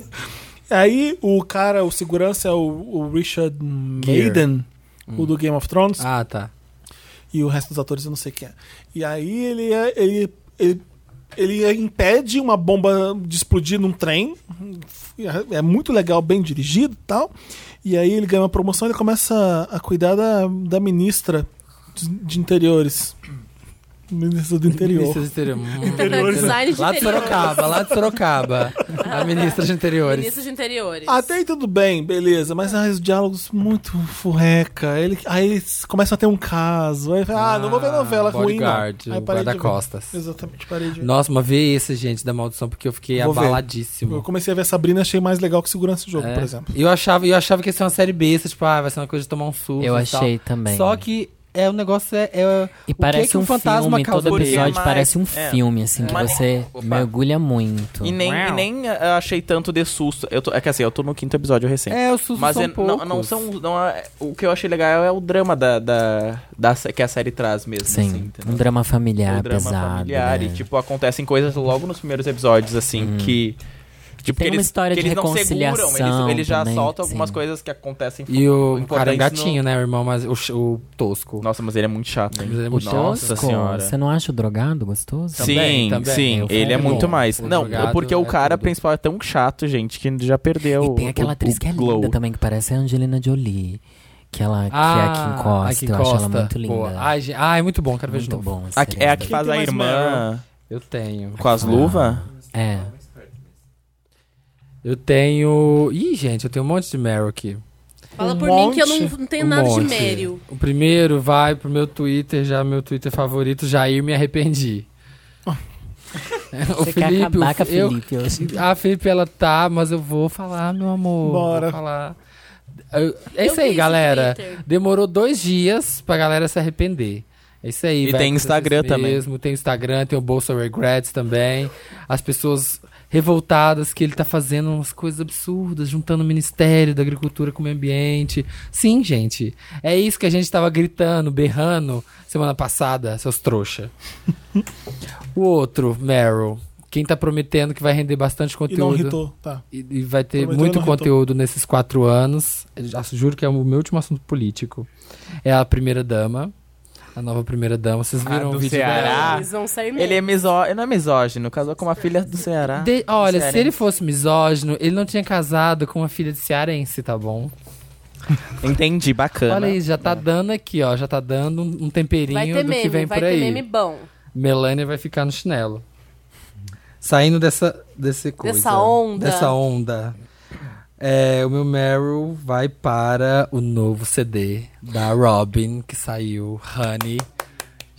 Aí o cara, o segurança é o, o Richard
Gere.
Maiden, o do Game of Thrones.
Ah, tá.
E o resto dos atores eu não sei quem é. E aí ele é- ele, ele, ele impede uma bomba de explodir num trem. É muito legal, bem dirigido e tal. E aí ele ganha uma promoção e ele começa a cuidar da, da ministra de, de interiores. Ministra do interior.
Ministra de interior. Hum.
Design de
Lá de
interiores.
Sorocaba, lá de Sorocaba. A ministra de interiores.
Ministro de interiores.
Até aí tudo bem, beleza, mas
É.
ah, os diálogos muito furreca. Ele, aí eles começam a ter um caso. Aí, ele fala, ah, não vou ver novela ruim. Não.
Bodyguard,
Aí
o
parei de ver.
guarda-costas.
Exatamente, parei de ver.
Nossa, uma vez esse, gente, da maldição, porque eu fiquei
Vou ver.
abaladíssimo.
Eu comecei a ver Sabrina achei mais legal que Segurança do Jogo,
É.
por exemplo.
E Eu achava, eu achava que ia ser uma série besta, tipo, ah, vai ser uma coisa de tomar um suco.
Eu achei também.
Só que é o negócio é, é
E
o que é
parece
que
um
um fantasma
filme,
causa
todo
por quê?
episódio
Mas-
parece um
é.
filme, assim, que
Mas-
você
Opa.
mergulha muito.
E nem, e nem eh, achei tanto de susto. Eu tô, é que assim, eu tô no quinto episódio recente.
É, os sustos
Mas
são
é- não, não
poucos.
são. Não, é- o que eu achei legal é o drama da, da, da sé- que a série traz mesmo.
Sim,
assim, entendeu?
um drama familiar
o drama
pesado.
familiar.
né?
E, tipo, acontecem coisas logo nos primeiros episódios, assim, que. Tipo,
Tem
que
uma
eles,
história
que
de
eles não
reconciliação
seguram, eles, eles já
também,
soltam algumas
sim.
coisas que acontecem.
E o cara é um
importantes no-
gatinho, né, o irmão, mas o, ch- o tosco.
Nossa, mas ele é muito chato, hein?
Mas ele é
O
muito
Nossa
Tosco,
senhora.
Você não acha o drogado gostoso?
Sim. Também,
sim,
também.
sim, ele
O
é
Fred é
muito
bom.
mais.
O
não,
jogado
porque o
é
cara
tudo.
principal é tão chato, gente, que já perdeu.
E tem
o-
aquela
o-
atriz
o
que é
glow.
linda também, que parece a Angelina Jolie. Que ela que é a
Ah,
Kim Costa.
a Kim
eu acho ela
Costa.
muito linda.
Boa. Ai, gente, ah, é muito bom, quero ver de
muito
novo.
bom. assim. esse
A- é a que faz
seriado.
tem
a
mais
irmã
Eu tenho.
com as luvas?
É.
Eu tenho. Ih, gente, eu tenho um monte de Meryl aqui.
Fala
Um
por mim que eu não, não tenho
Um
nada
monte.
de mério.
O primeiro vai pro meu Twitter, já meu Twitter favorito, Jair me arrependi. o
Você quer
Felipe,
acabar
o,
com a
Fe- eu-
Felipe hoje.
a Felipe, ela tá, mas eu vou falar, meu amor.
Bora.
Vou falar. Eu- é
Eu
isso aí,
fiz o
galera.
Twitter.
Demorou dois dias pra galera se arrepender. É isso aí.
E
vai
tem
acontecer
Instagram
isso
também.
Mesmo, tem Instagram, tem o Bolsa Regrets também. As pessoas revoltadas que ele tá fazendo umas coisas absurdas, juntando o Ministério da Agricultura com o Meio Ambiente. Sim, gente. É isso que a gente tava gritando, berrando semana passada, seus trouxa. o outro, Meryl. Quem tá prometendo que vai render bastante
E não
conteúdo.
irritou, tá.
E, e vai ter
Prometeu
muito
e não retou.
conteúdo nesses quatro anos. Eu já juro que é o meu último assunto político. É a primeira dama. A nova primeira dama. Vocês viram
do
o vídeo
Ceará. Ah,
Eles vão sair mesmo.
Ele é misó... ele não é misógino, casou com uma filha do Ceará.
dela? De- olha,
Cearense.
se ele fosse misógino, ele não tinha casado com uma filha de cearense, tá bom?
Entendi, bacana.
Olha aí, já tá dando aqui, ó. Já tá dando um um temperinho
Vai ter
do que
meme,
vem
vai
por
ter
aí.
meme bom.
Melania vai ficar no chinelo. Saindo dessa desse coisa.
onda.
Dessa onda. É, o meu Meryl vai para o novo CD da Robin, que saiu, Honey.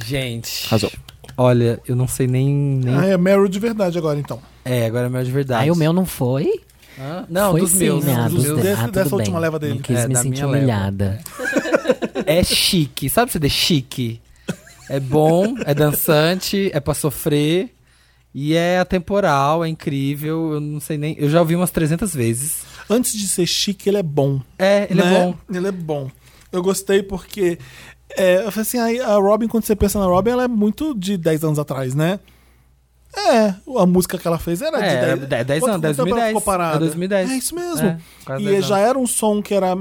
Gente.
Arrasou.
Olha, eu não sei nem. nem...
Ah, é Meryl de verdade agora, então.
É, agora é meu de verdade.
Aí o meu não foi?
Hã? Não,
foi
dos
sim,
meus.
Né? Ah,
dos
dos
meus.
de-
ah,
dessa
tudo bem.
última leva dele.
Não quis
É,
me
da
sentir
minha leva.
humilhada.
É chique. Sabe CD chique? É bom, é dançante, é pra sofrer. E é atemporal, é incrível. Eu não sei nem. Eu já ouvi umas 300 vezes.
Antes de ser chique, ele é bom.
É, ele
né?
é bom.
Ele é bom. Eu gostei porque. é, eu falei assim, aí a Robin, quando você pensa na Robin, ela é muito de 10 anos atrás, né? É, a música que ela fez era
É, era
de 10,
de- 10
Quanto
anos,
tempo ela
2010.
ficou parada?
É 2010.
É isso mesmo.
É, quase
e
10
já
anos.
era um som que era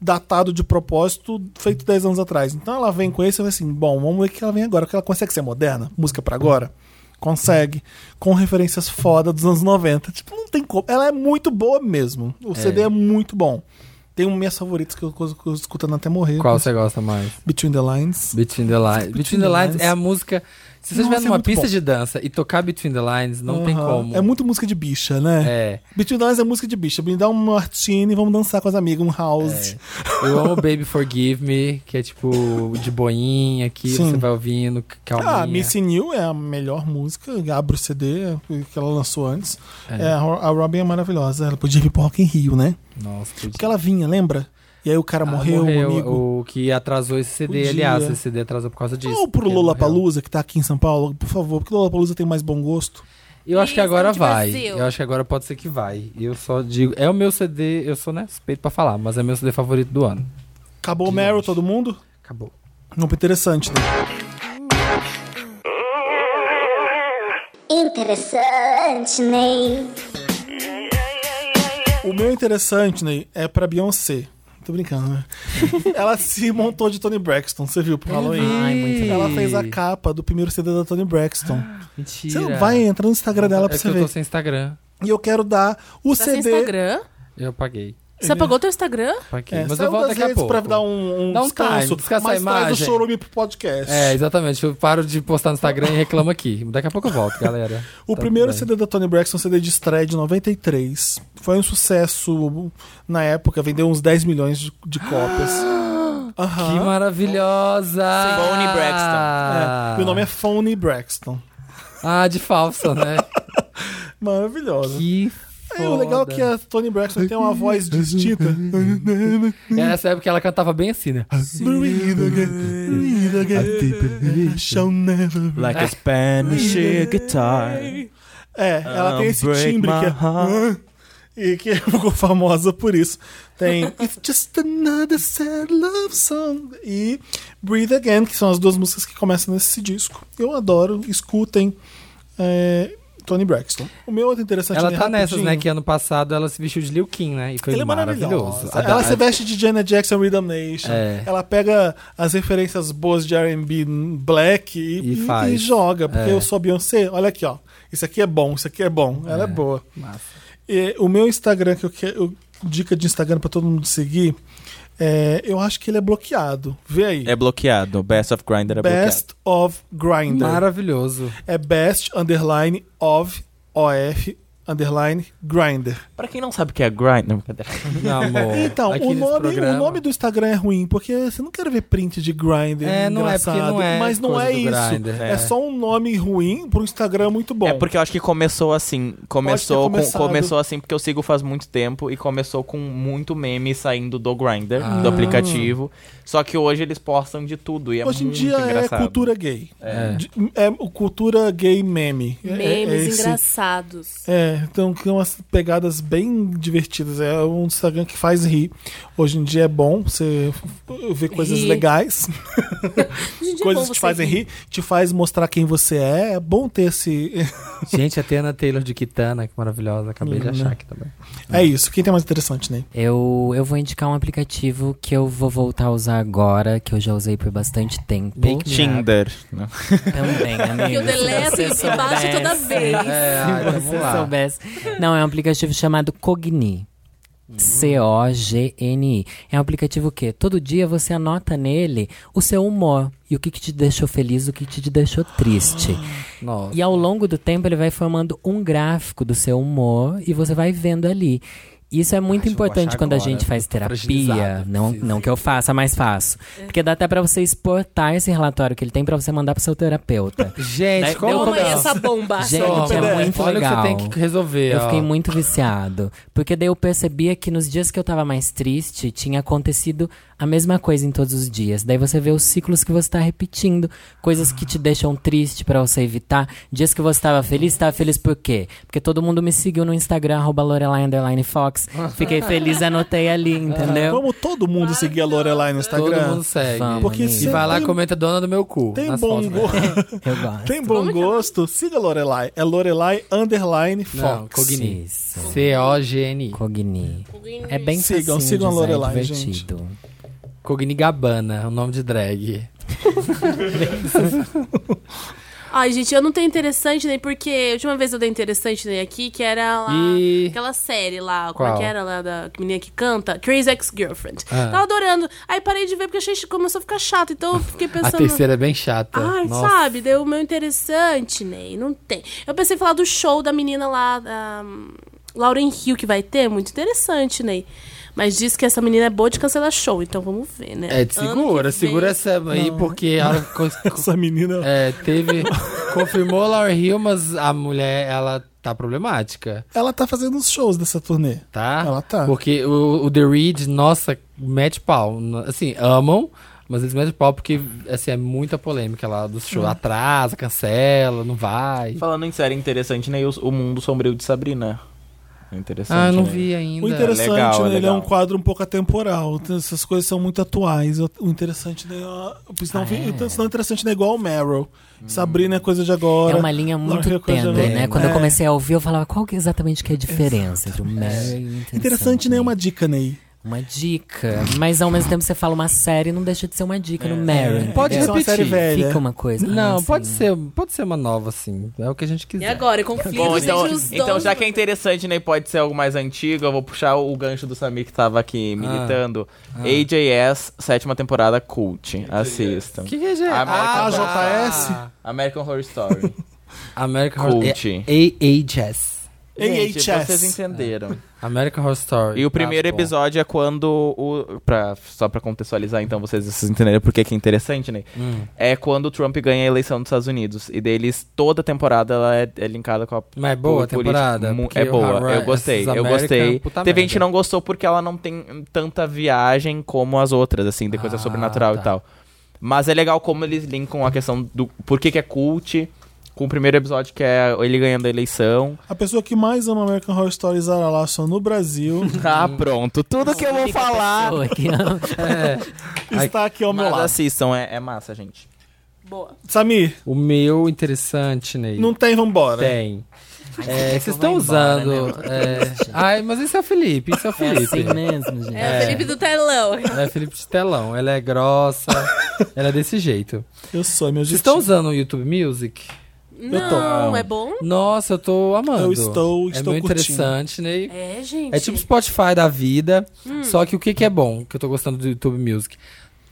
datado de propósito, feito 10 anos atrás. Então ela vem com isso e fala assim: bom, vamos ver o que ela vem agora. Porque ela consegue ser moderna, música pra agora. Consegue. Com referências foda dos anos 90. Tipo, não tem como. Ela é muito boa mesmo. O CD é muito bom. Tem um minhas favoritas que eu, que eu- que eu escutando até morrer.
Qual você gosta mais?
Between the Lines.
Between the Lines. Between the Lines
Lines.
é a música. Se você
Nossa,
estiver
é
numa
muito
pista
bom.
de dança e tocar Between the Lines, não tem
Aham.
como.
É muito música de bicha, né?
É.
Between the Lines é música de bicha. Me dá um martini e vamos dançar com as amigas, um house.
É, Eu amo Baby Forgive Me, que é tipo de boinha, que
Sim.
você vai ouvindo, c- calminha.
Ah, Missy New é a melhor música. Abre o CD que ela lançou antes.
É.
É, a Ro- a Robin é maravilhosa. Ela podia vir pro Rock in Rio, né?
Nossa, podia.
Porque ela vinha, lembra? E aí o cara
Ah,
morreu, o amigo.
O que atrasou esse CD,
Podia.
aliás, esse CD atrasou por causa disso.
Ou pro
porque morreu.
Lollapalooza, que tá aqui em São Paulo, por favor, porque Lollapalooza tem mais bom gosto.
Eu acho que agora
Isso,
vai.
Brasil.
Eu acho que agora pode ser que vai. Eu só digo, é o meu CD, eu sou né, suspeito pra falar, mas é meu CD favorito do ano.
Acabou o Meryl, todo mundo?
Acabou.
Não, interessante, né?
Interessante, Ney.
O meu interessante, Ney, é pra Beyoncé. Tô brincando, né? ela se montou de Tony Braxton, você viu pro Halloween?
Ai, muito bom.
Ela fez a capa do primeiro CD da Tony Braxton.
Mentira.
Você vai entrar no Instagram dela
é
pra
que
você
eu tô
ver.
sem Instagram.
E eu quero dar o
Tá sem
CD.
Instagram?
Eu apaguei.
Você apagou teu Instagram?
apaguei.
É,
mas eu
saiu
volto
das
daqui a
redes
pouco.
pra dar um, um
Dá um
descanso,
time, descansa
mas
a
traz o
imagem.
chorume pro podcast.
É, exatamente. Eu paro de postar no Instagram e reclamo aqui. Daqui a pouco eu volto, galera.
o
Tá
primeiro
tudo bem.
CD da Tony Braxton, CD de estreia de 93, foi um sucesso na época, vendeu uns 10 milhões de, de cópias. Aham.
Que maravilhosa!
Bonnie Braxton.
Ah,
É, e o nome é Phony Braxton.
Ah, de falsa, né?
Maravilhosa.
que
E o legal é que a Tony Braxton tem uma voz distinta.
E É, nessa época ela cantava bem assim, né?
Breathe again, breathe again, shall never be.
Like a Spanish guitar.
É, ela tem esse
Break
timbre
my
que
heart.
é... E que ficou famosa por isso. Tem It's Just Another Sad Love Song e Breathe Again, que são as duas músicas que começam nesse disco. Eu adoro, escutem é, Tony Braxton. O meu outro interessante
Ela
né,
tá nessas, né?
rapidinho.
Que ano passado ela se vestiu de Liu Kim, né? E foi
Ela é
maravilhoso.
maravilhosa.
A da-
Ela se veste de Janet Jackson Rhythm Nation.
É.
Ela pega as referências boas de RB black e,
E
e-
faz.
e joga. Porque
É.
eu sou Beyoncé, olha aqui, ó. Isso aqui é bom, isso aqui é bom. Ela é, boa.
Massa.
E o meu Instagram, que eu quero. Dica de Instagram pra todo mundo seguir. é, eu acho que ele é bloqueado. Vê aí.
É bloqueado. Best of Grinder é bloqueado.
best of Grinder.
Maravilhoso.
É best underline of of underline grinder.
Pra quem não sabe o que é Grinder, brincadeira.
Meu amor.
Então,
É, aqui
o
nesse
nome,
programa-
o nome do Instagram é ruim, porque você não quer ver print de grinder.
É, não é, porque
engraçado,
não é
Mas não
coisa
é
do
isso.
Grindr,
é.
é.
só um nome ruim pro Instagram muito bom.
É porque eu acho que começou assim. Começou, com-
começado.
começou assim, porque eu sigo faz muito tempo e começou com muito meme saindo do Grinder,
Ah.
do aplicativo. Só que hoje eles postam de tudo e é
Hoje em
muito
dia
engraçado.
é cultura gay.
É.
De- É o cultura gay meme. É- é- é
Memes
esse-
engraçados.
É, então tem umas pegadas bem divertidas. É um Instagram que faz rir. Hoje em dia é bom você ver coisas
Rir.
legais.
Hoje em dia é
coisas
bom
que te
você
fazem rir, te faz mostrar quem você é. É bom ter esse.
Gente, a Tiana Taylor de Kitana, que maravilhosa. Acabei
Uhum.
de achar aqui também.
É isso. Quem tem mais interessante, né?
Eu, eu vou indicar um aplicativo que eu vou voltar a usar agora, que eu já usei por bastante tempo.
Make me
Tinder. né?
Também, amigo.
Que eu deleto e
você
baixo toda
soubesse.
vez.
É, ai,
Se
vamos
você
lá.
soubesse. Não, é um aplicativo chamado Cogni.
Hum.
C-O-G-N-I. É um aplicativo que todo dia você anota nele o seu humor e o que, que te deixou feliz, o que te deixou triste.
Ah. Nossa.
E ao longo do tempo ele vai formando um gráfico do seu humor e você vai vendo ali. Isso é
Acho
muito
que Ah, eu vou
importante
achar
quando a
agora.
gente faz
Tô fragilizado,
terapia. Não,
preciso. É.
não que eu faça, mas faço. Porque dá até pra você exportar esse relatório que ele tem pra você mandar pro seu terapeuta.
Gente,
Né?
Daí-
como
Toma
Toma aí
que-
essa bomba.
Gente,
Toma.
é muito
Olha
legal.
o que você tem que resolver.
Eu
ó.
fiquei muito viciado. Porque daí eu percebia que nos dias que eu tava mais triste, tinha acontecido a mesma coisa em todos os dias. Daí você vê os ciclos que você tá repetindo, coisas que te deixam triste pra você evitar. Dias que você tava feliz, tava feliz por quê? Porque todo mundo me seguiu no Instagram, arroba Lorelai underline Fox. Fiquei feliz, anotei ali, entendeu?
Como todo mundo seguir a Lorelai no
Todo
Instagram.
mundo segue.
Vamos,
Porque
amigo.
E
se-
vai lá e
Tem-
comenta dona do meu cu.
Tem
nas
bom,
fotos.
go-
Eu gosto.
tem bom gosto, siga a Lorelai. É Lorelai underline
Não,
Fox.
Cogni.
Isso.
C-O-G-N-I.
Cogni. É bem
Sigam,
facinho
sigam a
de usar, é
Lorelai,
divertido.
Cogni Gabana, o nome de drag.
Ai, gente, eu não tenho interessante nem porque. A última vez eu dei interessante nem aqui, que era lá.
E-
Aquela série lá,
Qual?
como é que era lá da menina que canta? Crazy Ex-Girlfriend.
Ah.
Tava adorando. Aí parei de ver porque achei começou a ficar chato. Então eu fiquei
A
pensando.
terceira é bem chata.
Ai,
Nossa.
sabe? Deu o meu interessante, Ney. Não tem. Eu pensei em falar do show da menina lá, da hum, Lauren Hill, que vai ter. Muito interessante, Ney. Mas diz que essa menina é boa de cancelar show, então vamos ver, né?
É, te
Ano
segura,
que
segura
vem-
essa aí, porque ela co- co-
Essa menina.
é, teve. confirmou Laura Hill, mas a mulher, ela tá problemática,
Ela tá fazendo os shows dessa turnê.
tá?
Ela tá.
Porque o, o The Reed, nossa, mete pau. N- Assim, amam, mas eles metem pau porque, assim, é muita polêmica lá do show.
Hum.
Atrasa, cancela, não vai.
Falando em série interessante, né? e O, o Mundo Sombrio de Sabrina. É Interessante.
Ah, eu não
né?
vi ainda.
O interessante
legal, é
nele é,
legal.
um quadro um pouco atemporal. Essas coisas são muito atuais. O interessante nele é. Senão, senão o interessante nele é igual o Meryl. Sabrina é coisa de agora.
É uma linha muito
Lógico que eu já
tênue,
não-
né? Quando
É.
eu comecei a ouvir, eu falava qual que é exatamente que é a diferença entre o Mary e o interessante.
Interessante nem
né?
uma dica, Ney.
Uma dica. Mas ao mesmo tempo você fala uma série não deixa de ser uma dica no Mary.
Pode
Isso é uma
repetir.
série velha.
Fica uma coisa.
é
Não,
assim.
pode ser, pode ser uma nova, assim. É o que a gente
E
quiser.
agora? Conflito
Bom, então,
entre os
então
dois.
já que é interessante, né? e Pode ser algo mais antigo. Eu vou puxar o gancho do Samir que tava
Ah.
aqui militando. AJS, sétima temporada cult. Assistam.
O que, que é, gente?
American
Ah,
Horror
tá.
JS?
American Horror Story.
É American Horror
cult.
AHS.
Gente, então
AHS.
vocês entenderam.
American Horror Story.
E o primeiro
Tá bom.
episódio é quando o. Pra, só pra contextualizar, então, vocês, vocês entenderam por que que é interessante, né?
Hum.
É quando o Trump ganha a eleição dos Estados Unidos. E deles, toda temporada ela é, é linkada com a.
Mas é boa a
política.
temporada.
Mu-
porque
É
o
boa,
Horror-
eu gostei,
essas
eu
American,
gostei.
é um puta
Teve gente que
merda.
não gostou porque ela não tem tanta viagem como as outras, assim, de coisa
Ah,
sobrenatural
tá.
e tal. Mas é legal como eles linkam a questão do por que, que é cult com o primeiro episódio que é ele ganhando a eleição.
A pessoa que mais ama American Horror Story Zara Larson no Brasil
Ah, pronto. Tudo que eu vou falar.
Pessoa que ama.
está aqui ao meu
Mas
lado.
assim,
assistam, é, é massa, gente.
Boa.
Samir,
O meu interessante, Ney.
não tá tem, vambora.
tem. É,
que
vocês
eu
estão
vou embora,
usando.
né?
é- Ai, mas esse é o Felipe, esse é o
É
Felipe.
assim mesmo, gente.
É, o Felipe do telão.
Ela é Felipe de telão, ela é grossa, ela é desse jeito.
Eu sou, é meu
Vocês estão
jeitinho.
usando o YouTube Music?
Não,
ah.
é bom?
Nossa, eu tô amando.
Eu estou,
é
estou
muito
curtindo.
interessante, Ney.
É, gente.
É tipo Spotify da vida, só que o que, que é bom, que eu tô gostando do YouTube Music?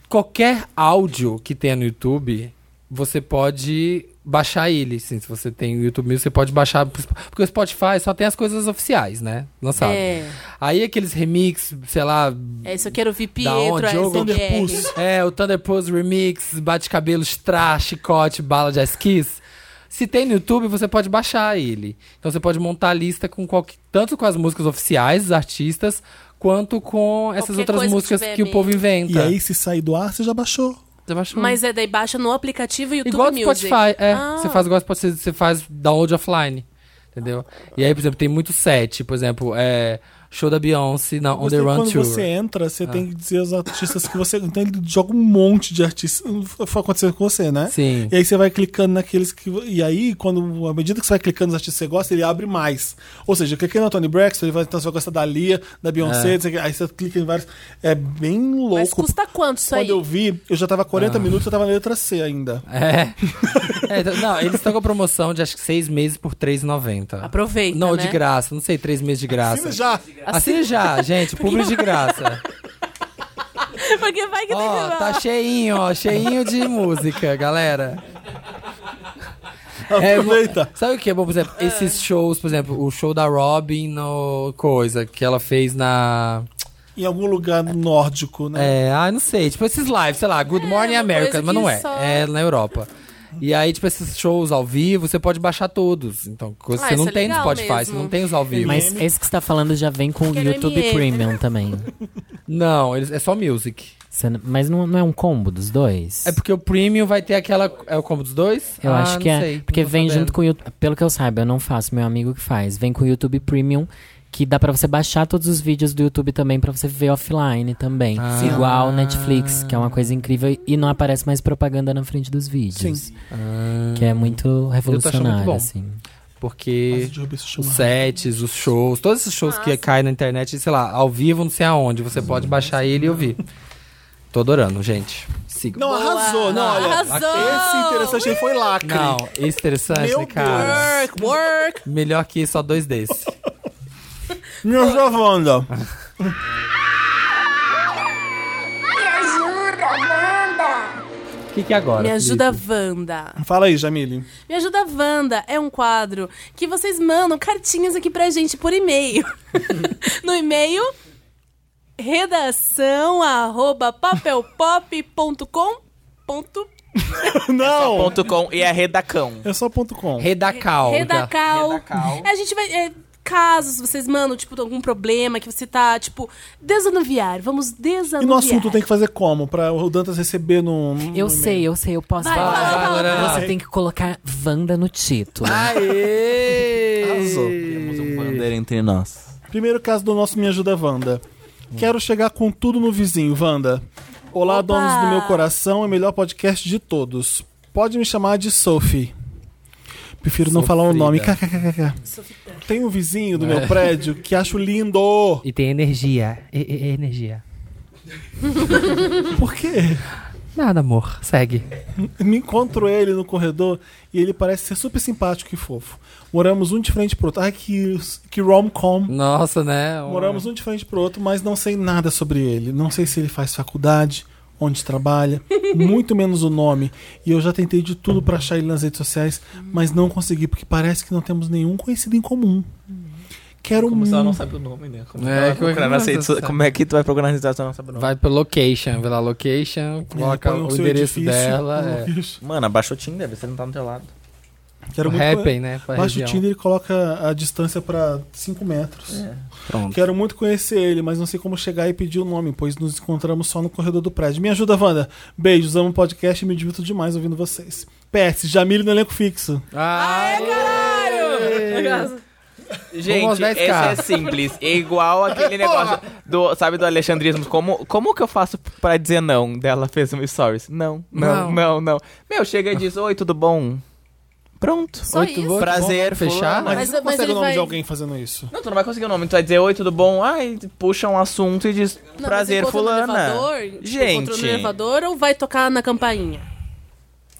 Qualquer áudio que tenha no YouTube, você pode baixar ele. Assim, se você tem o YouTube Music, você pode baixar. pro Sp- Porque o Spotify só tem as coisas oficiais, né? Lançado.
É.
Aí aqueles remix, sei lá.
É isso, eu quero ouvir
Da onde?
Pietro,
Jogo?
ASMR.
É, o Thunder Pose Remix, bate-cabelo, Stra, chicote, bala de esquis. Se tem no YouTube, você pode baixar ele. Então você pode montar a lista com qualquer, tanto com as músicas oficiais dos artistas, quanto com essas
Qualquer
outras
coisa que
músicas que,
tiver
o povo inventa.
E aí, se sair do ar, você já baixou.
Você baixou.
Mas é daí baixa no aplicativo YouTube
Igual do
Music.
Spotify, é.
Ah.
Você faz igual do Spotify, você faz download offline. Entendeu? E aí, por exemplo, tem muito set. Por exemplo, é, show da Beyoncé na On
Você,
The Run
quando
Tour. Ah.
você entra, você tem que dizer os artistas que você. Então ele joga um monte de artistas. Foi acontecendo com você, né?
Sim.
E aí você vai clicando naqueles que. E aí, quando, à medida que você vai clicando nos artistas que você gosta, ele abre mais. Ou seja, eu cliquei é no Tony Braxton, ele vai, então você vai gostar da Lia, da
É.
Beyoncé, não sei o quê. aí você clica em vários. É bem louco.
Mas custa quanto isso
quando
aí?
eu vi, eu já tava
Ah.
40 minutos, eu tava na letra C ainda.
É. É, então, não, eles estão com a promoção de acho que seis meses por R$3,90.
Aproveita,
Não,
né?
de graça, não sei, três meses de graça.
Assina já.
Assine já, gente, publi de graça.
Porque vai que tem
Ó,
que...
tá cheinho, ó, cheinho de música, galera. É,
Aproveita.
mo- sabe o que é bom, por exemplo, esses shows, por exemplo, o show da Robin no coisa que ela fez na
Em algum lugar nórdico, né?
É, ah, não sei. Tipo, esses lives, sei lá, Good Morning
É, uma
America,
coisa
mas não
que
é.
só-
É na Europa. E aí, tipo, esses shows ao vivo, você pode baixar todos. Então, coisa
Ah,
que você não
isso é
tem no
legal
Spotify,
mesmo.
você não tem os ao vivo.
Mas esse que você tá falando já vem com o
Quero
YouTube
MM.
Premium também.
Não, eles, é só music.
Você não- Mas não, não é um combo dos dois?
É porque o premium vai ter aquela. É o combo dos dois?
Eu
Ah,
acho que
não
é.
sei,
porque
não tô
vem
sabendo.
junto com o YouTube. Pelo que eu saiba, eu não faço, meu amigo que faz. Vem com o YouTube Premium, que dá pra você baixar todos os vídeos do YouTube também pra você ver offline também.
Ah.
Igual Netflix, que é uma coisa incrível e não aparece mais propaganda na frente dos vídeos.
Ah,
Que é muito revolucionário,
bom. Hum,
assim.
Porque.
Nossa, derrubei esse
Os
celular.
sets, os shows, todos esses shows que caem na internet, sei lá, ao vivo, não é sei aonde, você pode baixar ele e ouvir. Tô adorando, gente. Siga.
Não, arrasou. Não, olha. Esse é
Arrasou!
interessante aí foi lacre.
Não, esse interessante,
Meu
cara.
Work, work.
Melhor que só dois desses.
Me ajudando.
Me ajuda, Wanda!
O que, que é agora?
Me ajuda,
Felipe?
Wanda.
Fala aí, Jamile.
Me ajuda, Wanda. É um quadro que vocês mandam cartinhas aqui pra gente por e-mail. no e-mail redação arroba papelpop.com.br
É
Não!
Ponto com e é redacão.
É só ponto com.
Redacal.
Redacal. É, A gente vai. é, casos, vocês mandam, tipo, algum problema que você tá, tipo, desanuviar. Vamos desanuviar.
E no assunto tem que fazer como? Pra o Dantas receber num.
Eu sei, eu sei, eu posso
Vai,
falar.
fala,
vai,
fala,
Lorena.
fala.
Você tem que colocar Wanda no título.
Aê!
Arrasou.
Temos um Wander entre nós.
Primeiro caso do nosso Me Ajuda Wanda. Quero chegar com tudo no vizinho, Wanda. Olá,
Opa!
donos do meu coração, é o melhor podcast de todos. Pode me chamar de Sophie. Prefiro não falar o nome. KKKK. Tem um vizinho do meu prédio que acho lindo.
É. E tem energia. E- e- e- energia.
Por quê?
Nada, amor. Segue.
Me encontro ele no corredor e ele parece ser super simpático e fofo. Moramos um de frente pro outro. Ai, que, que rom-com.
Nossa, né? Um-
Moramos um de frente pro outro, mas não sei nada sobre ele. Não sei se ele faz faculdade, onde trabalha, muito menos o nome. E eu já tentei de tudo pra achar ele nas redes sociais, mas não consegui, porque parece que não temos nenhum conhecido em comum. quero
Como se ela não
muito.
sabe o nome, né? Como,
É,
ela vai
como é que
procurar
ela
nas
sabe?
redes so- como é que tu vai procurar nas redes sociais e não sabe o nome?
Vai pro location, vai lá location, coloca
É, põe
é
um
o
seu
endereço
edifício,
dela.
põe o
É.
edifício.
Mano, abaixa o Tinder, você não tá no teu lado.
Quero muito.
Happen, né? Pra
Baixa o
região.
Tinder e coloca a distância pra 5 metros.
É.
Pronto.
Quero muito conhecer ele, mas não sei como chegar e pedir o nome, pois nos encontramos só no corredor do prédio. Me ajuda, Wanda. Beijos, amo o podcast e me divirto demais ouvindo vocês. PS, Jamile no elenco fixo.
Ah,
caralho!
Gente,
aos
esse
10K.
é simples. É igual aquele negócio do, sabe, do alexandrismo. Como, como que eu faço pra dizer não? Dela fez um stories. Não, não,
Não.
não, não. Meu, chega e diz, oi, tudo bom? Pronto.
Só
Oito
isso.
votos,
Prazer,
vamos fechar.
fulano.
Ah, Mas-
não
mas
consegue
ele
o nome
vai-
de alguém fazendo isso.
Não, tu não vai conseguir o nome. Tu vai dizer, oi, tudo bom? Ai, puxa um assunto e diz,
Não, mas
prazer,
encontra no
fulana.
elevador, Encontrou
Gente.
no elevador ou vai tocar na campainha?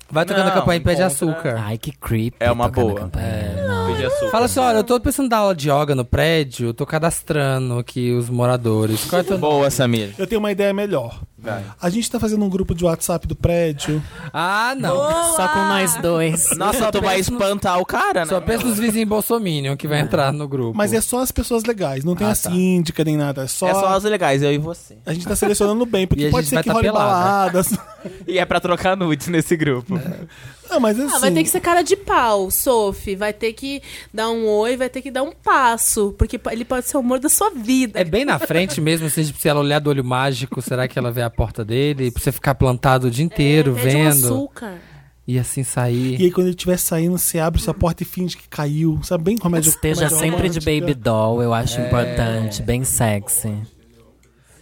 Vai tocando a
Não,
campanha e pede
encontra-
açúcar.
Ai, que creep.
É uma
tocar na
boa.
campainha.
Pedir açúcar.
Fala assim, olha, eu tô pensando em dar aula de yoga no prédio, eu tô cadastrando aqui os moradores. Qual é teu nome?
Boa, Samir.
Eu tenho uma ideia melhor. A gente tá fazendo um grupo de WhatsApp do prédio.
Ah, não.
Só com nós dois.
Nossa, tu vai espantar o cara, né?
Só pensa nos vizinhos bolsominion que vai entrar no grupo.
Mas é só as pessoas legais, não tem
Ah,
a
tá.
síndica nem nada. É só,
É só as legais, eu e você.
A gente tá selecionando bem,
E a
porque pode
gente
ser
vai
que
tá
role
pelada.
baladas.
E é pra trocar nudes nesse grupo.
Não, mas assim.
Ah, vai ter que ser cara de pau, Sophie. Vai ter que dar um oi, vai ter que dar um passo. Porque ele pode ser o amor da sua vida.
É bem na frente mesmo, se, se ela olhar do olho mágico, será que ela vê a porta dele? Pra você ficar plantado o dia inteiro,
Pede um
vendo.
açúcar.
e assim
E
sair.
aí, quando ele estiver saindo, você abre sua porta e finge que caiu. Sabe bem como é de
Esteja sempre de baby doll, eu acho
É.
importante, bem sexy.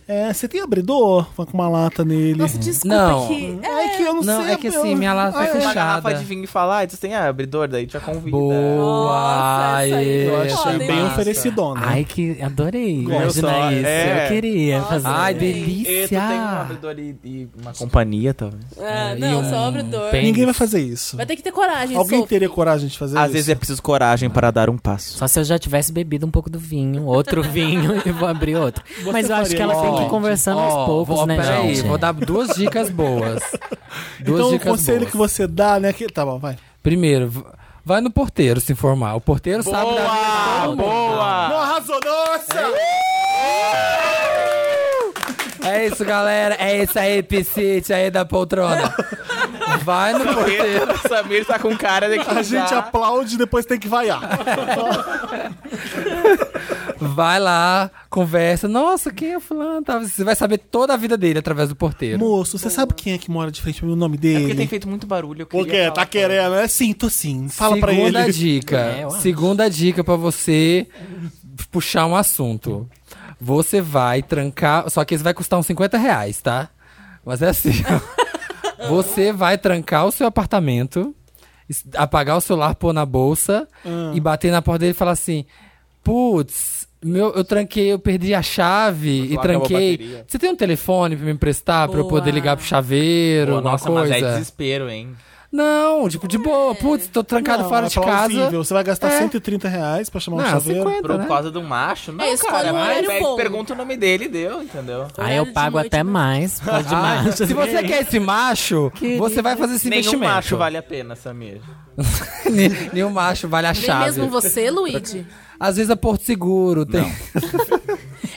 É, você tem abridor? Vai com uma lata nele.
Nossa, desculpa
Não.
que... É,
É que eu não,
Não,
sei.
é que
eu-
assim, minha lata
Ah,
tá
é.
Uma garrafa
fechada.
de vinho e falar, e tu tem ah, abridor, daí tu já convida.
Boa!
Nossa, essa aí
aê,
eu
Eu achei
Olha,
é bem
é
massa.
né?
oferecidona.
Ai, que adorei.
Gosto.
Imagina
Só-
isso.
é.
Eu queria fazer.
Ai,
E tu tem um
delícia!
abridor e, e uma companhia, talvez.
e
não,
um
só abre dor.
pênis.
Ninguém vai fazer isso.
Vai ter que ter coragem,
Alguém
Sophie.
teria coragem de fazer
Às
isso?
vezes é preciso coragem para dar um passo.
Só se eu já tivesse bebido um pouco do vinho, outro vinho, e vou abrir outro. Mas eu acho
faria
que ela
isso,
tem que ir
gente?
conversando aos poucos,
vou,
né,
peraí,
gente?
vou dar duas dicas boas. Duas
Então, o
dicas
conselho
boas.
que você dá, né? Que... Tá bom, vai.
Primeiro, v- vai no porteiro se informar. O porteiro sabe da vida de todo mundo.
Não arrasou, nossa!
É isso, galera. É isso aí, piscite aí da poltrona. Vai no porteiro.
O Samir tá com cara de que
É, A gente
já... é
aplaude e depois tem que
É
vaiar.
Vai lá, conversa. Nossa, quem é fulano? Tá, Você vai saber toda a vida dele através do porteiro.
Moço, você sabe quem é que mora de frente pra mim? O nome
É porque
dele?
tem feito muito barulho. Eu
Por quê?
queria
Tá
falar.
querendo? É sim, tô sim. Fala pra
Segunda
ele.
dica.
É, eu acho.
segunda dica pra você puxar um assunto. Você vai trancar. Só que isso vai custar uns 50 reais, tá? Mas é assim. ó. você vai trancar o seu apartamento, es- apagar o celular, pôr na bolsa e bater na porta dele e falar assim: Putz, meu, eu tranquei, eu perdi a chave e
falar que acabou a
tranquei.
bateria."
Você tem um telefone pra me emprestar pra eu poder
Boa.
ligar pro chaveiro,
Pô,
alguma
nossa,
coisa?
mas é desespero, hein?
Não, tipo, de boa.
É.
Putz, tô trancado
Não,
fora
é
de casa.
plausível. Você vai gastar
É.
130 reais pra chamar um
Não,
chaveiro.
50,
Por
né?
causa de um macho? Não,
É, escolhe
cara,
um
mas
horário
pede-
bom.
pergunta o nome dele e deu, entendeu?
Aí eu
Horário de
pago
noite,
até
né?
mais. Pode
Ah,
mais.
se você quer esse macho, você vai fazer esse
Nenhum
investimento.
macho vale a pena, Samir.
Ne- Nenhum macho vale a
Vem
chave.
mesmo você, Luigi.
Às vezes é Porto Seguro, tem.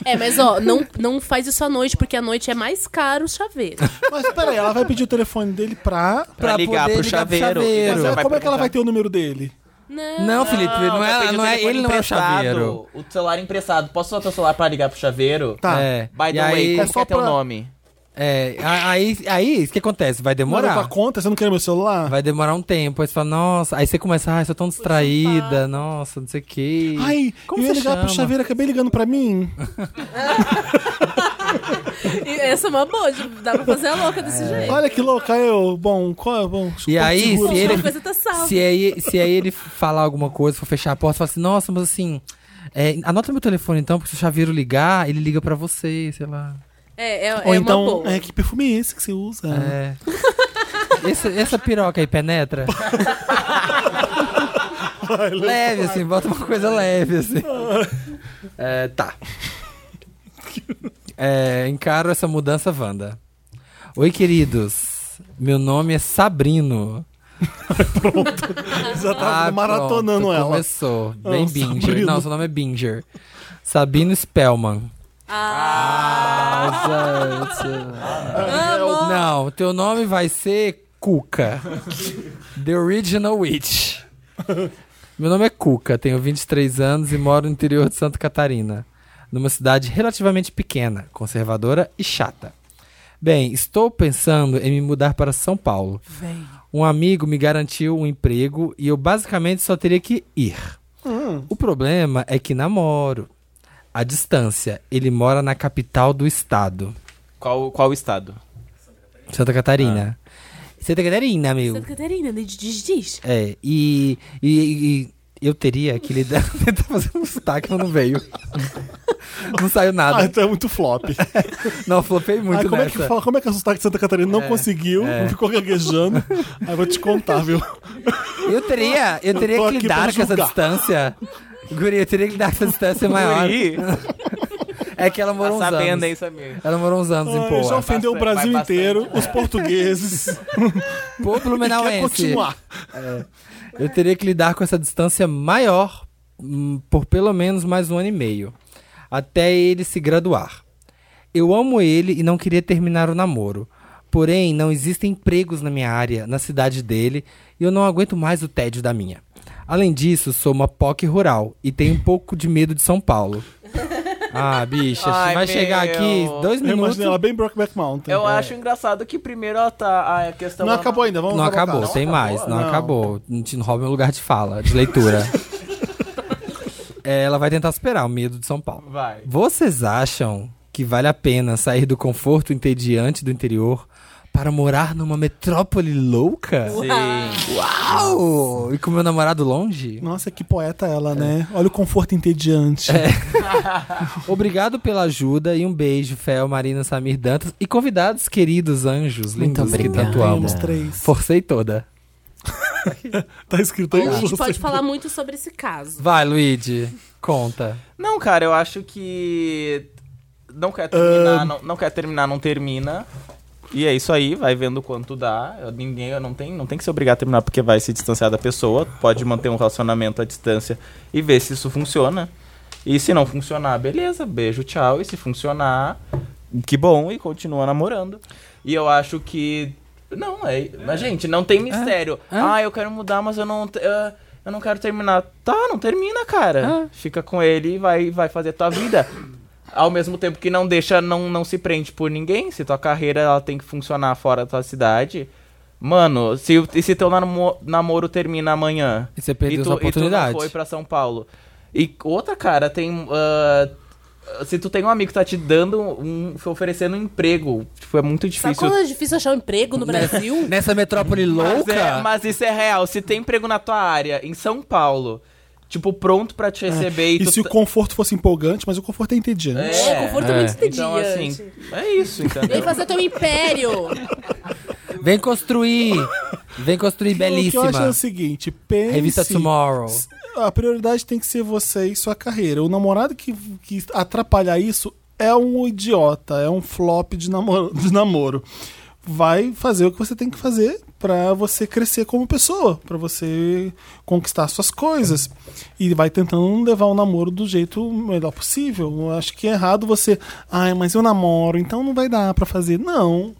É, mas ó, não, não faz isso à noite, porque à noite é mais caro o chaveiro.
Mas peraí, ela vai pedir o telefone dele pra.
Pra ligar pro chaveiro.
Mas
Ela
ela-
vai
como é que ela
perguntar.
vai ter o número dele?
Não.
Não, Felipe, não,
vai
é,
pedir
não é-
telefone
ele não é o
emprestado,
chaveiro.
O celular emprestado. Posso usar teu celular pra ligar pro chaveiro?
Tá.
É.
Ah, By
e
the way,
aí,
como
é
é,
só
que é teu
pra-
nome?
é, a- aí, aí, o que acontece? Vai
Morar.
demorar.
Tua conta? Você não quer meu celular?
Vai demorar um tempo. Aí você fala, nossa. Aí você começa, ai, sou tão distraída, nossa, não sei o quê.
Ai,
Como
eu ia
você
ligar pro
chama?
chaveiro, acabei ligando pra mim.
E Essa é uma boa, de- dá pra fazer a louca desse jeito.
Olha que louca eu. Bom, qual é bom?
E aí,
seguro.
É. se ele,
Uma coisa tá salva.
se aí, se aí ele falar alguma coisa, for fechar a porta, fala assim, nossa, mas assim, é, anota meu telefone então, porque se o chaveiro ligar, ele liga pra você, sei lá.
É, é, é
Ou
uma
então,
boa.
é, que perfume é esse que você usa?
É. Esse- essa piroca aí penetra? leve, assim, bota uma coisa leve, assim. É, tá. É, encaro essa mudança, Wanda. Oi, queridos. Meu nome é Sabrino.
Já tava
Ah,
maratonando
pronto,
ela.
Começou. Bem
Nossa,
Binger.
Bruna.
Não, seu nome é Binger. Sabino Spellman. Ah, gente. Não, teu nome vai ser Cuca. The Original Witch. Meu nome é Cuca, tenho 23 anos e moro no interior de Santa Catarina, numa cidade relativamente pequena, conservadora e chata. Bem, estou pensando em me mudar para São Paulo. Um amigo me garantiu um emprego e eu basicamente só teria que ir.
Hum.
O problema é que namoro. A distância, ele mora na capital do estado,
Qual, qual estado?
Santa Catarina.
Ah.
Santa Catarina, meu.
Santa Catarina, né? diz, diz, diz.
É, e, e- e eu teria que lidar. Tentar fazer um sotaque, mas não veio. não saiu
Ah,
nada.
então é muito flop.
Não, flopei muito
Ah, como, é
nessa. É,
que, fala- como é que a sotaque de Santa Catarina não conseguiu, ficou gaguejando? Aí vou te contar, viu?
Eu teria, eu teria
tô
que
aqui
lidar
pra
com essa
julgar.
distância. Guri, eu teria que lidar com essa distância maior.
Ih,
É que ela
tá
morou uns
sabendo, hein,
anos.
Samir?
Ela morou uns anos em
Ai, já
Poa.
ofendeu o
bastante,
Brasil
vai
inteiro, os
É.
portugueses.
Poa
Quer
Blumenauense.
continuar.
Eu teria que lidar com essa distância maior hum, por pelo menos mais um ano e meio, até ele se graduar. Eu amo ele e não queria terminar o namoro. Porém, não existem empregos na minha área, na cidade dele, e eu não aguento mais o tédio da minha. Além disso, sou uma POC rural e tenho um pouco de medo de São Paulo. Ah, bicha,
Ai,
vai chegar
meu.
aqui dois
Eu
minutos.
imaginei ela bem Brokeback Mountain.
Eu acho engraçado que primeiro ela tá. A
Então,
questão.
Não acabou ainda, vamos
Não
acabar.
acabou, tem mais, não,
Não.
acabou. A gente não rouba meu lugar de fala, de leitura. É, ela vai tentar superar o medo de São Paulo.
Vai.
Vocês acham que vale a pena sair do conforto entediante do interior para morar numa metrópole louca?
Sim.
Uau! E com meu namorado longe?
Nossa, que poeta ela, né?
É.
Olha o conforto entediante.
Obrigado pela ajuda e um beijo, Fel, Marina, Samir, Dantas e convidados queridos anjos
Muito
lindos que
obrigada.
tanto amo.
Temos três.
Forcei toda.
Tá escrito aí.
Ou a gente
você-
pode falar muito sobre esse caso.
Vai, Luigi, conta.
Não, cara, eu acho que. Não quer terminar, não, não quer terminar, não termina. E é isso aí, vai vendo quanto dá. Eu- ninguém eu não tem, não tem que se obrigar a terminar porque vai se distanciar da pessoa. Pode manter um relacionamento à distância e ver se isso funciona. E se não funcionar, beleza, beijo, tchau. E se funcionar, que bom, e continua namorando. E eu acho que. Não, é. Mas, gente, não tem mistério. Ah, eu quero mudar, mas eu não. te- ah, eu não quero terminar. Tá, não termina, cara. Fica com ele e vai, vai fazer tua vida. Ao mesmo tempo que não deixa, não, não se prende por ninguém. Se tua carreira ela tem que funcionar fora da tua cidade. Mano, se, o- e se teu namo- namoro termina amanhã?
E você perdeu sua
E tu
oportunidade.
não foi pra São Paulo. E outra, cara, tem. ah, se tu tem um amigo que tá te dando um. te oferecendo um emprego, tipo, é muito
Sabe
difícil.
quando é difícil achar um emprego
Né?
no Brasil?
Nessa metrópole
Mas,
louca?
é- mas isso é real. Se tem emprego na tua área, em São Paulo, tipo, pronto pra te receber e,
É. E
tu
se o
tá-
conforto fosse empolgante, mas o conforto é entediante.
É, conforto é muito entediante.
Então, assim, é isso,
Vem
entendeu?
fazer teu império.
Vem construir! Vem construir
O que eu acho é
belíssima!
o seguinte, pense...
Revista Tomorrow.
A prioridade tem que ser você e sua carreira. O namorado que, que atrapalhar isso é um idiota, é um flop de namoro. De namoro. Vai fazer o que você tem que fazer pra você crescer como pessoa, pra você conquistar suas coisas. E vai tentando levar o namoro do jeito melhor possível. Eu acho que é errado você, ai, mas eu namoro, então não vai dar pra fazer. Não.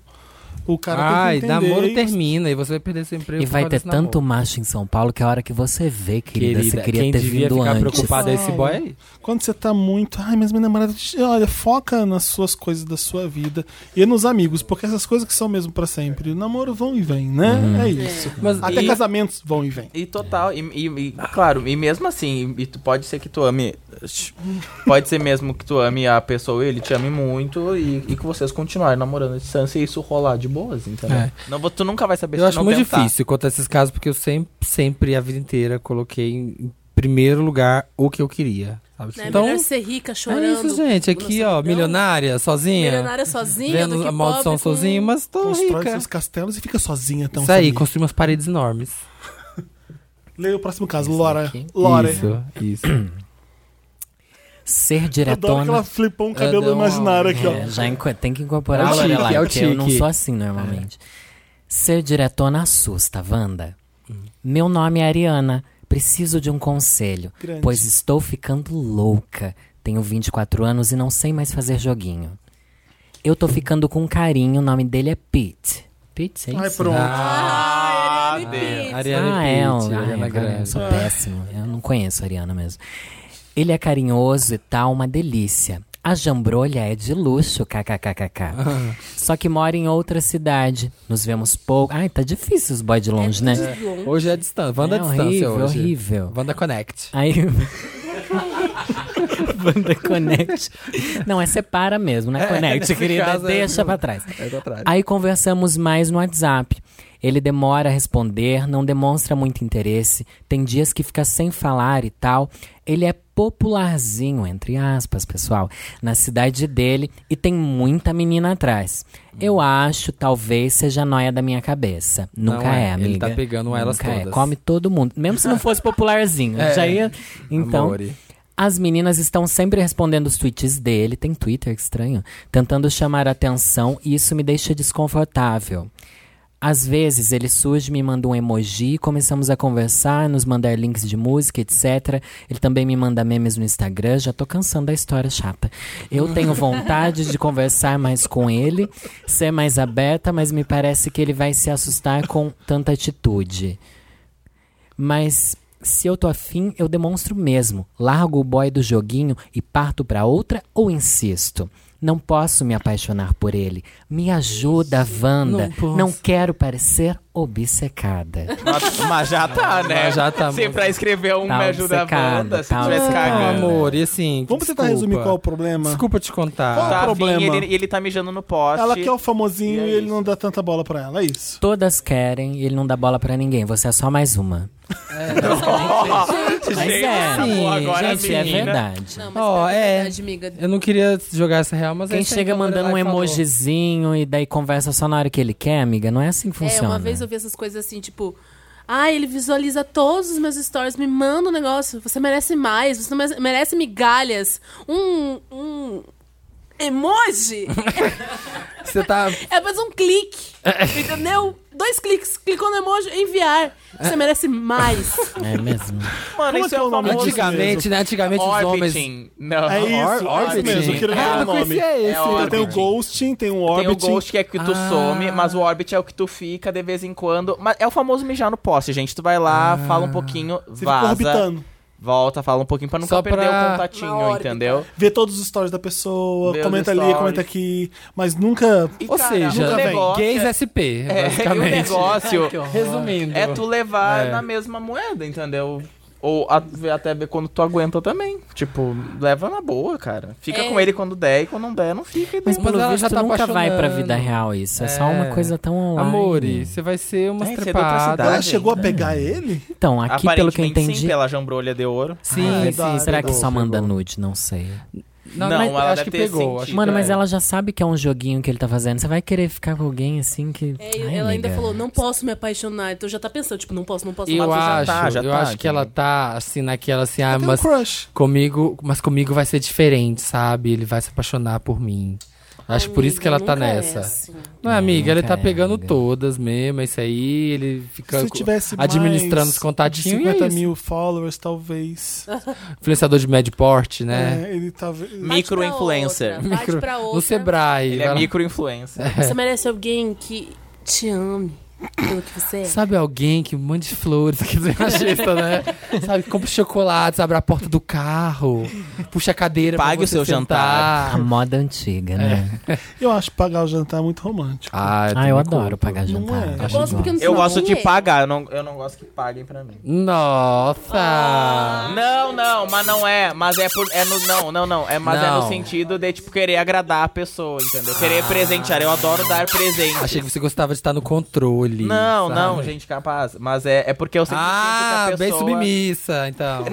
O cara
Ai,
tem que entender.
namoro
e-
termina e você vai perder seu emprego.
E
por
vai
causa
ter
desse namoro.
tanto macho em São Paulo que a hora que você vê, querida,
Querida,
você queria
quem
ter
devia
vindo
ficar
antes.
preocupado é esse boy aí.
Quando você tá muito, ai, mas minha namorada, olha, foca nas suas coisas da sua vida e nos amigos, porque essas coisas que são mesmo pra sempre. Namoro vão e vem, né? É isso.
Mas
Até
E-
casamentos vão e vem.
E total, e, e- e, claro, e mesmo assim, e tu pode ser que tu ame. Pode ser mesmo que tu ame a pessoa, ele te ame muito e, e que vocês continuarem namorando à distância e isso rolar de boas, entendeu?
É.
Não, vo- tu nunca vai saber
Eu
se
acho
tu não
muito
tentar.
difícil contar esses casos, porque eu sempre, sempre, a vida inteira, coloquei em em primeiro lugar o que eu queria. sabe?
Né?
então,
Melhor ser rica chorando.
é isso, gente. Aqui,
na
ó,
solidão.
milionária, sozinha.
Milionária sozinha,
vendo
do que
a maldição
pobre com-
sozinha, mas tô
Constrói
rica.
seus castelos e fica sozinha então.
Isso aí,
Samir.
construir umas paredes enormes.
Leia o próximo caso,
Esse
Lora.
daqui.
Lora.
Isso, isso.
Ser
Adoro que
diretona.
ela flipou um
É, deu
cabelo
uma-
imaginário aqui, ó.
É, já inco- tem que incorporar
É o
a
tique,
Lorelai,
é o
porque eu não
tique.
sou assim normalmente. Ser diretona assusta, Wanda. Meu nome é Ariana. Preciso de um conselho,
Grande.
pois estou ficando louca. Tenho 24 anos e não sei mais fazer joguinho. Eu tô ficando com carinho, o nome dele é Pete. Pete, é
Ai,
isso?
pronto.
Ah, Ariane Pizzi.
Ariana
ah, é,
Pitt,
um- ai,
Ariana
agora eu
Grande.
sou péssimo. Eu não conheço a Ariana mesmo. Ele é carinhoso e tal, uma delícia. A jambrolha é de luxo, kkkk. Só que mora em outra cidade. Nos vemos pouco. Ai, tá difícil os boy de longe, né?
Hoje é distância. Wanda é
É
distância
horrível,
hoje.
horrível.
Wanda Connect.
Aí. Banda Connect. Não, é separa mesmo, né?
É,
Connect,
nesse
querida.
caso é-
deixa pra trás.
É o contrário.
Aí conversamos mais no WhatsApp. Ele demora a responder, não demonstra muito interesse, tem dias que fica sem falar e tal. Ele é popularzinho, entre aspas, pessoal, na cidade dele e tem muita menina atrás. Eu acho, talvez seja noia da minha cabeça.
Não
Nunca
é,
é,
ele
amiga.
tá pegando elas
Nunca é.
todas.
Come todo mundo. Mesmo se não fosse popularzinho.
É.
Já ia. Então.
Amore.
As meninas estão sempre respondendo os tweets dele, tem Twitter, que estranho, tentando chamar a atenção e isso me deixa desconfortável. Às vezes ele surge, me manda um emoji, começamos a conversar, nos mandar links de música, etc. Ele também me manda memes no Instagram, já tô cansando da história chata. Eu tenho vontade de conversar mais com ele, ser mais aberta, mas me parece que ele vai se assustar com tanta atitude. Mas se eu tô afim, eu demonstro mesmo. Largo o boy do joguinho e parto pra outra ou insisto? Não posso me apaixonar por ele. Me ajuda, Wanda. Não, quero parecer obcecada.
Mas, mas já tá, né?
Mas já tá,
Se
amor.
pra escrever um
Tá
me ajuda a
obcecada,
banda, se
tá
tivesse
obcecada.
Ah,
cagando. né?
amor, e assim.
Vamos tentar
desculpa.
resumir qual é o problema?
Desculpa te contar.
Qual o
Tá afim,
problema?
ele, ele tá mijando no poste.
Ela quer o famosinho
E é
e ele
isso.
não dá tanta bola pra ela, é isso.
Todas querem e ele não dá bola pra ninguém. Você é só mais uma. Mas
Gente,
é,
acabou tá, agora,
gente, é
menina.
verdade.
Não, mas
Ó,
é
é.
verdade, amiga.
Eu não queria jogar essa real, mas
Quem
essa
chega
aí que a
mandando um
Lorelai falou.
emojizinho e daí conversa só na hora que ele quer, amiga, não é assim que funciona.
É, uma vez eu vi essas coisas assim, tipo... Ah, ele visualiza todos os meus stories, me manda um negócio. Você merece mais, você não merece- merece migalhas. Um... um... Emoji?
Você tá.
É apenas um clique,
É.
entendeu? Dois cliques, clicou no emoji, enviar. Você merece mais.
É mesmo.
Mano,
Como é
isso é
que é
o
o nome
famoso...
disso?
Antigamente, né? Antigamente os homens.
É Orbiting. Não.
É isso,
Or-
é isso mesmo, eu queria
Ah,
ver o
não
nome.
conhecia esse.
É Orbiting.
Tem o Ghosting, tem o Orbiting.
Tem o Ghost que é que tu
Ah.
some, mas o Orbit é o que tu fica de vez em quando. Mas é o famoso mijar no poste, gente. Tu vai lá, fala um pouquinho,
Você fica
vaza,
orbitando.
volta, fala um pouquinho pra nunca
Só
perder
pra-
o
Uma
contatinho,
órbita.
entendeu?
Vê todos os stories da pessoa,
Vê os
comenta ali,
stories.
comenta aqui. Mas nunca.
E,
Ou
cara,
seja,
o negócio
gays
é...
SP,
É, e o
basicamente.
negócio
Resumindo.
é tu levar
É.
na mesma moeda, entendeu? Ou a- até ver quando tu aguenta também. Tipo, leva na boa, cara. Fica
É.
com ele quando der e quando não der, não fica.
Mas
Mas
pelo
ela já
visto
tá
nunca vai pra vida
apaixonando.
real isso. É, só
É.
uma coisa tão online.
Amore, você vai ser uma
É, você é da outra
trepada.
cidade.
Ela chegou a pegar ele?
Então, aqui pelo que eu
Aparentemente,
entendi.
sim, pela jambrolha de ouro.
Sim,
Ah,
sim.
verdade.
Será que
pegou,
só manda
pegou.
nude? Não sei.
Não,
Não,
mas
ela
acho que
deve ter
pegou. Acho
sentido,
que
Mano, mas
pegou.
ela já sabe que é um joguinho que ele tá fazendo. Você vai querer ficar com alguém assim que.
É,
Ai,
ela ainda
amiga.
falou, não posso me apaixonar. Então já tá pensando, tipo, não posso, não posso. não
Eu
posso, já
acho,
tá, já
eu
tá,
acho que
entendeu?
ela tá assim naquela assim, ah,
tem
mas
um crush.
comigo, mas comigo vai ser diferente, sabe? Ele vai se apaixonar por mim. Acho por isso que ela tá
Nunca é
nessa.
assim.
Não é, amiga? Ele tá
Nunca é,
pegando
amiga.
todas mesmo, é isso aí, ele fica
Se eu
co-
tivesse
administrando
mais
os
de
contatinhos. e é
50
isso.
mil followers, talvez.
Influenciador de médio porte, né?
É, ele talvez.
Parte pra
Micro-influencer.
outra, parte
Micro-
pra
No
outra.
Sebrae.
Ele
vai
é
lá.
micro-influencer.
Você merece alguém que te ame pelo que você é.
Sabe alguém que mande flores, que é machista, né? Sabe, compra chocolates, abre a porta do carro, puxa a cadeira pra
Pague o
você
seu
sentar.
A moda antiga, né?
Eu acho pagar o jantar é muito romântico.
Ah,
Ah, eu
também
adoro
curto.
pagar
Não
jantar.
é? Eu
Acho
gosto porque
bom.
não-
Eu gosto de
é.
pagar, eu não, eu não gosto que paguem pra mim. Ah.
Nossa!
Não, não, mas não é. Mas é por. É no, não, não, não. É, mas é
Não. Ah.
no sentido de, tipo, querer agradar a pessoa, entendeu? Querer presentear. Eu adoro dar presente.
Achei que você gostava de estar no controle.
Não,
sabe?
não, gente capaz. Mas é, é porque eu sempre
Ah,
sinto que a
bem
pessoa...
submissa, então.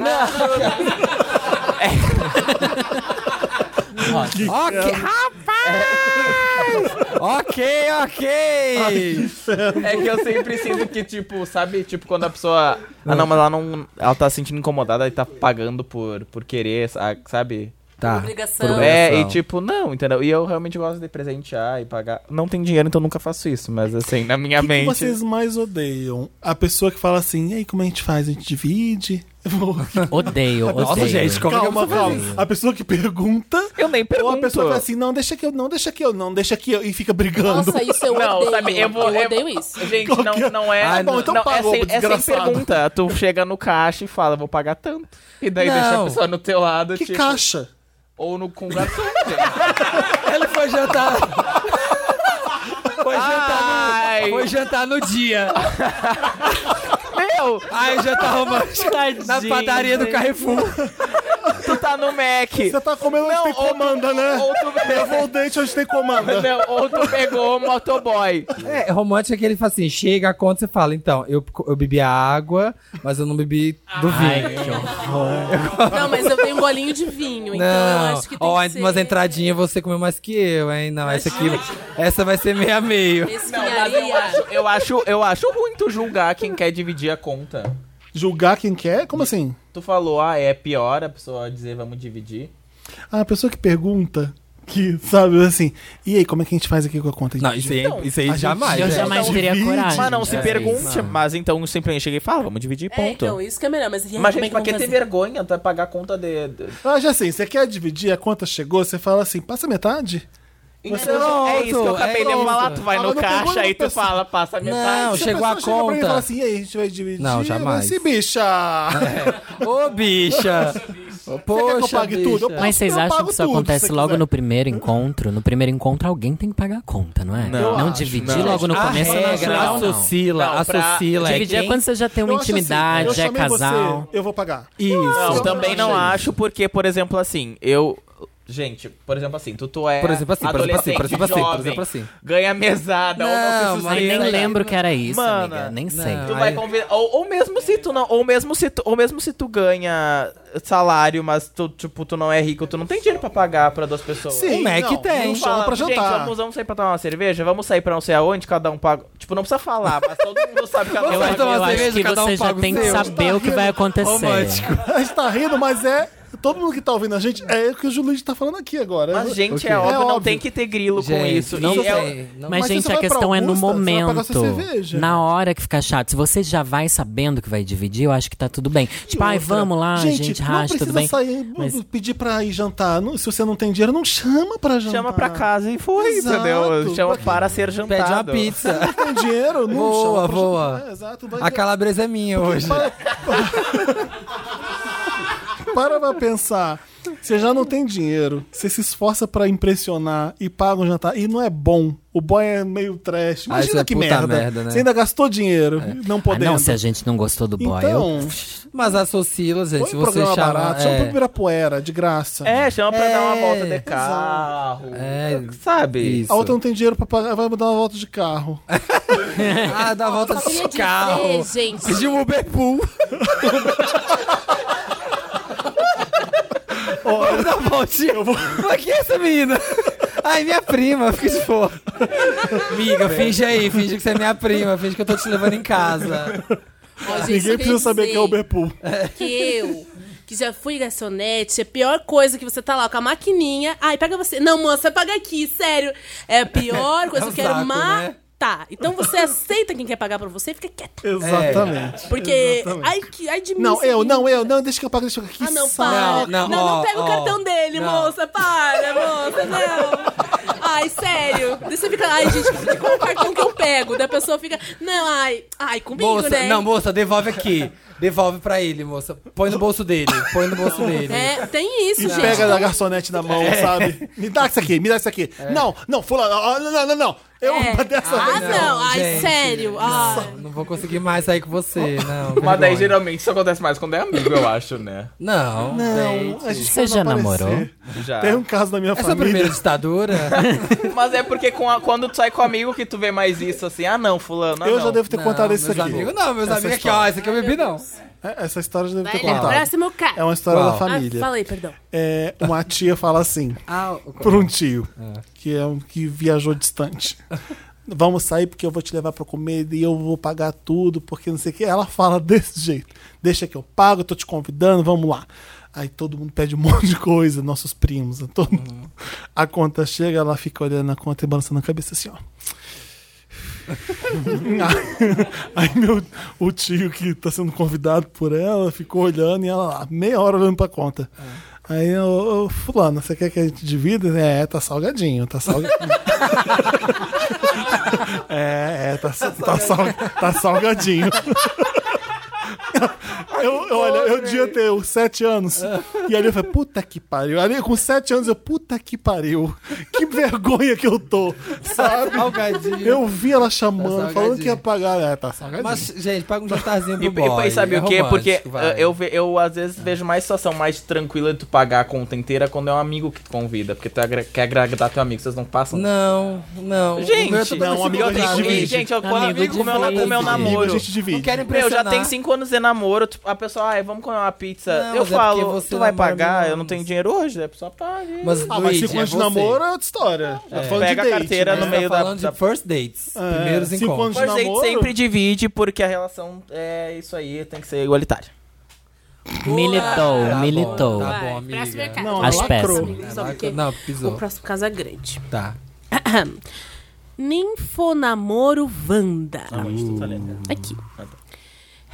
ok, rapaz! ok, ok!
É que eu sempre sinto que, tipo, sabe? Tipo, quando a pessoa... Ah, não, mas ela não... Ela tá se sentindo incomodada e tá pagando por, por querer, sa- sabe?
Tá.
Obrigação.
Por
É, e
obrigação.
tipo, não, entendeu? E eu realmente gosto de presentear e pagar. Não tem dinheiro, então nunca faço isso, mas assim, na minha
O que, que
mente.
vocês mais odeiam? A pessoa que fala assim, e aí como a gente faz? A gente divide?
Odeio, odeio.
Nossa, gente, como é que
calma,
eu vou fazer
calma.
isso?
A pessoa que pergunta,
Eu nem
ou
pergunto.
a pessoa que fala assim, não, deixa que eu, não, deixa que eu, não, deixa que eu, e fica brigando.
Nossa, isso é eu
Não,
odeio.
sabe, eu vou- eu-
odeio isso.
Gente,
Qual que é?
não, não é.
Ah, bom,
não,
então
não, é,
pagou,
sem, é sem
desgraçado.
pergunta. Tu chega no caixa e fala, vou pagar tanto. E daí
Não.
deixa a pessoa no teu lado.
que
tipo,
caixa?
Ou no com garçom, gente.
Ele foi jantar. Foi jantar,
Ai.
no... Ah, foi jantar no dia.
Meu,
Ai, jantar romântico. Na padaria do Carrefour.
tu tá no Mac.
Você tá comendo onde
Não,
tem
ou tu-
comanda, né?
ou tu-
Levou o dente onde tem comanda.
Não, ou tu pegou o motoboy.
É, romântico é que ele fala assim: chega a conta, você fala, então, eu, eu bebi a água, mas eu não bebi do vinho.
Não, mas eu tenho um bolinho de vinho, então eu
Não,
acho que tem
ó,
que ser...
umas entradinhas você comeu mais que eu, hein? Não, essa aqui, essa vai ser meio a meio.
Esquinharia.
Eu acho, eu acho ruim tu julgar quem quer dividir a conta.
Julgar quem quer? Como assim?
Tu falou, ah, é pior a pessoa dizer vamos dividir.
Ah, a pessoa que pergunta, que sabe assim, e aí, como é que a gente faz aqui com a conta? A gente
Não, isso aí, isso aí
a gente-
jamais.
Eu
é.
jamais teria
divide. Ah,
coragem.
Mas Ah, não se
É,
pergunte,
isso.
mas então simplesmente chega e fala, vamos dividir,
É,
ponto.
então, isso que é melhor. Mas, e aí,
mas,
como
gente,
é
pra
que
que
vão
ter
fazer?
vergonha? Tu vai pagar a conta de. de-
Ah, já sei, você quer dividir, a conta chegou, você fala assim, passa metade?
Então, é isso que eu
Pronto,
acabei
é
de
isso.
falar. Tu vai
Ela
no
não pegou
caixa
nenhuma
aí tu
pessoa.
fala, passa a metade.
Não,
Se
chegou a
pessoa chega pra mim e fala
conta.
assim, e aí, a gente vai dividir?
Não, jamais. É.
Esse bicha!
Ô, bicha!
Você quer que eu
Poxa,
pague tudo? Eu
bicha.
pago.
Mas vocês
Eu
acham
pago
que isso
tudo,
acontece
se
logo
quiser.
no primeiro encontro? No primeiro encontro, alguém tem que pagar a conta, não é? Não,
acho,
dividir
não.
logo no
A
começo eu não acho
regra,
legal, não.
associla,
Não, pra-
associla. é
Dividir é
quem-
quando você já tem uma
Eu acho assim,
intimidade,
eu
é
chamei você,
casal.
eu vou pagar.
Isso.
Não, também não
Gente.
acho, porque, por exemplo, assim, eu. Gente, por exemplo assim, tu, tu é.
Por exemplo assim, por exemplo assim, por exemplo assim, por
adolescente,
exemplo
jovem,
assim.
Ganha
Não,
mesada, ou não né? se
Ai, nem
sustenta.
lembro que era isso,
Mano,
amiga. Nem
não.
sei.
Tu
Ai.
vai convidar. Ou, ou mesmo se tu não. Ou mesmo se tu, ou mesmo se tu ganha salário, mas tu, tipo, tu não é rico, tu não tem dinheiro pra pagar pra duas pessoas.
Sim,
O Um Mac
não,
tem.
Não
Tu
chama pra
gente,
jantar.
vamos, vamos sair pra tomar uma cerveja? Vamos sair pra não sei aonde, cada um paga. Tipo, não precisa falar, mas todo mundo sabe que cada um
Eu,
Vai
acho-
paga.
tomar
eu acho
cerveja,
que
cada um
você já
paga o
tem que
seu.
saber o que vai acontecer.
Romântico.
A gente tá rindo, mas é... Todo mundo que tá ouvindo a gente é o que o Julio tá falando aqui agora.
Mas, gente, é,
É
óbvio, não
óbvio.
tem que ter grilo com
Gente,
isso.
Não
E é-
sei. não-
Mas,
Mas se
gente,
você
a
vai pra
questão é no
Augusta, você vai pagar
momento.
sua cerveja.
Na hora que ficar chato. Se você já vai sabendo que vai dividir, eu acho que tá tudo bem. Tipo, ai,
outra,
vamos lá, gente,
não
racha,
precisa
tudo bem.
sair,
Mas-
pedir pra ir jantar. Não- se você não tem dinheiro, não chama pra jantar.
Chama pra casa e foi,
Exato.
entendeu? Chama
Pra-
para ser
Pede
jantado.
uma pizza.
Não tem dinheiro, não
Boa,
chama pra
boa.
jantar. É, exato, vai
A calabresa é minha hoje.
Para pra pensar. Você já não tem dinheiro, você se esforça pra impressionar e paga um jantar e não é bom. O boy é meio trash.
isso
Imagina
é
que
puta
merda.
merda, né?
Você ainda gastou dinheiro, não
Ah,
podendo.
não, se a gente não gostou do boy, eu
então,
Mas associa, gente.
põe
Se
um
você
programa
chama.
barato, chama pro Ibirapuera, de graça.
É, chama pra dar uma
É,
volta de
exato.
carro.
É,
Sabe?
isso.
A outra não tem dinheiro pra pagar, vai dar uma volta de carro.
É
Ah, dá a volta
Eu queria
de
dizer,
carro.
gente,
Pedir um Uber Pool. Olha, dá uma voltinha. Pra que é essa menina? Ai, minha prima, fica de boa. Amiga, finge aí, finge que você é minha prima, finge que eu tô te levando em casa.
ó, gente,
Ninguém
eu queria
precisa saber
dizer
que é o Uberpool.
Que eu, que já fui garçonete, é a pior coisa que você tá lá com a maquininha. Ai, pega você. Não, moça, paga aqui, sério. É a pior coisa,
É um
eu quero
saco, né?
matar. Então você aceita quem quer pagar pra você e fica quieta.
Exatamente.
Porque. Ai, que, ai de mim.
Não,
isso
eu,
aqui.
não, eu, não, deixa que eu pago, deixa que eu que
Ah, não,
saco.
Não,
para.
não,
Não, não,
ó,
pega
ó,
o cartão dele,
não.
moça. Para, moça, não. Ai, sério. Daí Você fica, ai, gente, qual o cartão que eu pego? Da pessoa fica, não, ai, ai, comigo,
Moça,
né?
não, moça, devolve aqui. Devolve pra ele, moça. Põe no bolso dele, põe no bolso dele.
É, tem isso,
E
gente. Então- É.
pega da garçonete na mão, sabe? Me dá isso aqui, me dá isso aqui.
É.
Não, não, fulano, ah, não, não, não, não. Eu,
É.
dessa
Ah,
vez,
não,
não.
ai,
gente. né?
sério. Ai.
Não vou conseguir mais sair com você, não.
Mas daí
vergonha.
geralmente isso acontece mais quando é amigo, eu acho, né?
Não.
Não, a gente
Você
pode
já
aparecer.
namorou?
Já.
Tem um caso na minha
Essa é a
família.
primeira ditadura?
Mas é porque com a- quando tu sai com amigo que tu vê mais isso, assim, ah não, fulano, ah,
eu
não.
já devo ter
Não,
contado isso
meus
aqui.
amigos não, meus
Essa
amigos aqui, ó,
história.
esse aqui eu bebi não.
É, Essa história eu já devo ter
Vai, Léo,
contado.
próximo carro.
É uma história
Qual?
da
Ah,
família.
falei, perdão.
É, uma tia fala assim
Ah,
por um tio que é um que viajou distante. Vamos sair porque eu vou te levar pra comer e eu vou pagar tudo, porque não sei o que. Ela fala desse jeito. Deixa que eu pago, eu tô te convidando, vamos lá. Aí todo mundo pede um monte de coisa, nossos primos. Todo... A conta chega, ela fica olhando a conta e balançando a cabeça assim, ó. Ah. Aí meu, o tio que tá sendo convidado por ela ficou olhando e ela lá, meia hora olhando pra conta. Aí eu, ô, fulano, você quer que a gente divida? É, tá salgadinho, tá salgadinho. é, é, tá, sa- tá, sal- tá salgadinho. Eu, eu, olha, eu devia ter os sete anos. E ali eu falei, puta que pariu. Ali com sete anos eu, puta que pariu. Que vergonha que eu tô, sabe?
Salgadinho.
Eu vi ela chamando,
Tá
falando que ia
salgadinho.
pagar. É, tá salgadinho.
Mas, gente, paga um jantarzinho
E,
pro boy.
e, e sabe
é
o quê? Porque
romântico, vai.
eh, eu, ve- eu às vezes vejo mais situação mais tranquila de tu pagar a conta inteira quando é um amigo que te convida. Porque tu agra- quer agradar teu amigo, vocês não passam.
Não, não.
Gente,
O meu tá dando
não, um
esse
amigo, a gente
contrato.
divide.
E, gente, é eu,
Amigo
quando amigo, como eu,
divide.
como eu
Amigo,
namoro.
a gente divide.
Não quero
Meu, já
impressionar.
tem 5 anos de namoro, tu- a pessoa, ai, vamos comer uma pizza.
Não,
eu
mas é porque
falo,
você
tu vai
namora
pagar,
mil
eu não tenho
anos.
dinheiro hoje, a pessoa paga.
Mas,
Ah, mas
Luigi,
cinco
é
anos de
você.
namoro é outra história. Tá falando
Pega a
de date,
carteira
né?
no
Você
meio
tá
da-
falando
da-
de first dates.
É,
primeiros
cinco anos
encontros.
de
First date
namoro?
sempre divide, porque a relação é isso aí, tem que ser igualitária.
Militou,
Tá bom,
militou.
Tá
Vai,
bom, amiga.
Próxima carta.
Não,
Acho
ela lacrou.
péssimo.
É,
Só
vai-
porque-
Não,
O
pisou.
próximo caso é grande.
Tá.
Ninfonamoro Wanda. tá Uhum. Aqui.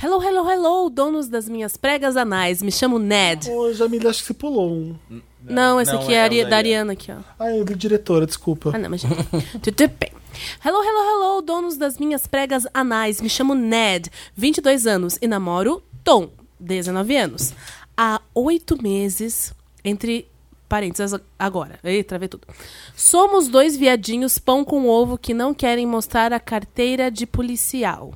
Hello, hello, hello, donos das minhas pregas anais. Me chamo Ned.
Ô, Jamile, acho que você pulou um.
Não, esse aqui é, a Ari- da Ariana aqui, ó.
Ah, eu li diretora, desculpa.
Ah, não, mas... Tudo bem. Hello, hello, hello, donos das minhas pregas anais. Me chamo Ned, 22 anos, e namoro Tom, 19 anos. Há oito meses, entre parênteses agora. Ei, travei tudo. Somos dois viadinhos pão com ovo que não querem mostrar a carteira de policial.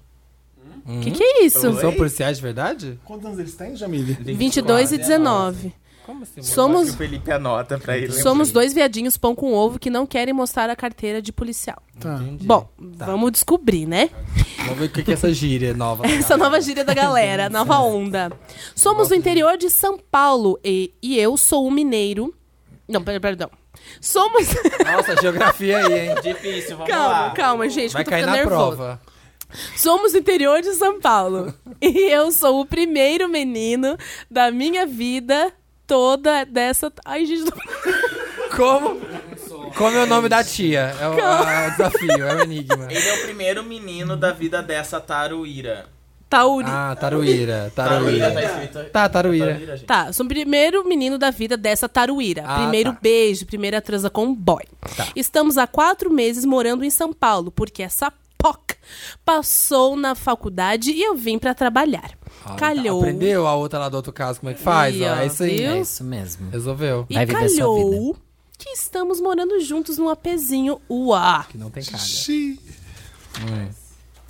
O que, que é isso?
Hum? São policiais de verdade?
Quantos anos eles têm, Jamile?
22 e 19.
Como assim?
Somos
Felipe anota pra ele.
Somos dois viadinhos pão com ovo que não querem mostrar a carteira de policial.
Tá.
Entendi.
Bom, vamos descobrir, né?
Vamos ver o que que é essa gíria nova.
Essa nova gíria da galera, nova onda. Somos do interior de São Paulo e, e eu sou um mineiro. Não, per- perdão. Somos.
Nossa, geografia aí, hein?
Difícil, vamos
calma,
lá.
calma, gente,
Vai
que eu
cair
tô
na
ficando nervosa.
prova.
Somos do interior de São Paulo. E eu sou o primeiro menino da minha vida toda dessa. Ai, gente, não...
Como? Como é o nome da tia? É o, é o desafio, é o enigma.
Ele é o primeiro menino da vida dessa Taruíra.
Tauri.
Ah, taruíra,
Taruíra tá
taruíra.
escrito.
Tá, taruíra.
Taruíra, gente.
Tá, sou o primeiro menino da vida dessa taruíra.
Ah,
primeiro
tá.
beijo, primeira transa com um boy. Estamos há quatro meses morando em São Paulo, porque essa POC passou na faculdade e eu vim pra trabalhar.
Ah, tá.
calhou.
Aprendeu a outra lá do outro caso como é que faz?
Ih,
ó,
ó,
é isso aí.
viu?
É isso mesmo.
Resolveu.
E
Vai viver sua
calhou que estamos morando juntos num apezinho UA.
Que não tem calha.
Xiii.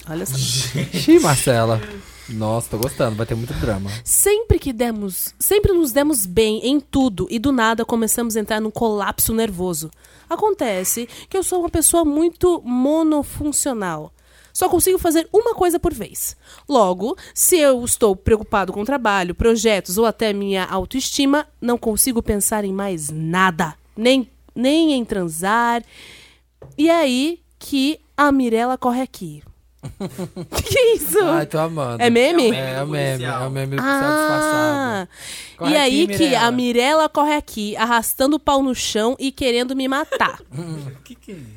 Olha só.
Xiii, Marcela. Nossa, tô gostando, vai ter muito drama.
Sempre que demos, sempre nos demos bem em tudo e do nada começamos a entrar num colapso nervoso. Acontece que eu sou uma pessoa muito monofuncional. Só consigo fazer uma coisa por vez. Logo, se eu estou preocupado com trabalho, projetos ou até minha autoestima, não consigo pensar em mais nada, nem nem em transar. E é aí que a Mirella corre aqui. que isso?
Ai, tô amando.
é meme?
É, o meme, é o meme do policial
Ah,
disfarçado. Corre aqui,
e aí que
Mirella.
a Mirella corre aqui, arrastando o pau no chão e querendo me matar.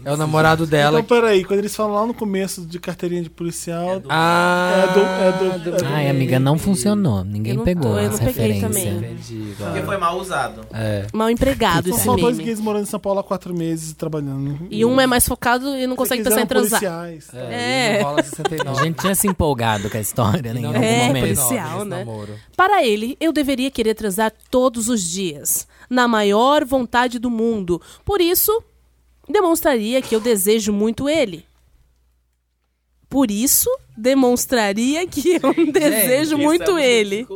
É o namorado dela.
Então, peraí, quando eles falam lá no começo de carteirinha de policial,
Ah,
É do- é do- é do-
Ai, amiga, não funcionou. Ninguém
Eu não-
pegou
eu não
essa
peguei
referência.
também.
Entendi,
Porque
agora.
foi mal usado.
É.
Mal empregado
são
esse
só dois
meme.
gays morando em São Paulo há quatro meses e trabalhando.
E um é mais focado e não consegue
Eles
pensar em
um
eram
transar.
policiais.
É.
É, e não rola
A
69.
gente tinha se empolgado com a história né, em
Não,
algum
É,
momento.
pois policial,
esse
né?
namoro.
Para ele, eu deveria querer transar todos os dias, na maior vontade do mundo. Por isso, demonstraria que eu desejo muito ele. Por isso, demonstraria que eu
é
é
desejo muito ele.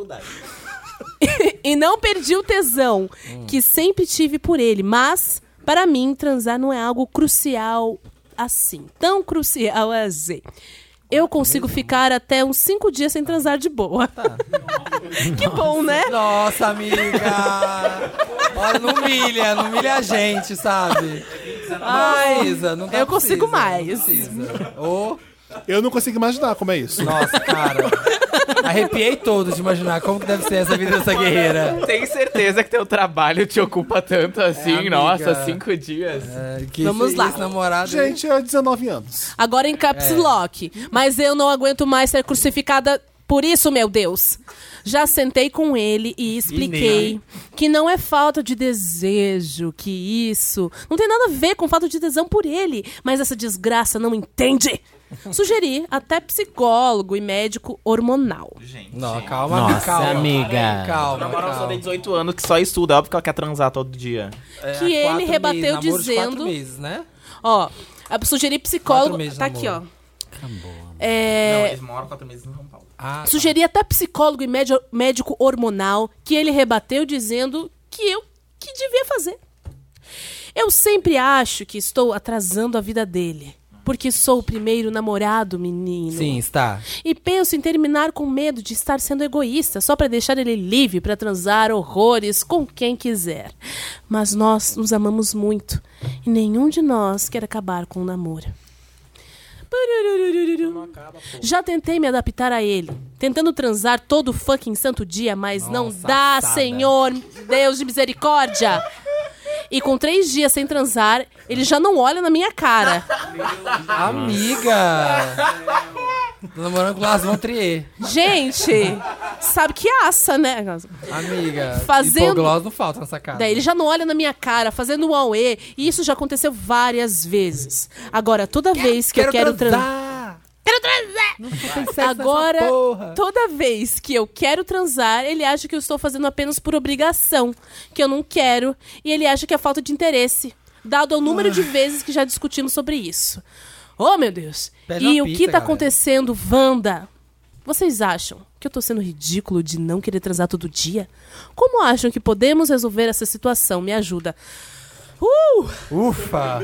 e não perdi o tesão que sempre tive por ele, mas para mim transar não é algo crucial assim, tão crucial assim. Eu consigo ficar até uns cinco dias sem transar de boa. que bom, né?
Nossa, amiga! Olha, não humilha, não humilha a gente, sabe? Ai, Isa, não tá
Eu consigo
precisa,
mais.
Não precisa. Ô,
Eu não consigo imaginar como é isso.
Nossa, cara. Arrepiei todo de imaginar como que deve ser essa vida dessa guerreira.
Tem certeza que teu trabalho te ocupa tanto
É,
assim?
amiga.
Nossa, cinco dias.
É, que
Vamos
esse-
lá.
esse namorado.
Gente, é 19 anos.
Agora em caps
É.
lock. Mas eu não aguento mais ser crucificada por isso, meu Deus. Já sentei com ele e expliquei que não é falta de desejo, que isso não tem nada a ver com falta de tesão por ele, mas essa desgraça não entende. Sugeri até psicólogo e médico hormonal.
Não, calma,
Nossa,
calma.
amiga.
Calma,
Namora uma pessoa de
calma.
18 anos que só estuda, óbvio que ela quer transar todo dia.
que ele
É, Quatro
rebateu
meses, namoro de quatro
dizendo.
meses, né?
Ó, eu sugeri
Quatro
psicólogo.
meses de
Tá aqui, ó.
namoro.
Não,
É,
eles moram quatro meses em São Paulo.
Ah,
Sugeri até psicólogo e médio- médico hormonal que ele rebateu dizendo que eu que devia fazer. Eu sempre acho que estou atrasando a vida dele, porque sou o primeiro namorado, menino.
sim, está.
E penso em terminar com medo de estar sendo egoísta, só para deixar ele livre para transar horrores com quem quiser. Mas nós nos amamos muito e nenhum de nós quer acabar com o namoro. Purururururu. Já tentei me adaptar a ele, tentando transar todo fucking santo dia, mas não
Nossa,
dá,
assada.
Senhor, Deus de misericórdia. E com três dias sem transar, ele já não olha na minha cara.
Amiga! Tô namorando com o Lars von Trier.
Gente, sabe que aça, né?
Amiga.
Fazendo-
Hipoglose não falta nessa casa.
Daí ele já não olha na minha cara, fazendo um auê, e isso já aconteceu várias vezes. Agora, toda vez que eu quero transar. Agora,
é porra.
toda vez que eu quero transar, ele acha que eu estou fazendo apenas por obrigação, que eu não quero, e ele acha que é falta de interesse, dado o número
Ah.
de vezes que já discutimos sobre isso. Oh, meu Deus!
Pede
e
uma
o
pizza,
que tá
galera.
acontecendo, Wanda? Vocês acham que eu tô sendo ridículo de não querer transar todo dia? Como acham que podemos resolver essa situação? Me ajuda. Uh!
Ufa!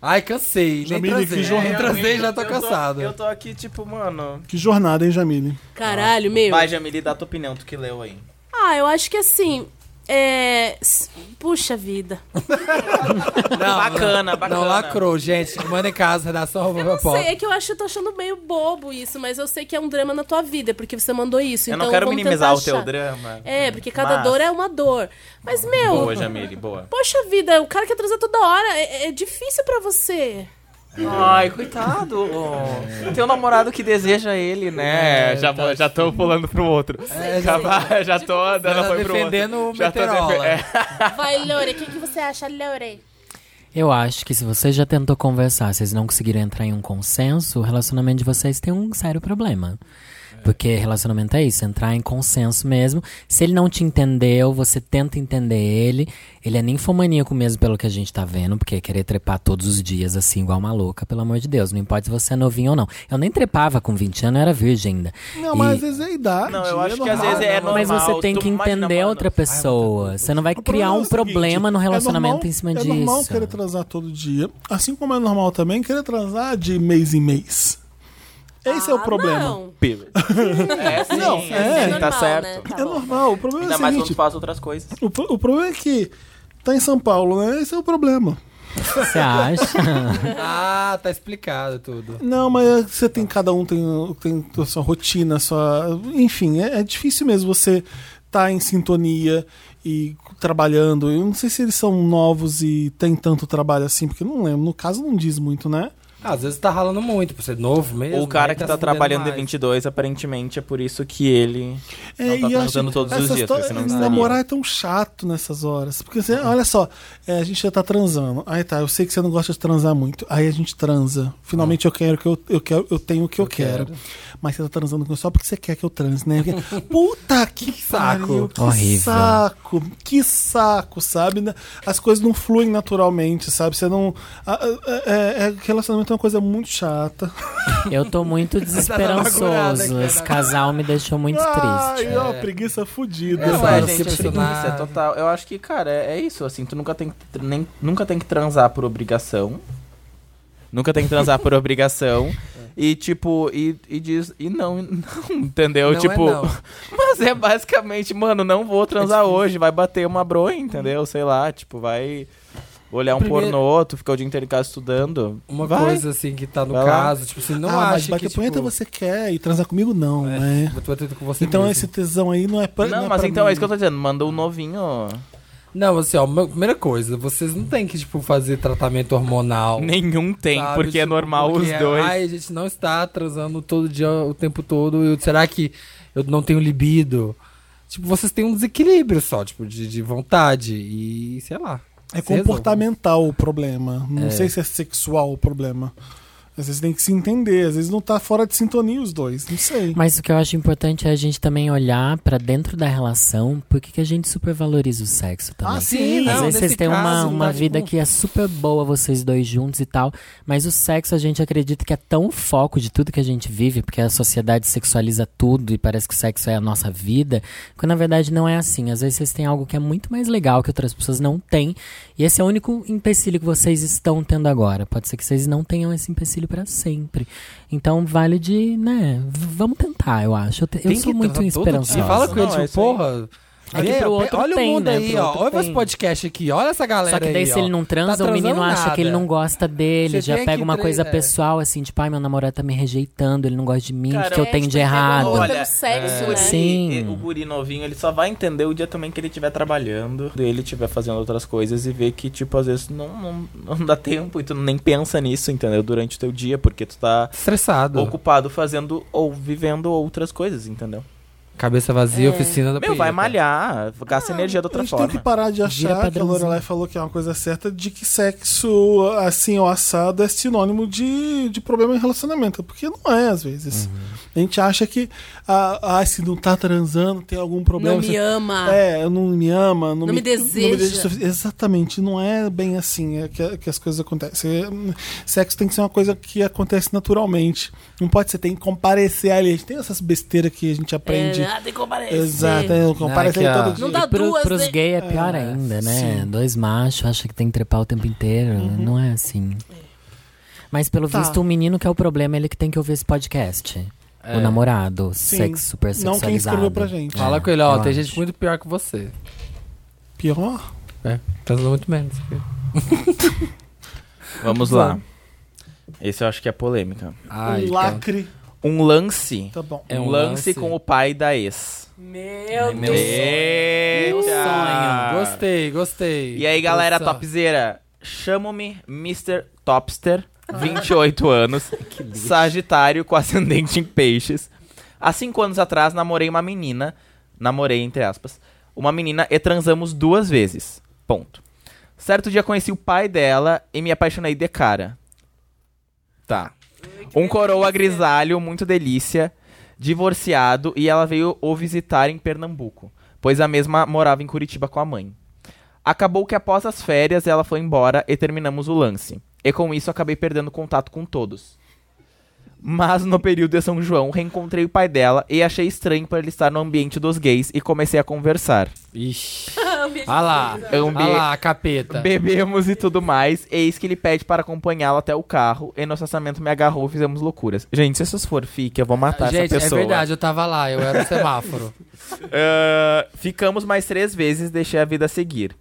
Ai, cansei. Nem
Jamile,
transei.
que jornal.
Nem transei, já tô
Eu
cansado.
Eu tô aqui, tipo, mano.
Que jornada, hein, Jamile?
Caralho, meu.
Vai, Jamile, dá tua opinião, tu que leu aí.
Ah, eu acho que assim. É. s- Puxa vida.
Não,
Bacana,
não,
bacana.
Não lacrou, gente. Manda em casa, redação. arroba
Não
pop.
sei, é que eu acho, eu tô achando meio bobo isso, mas eu sei que é um drama na tua vida, porque você mandou isso.
Eu
então
não quero
vamos
minimizar
tentar
o teu
achar.
drama.
É, porque cada
Mas-
dor é uma dor. Mas, meu,
Boa, Jamile, boa.
poxa vida, o cara quer transar toda hora. É, é difícil pra você.
Ai, coitado. Tem um namorado que deseja ele, né? já, já tô pulando pro outro.
É, já-
já, já tô tipo,
Ela tá
dando foi pro outro.
defendendo o
Já tô defe-
Meteorola.
é.
Vai, Lore, o que, que você acha, Lore?
Eu acho que se você já tentou conversar, vocês não conseguiram entrar em um consenso, o relacionamento de vocês tem um sério problema. Porque relacionamento é isso, entrar em consenso mesmo. Se ele não te entendeu, você tenta entender ele. Ele é ninfomaníaco mesmo pelo que a gente tá vendo, porque querer trepar todos os dias assim, igual uma louca, pelo amor de Deus. Não importa se você é novinho ou não. Eu nem trepava com 20 anos, eu era virgem ainda.
Não, mas
E-
às vezes é idade.
Não, eu acho
é
que às
normal.
vezes é normal.
Mas você tem
tu-
que
imagina, É,
entender
mano.
outra pessoa. Você não vai
O
criar
problema é
um
o seguinte,
problema no
é
relacionamento
normal-
em cima
é
disso.
normal querer transar todo dia. Assim como é normal também querer transar de mês em mês. Esse é o
Ah,
problema.
Não.
É, sim,
Não,
sim,
é.
sim, tá
normal,
certo.
né? Tá
É
bom.
normal. O problema
Ainda
é o
mais quando
seguinte:
tu faz outras coisas.
o, pro- o problema é que tá em São Paulo, né? Esse é o problema.
Você acha?
Ah, tá explicado tudo.
Não, mas você tem, cada um tem, tem a sua rotina, a sua. Enfim, é, é difícil mesmo você estar em sintonia e trabalhando. Eu não sei se eles são novos e tem tanto trabalho assim, porque eu não lembro. No caso, não diz muito, né?
Ah, às vezes tá ralando muito, por ser novo mesmo.
O cara
aí
que
se
tá
fudendo
trabalhando de
mais.
22, aparentemente, é por isso que ele
É,
não tá
e eu
transando
acho-
todos os
essa
dias, porque
história-
senão não
namorar é tão chato nessas horas. Porque você, olha só, é, a gente já tá transando. Aí tá, eu sei que você não gosta de transar muito. Aí a gente transa. Finalmente
Ah.
eu quero que eu, eu quero, eu tenho o que eu, quero. Mas você tá transando comigo só porque você quer que eu transe, né? Porque- Puta que,
saco.
pariu, que
Horrível.
saco, que saco, sabe? Na- As coisas não fluem naturalmente, sabe? Você não. a- a- é- é- relacionamento é uma coisa muito chata.
Eu tô muito
amargurada tá aqui,
desesperançoso.
né?
Esse casal me deixou muito triste.
Ai, ó, preguiça fudida.
É,
Ué,
Esse
gente, é
personagem.
preguiça total. Eu acho que, cara, é, é isso, assim, tu nunca tem, que tr- nem, nunca tem que transar por obrigação. Nunca tem que transar por obrigação. E tipo, e, e diz, e não, e não, entendeu?
Não é
tipo,
não.
mas é basicamente, mano, não vou transar hoje, vai bater uma broa, entendeu? Sei lá, tipo, vai Olhar um
Primeiro-
pornô, tu ficar o dia inteiro em casa estudando.
Uma
Vai.
coisa assim que tá no
Vai lá.
caso, tipo assim, não
ah, mas
acha
bater
que.
punheta
tipo,
você quer e transar comigo não,
É.
né?
Vou ter com você
Então
mesmo.
esse tesão aí não é pra
Não,
é
mas
pra
então
mim.
é isso que eu tô dizendo. Manda um novinho.
Não, assim, ó, uma- primeira coisa, vocês não tem que, tipo, fazer tratamento hormonal.
Nenhum tem,
sabe?
porque é
Tipo,
normal
porque,
os dois.
Ai, a gente não está transando todo dia, o tempo todo. Eu- será que eu não tenho libido? Tipo, vocês têm um desequilíbrio só, tipo, de, de vontade e sei lá.
É
Se resolve.
comportamental o problema. Não
É.
sei se é sexual o problema. Às vezes tem que se entender, às vezes não tá fora de sintonia os dois, não sei.
Mas o que eu acho importante é a gente também olhar pra dentro da relação, porque que a gente supervaloriza o sexo também.
Ah, sim,
tá, Às
não,
vezes é vocês
nesse
têm uma,
caso,
uma
tá,
vida
tipo-
que é super boa, vocês dois juntos e tal, mas o sexo a gente acredita que é tão foco de tudo que a gente vive, porque a sociedade sexualiza tudo e parece que o sexo é a nossa vida, quando na verdade não é assim. Às vezes vocês têm algo que é muito mais legal que outras pessoas não têm, e esse é o único empecilho que vocês estão tendo agora. Pode ser que vocês não tenham esse empecilho pra sempre. Então vale de, né, v- vamos tentar, eu acho. Eu, te- eu
Tem
sou
que
muito
transar todo dia.
esperançosa.
Fala com
Não,
ele,
é
tipo,
isso aí.
porra.
É que
vê,
pro outro
olha
tem,
o mundo
né?
aí,
Pro
ó.
outro
Olha esse
tem.
podcast aqui, olha essa galera
Só que daí
aí,
se
ó.
ele não transa,
Tá
o menino
transando
acha que ele
nada.
não gosta dele,
Você
já
tem
pega
que
uma
tra-
coisa
é.
pessoal, assim, tipo, ai, meu namorado tá me rejeitando, ele não gosta de mim, o que,
Cara,
que eu
é,
tenho de
Tipo,
errado?
pelo
Olha,
É,
é,
sexo, né?
Sim.
E- e o guri novinho, ele só vai entender o dia também que ele estiver trabalhando, e ele estiver fazendo outras coisas e ver que, tipo, às vezes não, não, não dá tempo e tu nem pensa nisso, entendeu? Durante o teu dia, porque tu tá
Estressado.
ocupado fazendo ou vivendo outras coisas, entendeu?
Cabeça vazia,
É.
oficina da
Meu, vai
punheta.
malhar, gasta energia de
Ah, a
outra
gente
forma.
tem que parar de
Vira
achar que a
padrãozinho.
Lorelai falou que é uma coisa certa de que sexo assim ou assado é sinônimo de, de problema em relacionamento, porque não é às vezes. A gente acha que ah, ah, se não tá transando tem algum problema.
Não me
se-
ama.
É, eu não me ama, não,
Ah. Não me deseja.
sufici- Exatamente, não é bem assim é que, que as coisas acontecem. É, hum, Sexo tem que ser uma coisa que acontece naturalmente. Não pode ser, tem que comparecer ali. A gente tem essas besteiras que a gente aprende.
É, ah, tem que comparecer.
Exato, é, comparecer
que a-
todo dia.
Não dá
Pro-
duas,
pros
né?
gays é pior ainda, né? Dois machos acham que tem que trepar o tempo inteiro.
Uhum.
Não é assim. Mas pelo
Tá.
visto, o menino que é o problema, ele que tem que ouvir esse podcast.
É.
O namorado,
Sim.
sexo super
Não
sexualizado.
quem escreveu pra gente.
Fala com ele, ó,
eu
tem
acho.
gente muito pior que você.
Pior?
É, transando muito menos.
Vamos lá. Esse eu acho que é polêmica.
Ai, tá.
um
cara.
lacre.
Um lance.
Tá bom.
É
um
um
lance
lance.
com o pai da ex.
Meu
Meu
Deus.
Eita!
Meu sonho. Gostei, gostei.
Ah. E aí, galera
Nossa.
topzera, chamo-me Mr. Topster, 28 anos, sagitário com ascendente em peixes. Há cinco anos atrás, namorei uma menina, namorei entre aspas, uma menina e transamos duas vezes, ponto. Certo dia conheci o pai dela e me apaixonei de cara. Tá. Um coroa grisalho, muito delícia, divorciado, e ela veio o visitar em Pernambuco, pois a mesma morava em Curitiba com a mãe. Acabou que após as férias ela foi embora e terminamos o lance. E com isso acabei perdendo contato com todos. Mas no período de São João reencontrei o pai dela e achei estranho por ele estar no ambiente dos gays e comecei a conversar. É um
Ixi. Ah lá.
Ambi-
Ah lá, capeta.
Bebemos e tudo mais, eis que ele pede para acompanhá-lo até o carro, e nosso assamento me agarrou e fizemos loucuras. Gente, se essas fanfic, eu vou matar
Gente,
essa
é
pessoa.
verdade, eu tava lá, eu era um semáforo.
Ah, ficamos mais três vezes, deixei a vida seguir.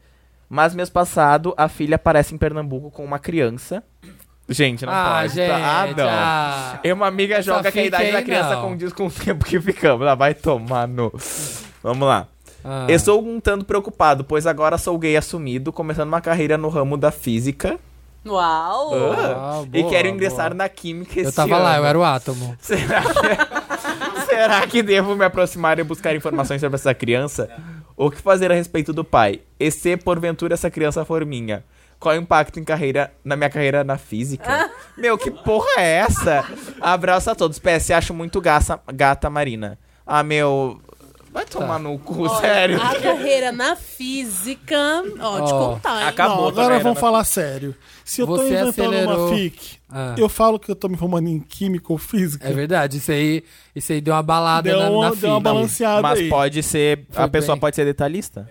Mas mês passado, a filha aparece em Pernambuco com uma criança. Gente, não
ah,
pode. tá?
gente.
ah, não.
ah.
E uma amiga joga que a
fica
idade
aí,
da criança
não.
condiz com o tempo que ficamos. Ah, vai tomar no. Vamos lá.
Ah.
Estou um tanto preocupado, pois agora sou gay assumido, começando uma carreira no ramo da física.
Uau.
Ah,
Ah,
e
boa,
quero ingressar
boa.
na química
Eu
este
tava lá, eu
ano.
era o átomo.
Será que, será que devo me aproximar e buscar informações sobre essa criança? O que fazer a respeito do pai? E se porventura essa criança for minha? Qual é o impacto em carreira, na minha carreira na física? Meu, que porra é essa? Abraço a todos. PS, acho muito gata, gata Marina. Ah, meu. Vai
Tá.
tomar no cu, sério.
A carreira na física, ó, te
Ó,
contar, hein?
acabou.
não, agora
também,
vamos
né?
falar sério. Se eu tô
tá Você
inventando
acelerou.
uma fic,
Ah.
eu falo que eu tô me formando em química ou física.
É verdade, isso aí, isso aí deu uma balada
deu,
na,
uma,
na
deu uma
fita.
balanceada
Mas
aí.
pode ser. a
Foi
pessoa
bem.
pode ser detalhista?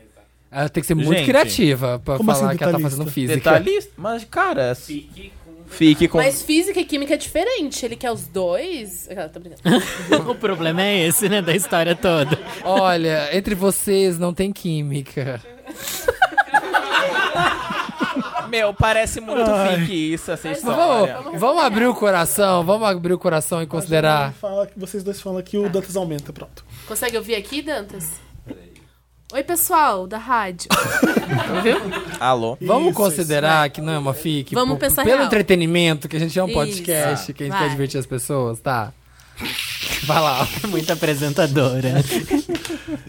Ela tem que ser muito
Gente.
criativa pra
Como
falar
assim
que ela tá
detalhista?
fazendo física.
Detalhista? Mas, cara. Fique com. Fique com.
Mas física e química é diferente. Ele quer os dois. Ah, tô brincando.
O problema é esse, né, da história toda.
Olha, entre vocês não tem química.
Ah, meu, parece muito
Ai.
fique isso, essa história.
Vamos, vamos abrir o coração, vamos abrir o coração e considerar.
Fala, vocês dois falam que o Dantas aumenta, pronto.
Consegue ouvir aqui, Dantas? Oi, pessoal da rádio.
Alô?
Vamos
Isso,
considerar que não é uma FIC?
Vamos
por-
pensar
Pelo
real.
entretenimento, que a gente é um
Isso.
podcast, que a gente
Vai.
quer divertir as pessoas, tá? Vai lá.
Muito apresentadora.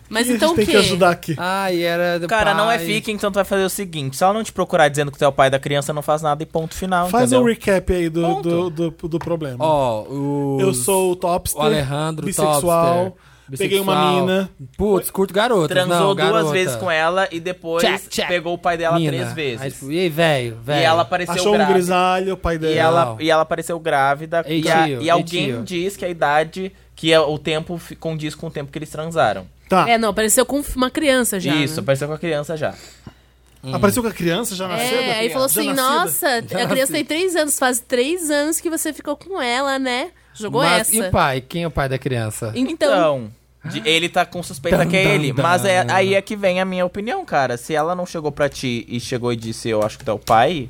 Mas
E a
então
gente
o
tem
quê?
que ajudar aqui.
Ai, era do
Cara, não é
pai.
fique, então tu vai fazer o seguinte: se ela não te procurar dizendo que tu é o pai da criança, não faz nada e ponto final.
Faz
entendeu?
um recap aí do, do,
Ponto.
do, do problema.
Ó, o.
eu sou o Topster.
o Alejandro
bissexual,
Topster,
Peguei uma
bissexual.
mina.
Putz, curto garoto.
Transou
não,
duas
garota.
vezes com ela e depois
Check, check.
pegou o pai dela
Mina.
três
Aí,
vezes.
tipo, e aí, velho?
e
velho?
ela apareceu
Achou um
grávida.
grisalho, o pai dela.
E ela, e ela apareceu grávida.
Ei,
e, a-
tio,
e
ei,
alguém
tio.
diz que a idade, que é o tempo fi- condiz com o tempo que eles transaram.
Tá.
É, não, apareceu com uma criança já.
Isso,
né?
apareceu com a criança já.
Hum.
Apareceu com a criança já nascida?
É, aí falou
Já
assim:
nascida?
nossa, a criança tem três anos, faz três anos que você ficou com ela, né? Jogou
Mas, E
essa.
o pai? Quem é o pai da criança?
Então,
Então. de- ele tá com suspeita
Tan,
que é
tan,
ele.
tan.
Mas é, aí é que vem a minha opinião, cara. Se ela não chegou pra ti e chegou e disse, eu acho que tu é o pai.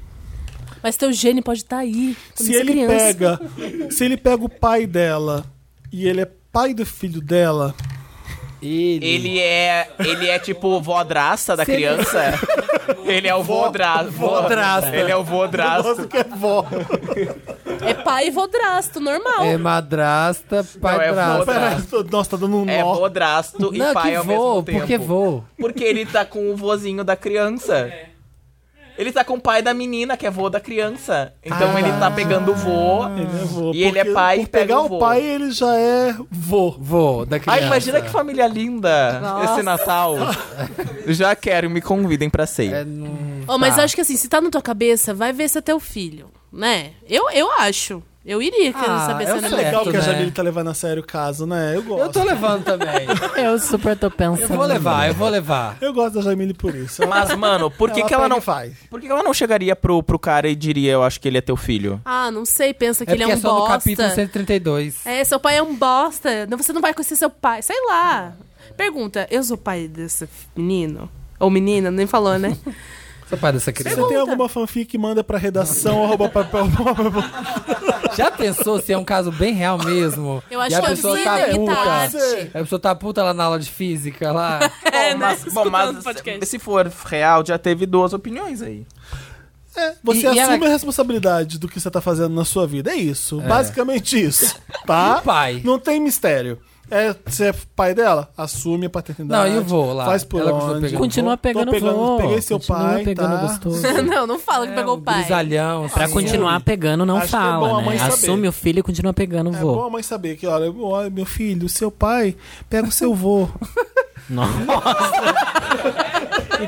mas teu gene pode estar aí. quando
se
você é
ele
criança.
pega. se ele pega o pai dela e ele é pai do filho dela.
Ele é. Ele é tipo vodrasta da criança. ele é o vodrasta.
vodrasta.
Ele é o vodrasta.
Nossa, que é vó.
É pai e vodrasto, normal.
É madrasta, pai
é vô,
drasta.
Pera, tô- nossa, tá dando um
É
nó.
vodrasto e
Não,
pai
que
ao
vou,
mesmo tempo.
porque vou.
Porque ele tá com o vozinho da criança. Ele tá com o pai da menina, que é vô da criança. Então ele tá pegando o vô.
Ah. Ele é vô,
E ele é
porque
pai e
por
pega
pegar
o
o
vô.
pai, ele já é vô.
Vou, da criança.
Ai, Ah, imagina que família linda esse Natal. Já quero, me convidem pra
É,
ceia.
não-
Ó, mas
tá.
eu acho que assim, se tá na tua cabeça, vai ver se é teu filho, né? Eu, eu acho. Eu iria querendo
Ah,
saber se
eu
é
É
sei.
meu
legal
Certo,
que a
né?
Jamile tá levando a sério o caso, né? Eu gosto.
Eu
Eu,
tô levando também.
Eu super tô
Eu
pensando.
vou levar, eu vou
É
levar. É
gosto da Jamile por isso.
Mas, mano, por que, que
pega
ela
e
não.
faz?
Por que que ela não chegaria pro, pro cara e diria, eu acho que ele é teu filho?
Ah, não sei, pensa que
é
ele é
porque
um
é só no capítulo
bosta.
132.
É, seu pai é um bosta. Não, você não vai conhecer seu pai. Sei lá. Pergunta, eu sou pai desse menino? Ou menina, nem falou, né?
Sou pai dessa
Se
criança.
você tem alguma fanfic, manda pra redação arroba papel.
Já pensou se é um caso bem real mesmo?
Eu acho
e a
que a
pessoa
vida
tá
é
puta.
arte.
A pessoa tá puta lá na aula de física lá.
É,
Bom,
né?
mas, bom, mas
Escutando o podcast.
se, se for real, já teve duas opiniões aí.
É, você
E- e
assume
ela-
a responsabilidade do que você tá fazendo na sua vida. É isso. Basicamente isso. Tá?
Ah,
E o pai?
Não tem mistério. É, você é pai dela? Assume a paternidade.
Não, e o vô lá?
Faz por
Ela continua
onde.
pegando
Continua
Tô
pegando, vou.
Peguei seu
Continua
pai,
pegando
tá?
gostoso.
não, não fala que
É,
pegou
um
o pai.
Grisalhão,
Pra
assim.
continuar pegando, não
Acho que é bom
fala,
a
né?
mãe saber.
Assume o filho e continua pegando,
É bom
vô.
a mãe saber que, olha, olha, meu filho, seu pai pega o seu vô.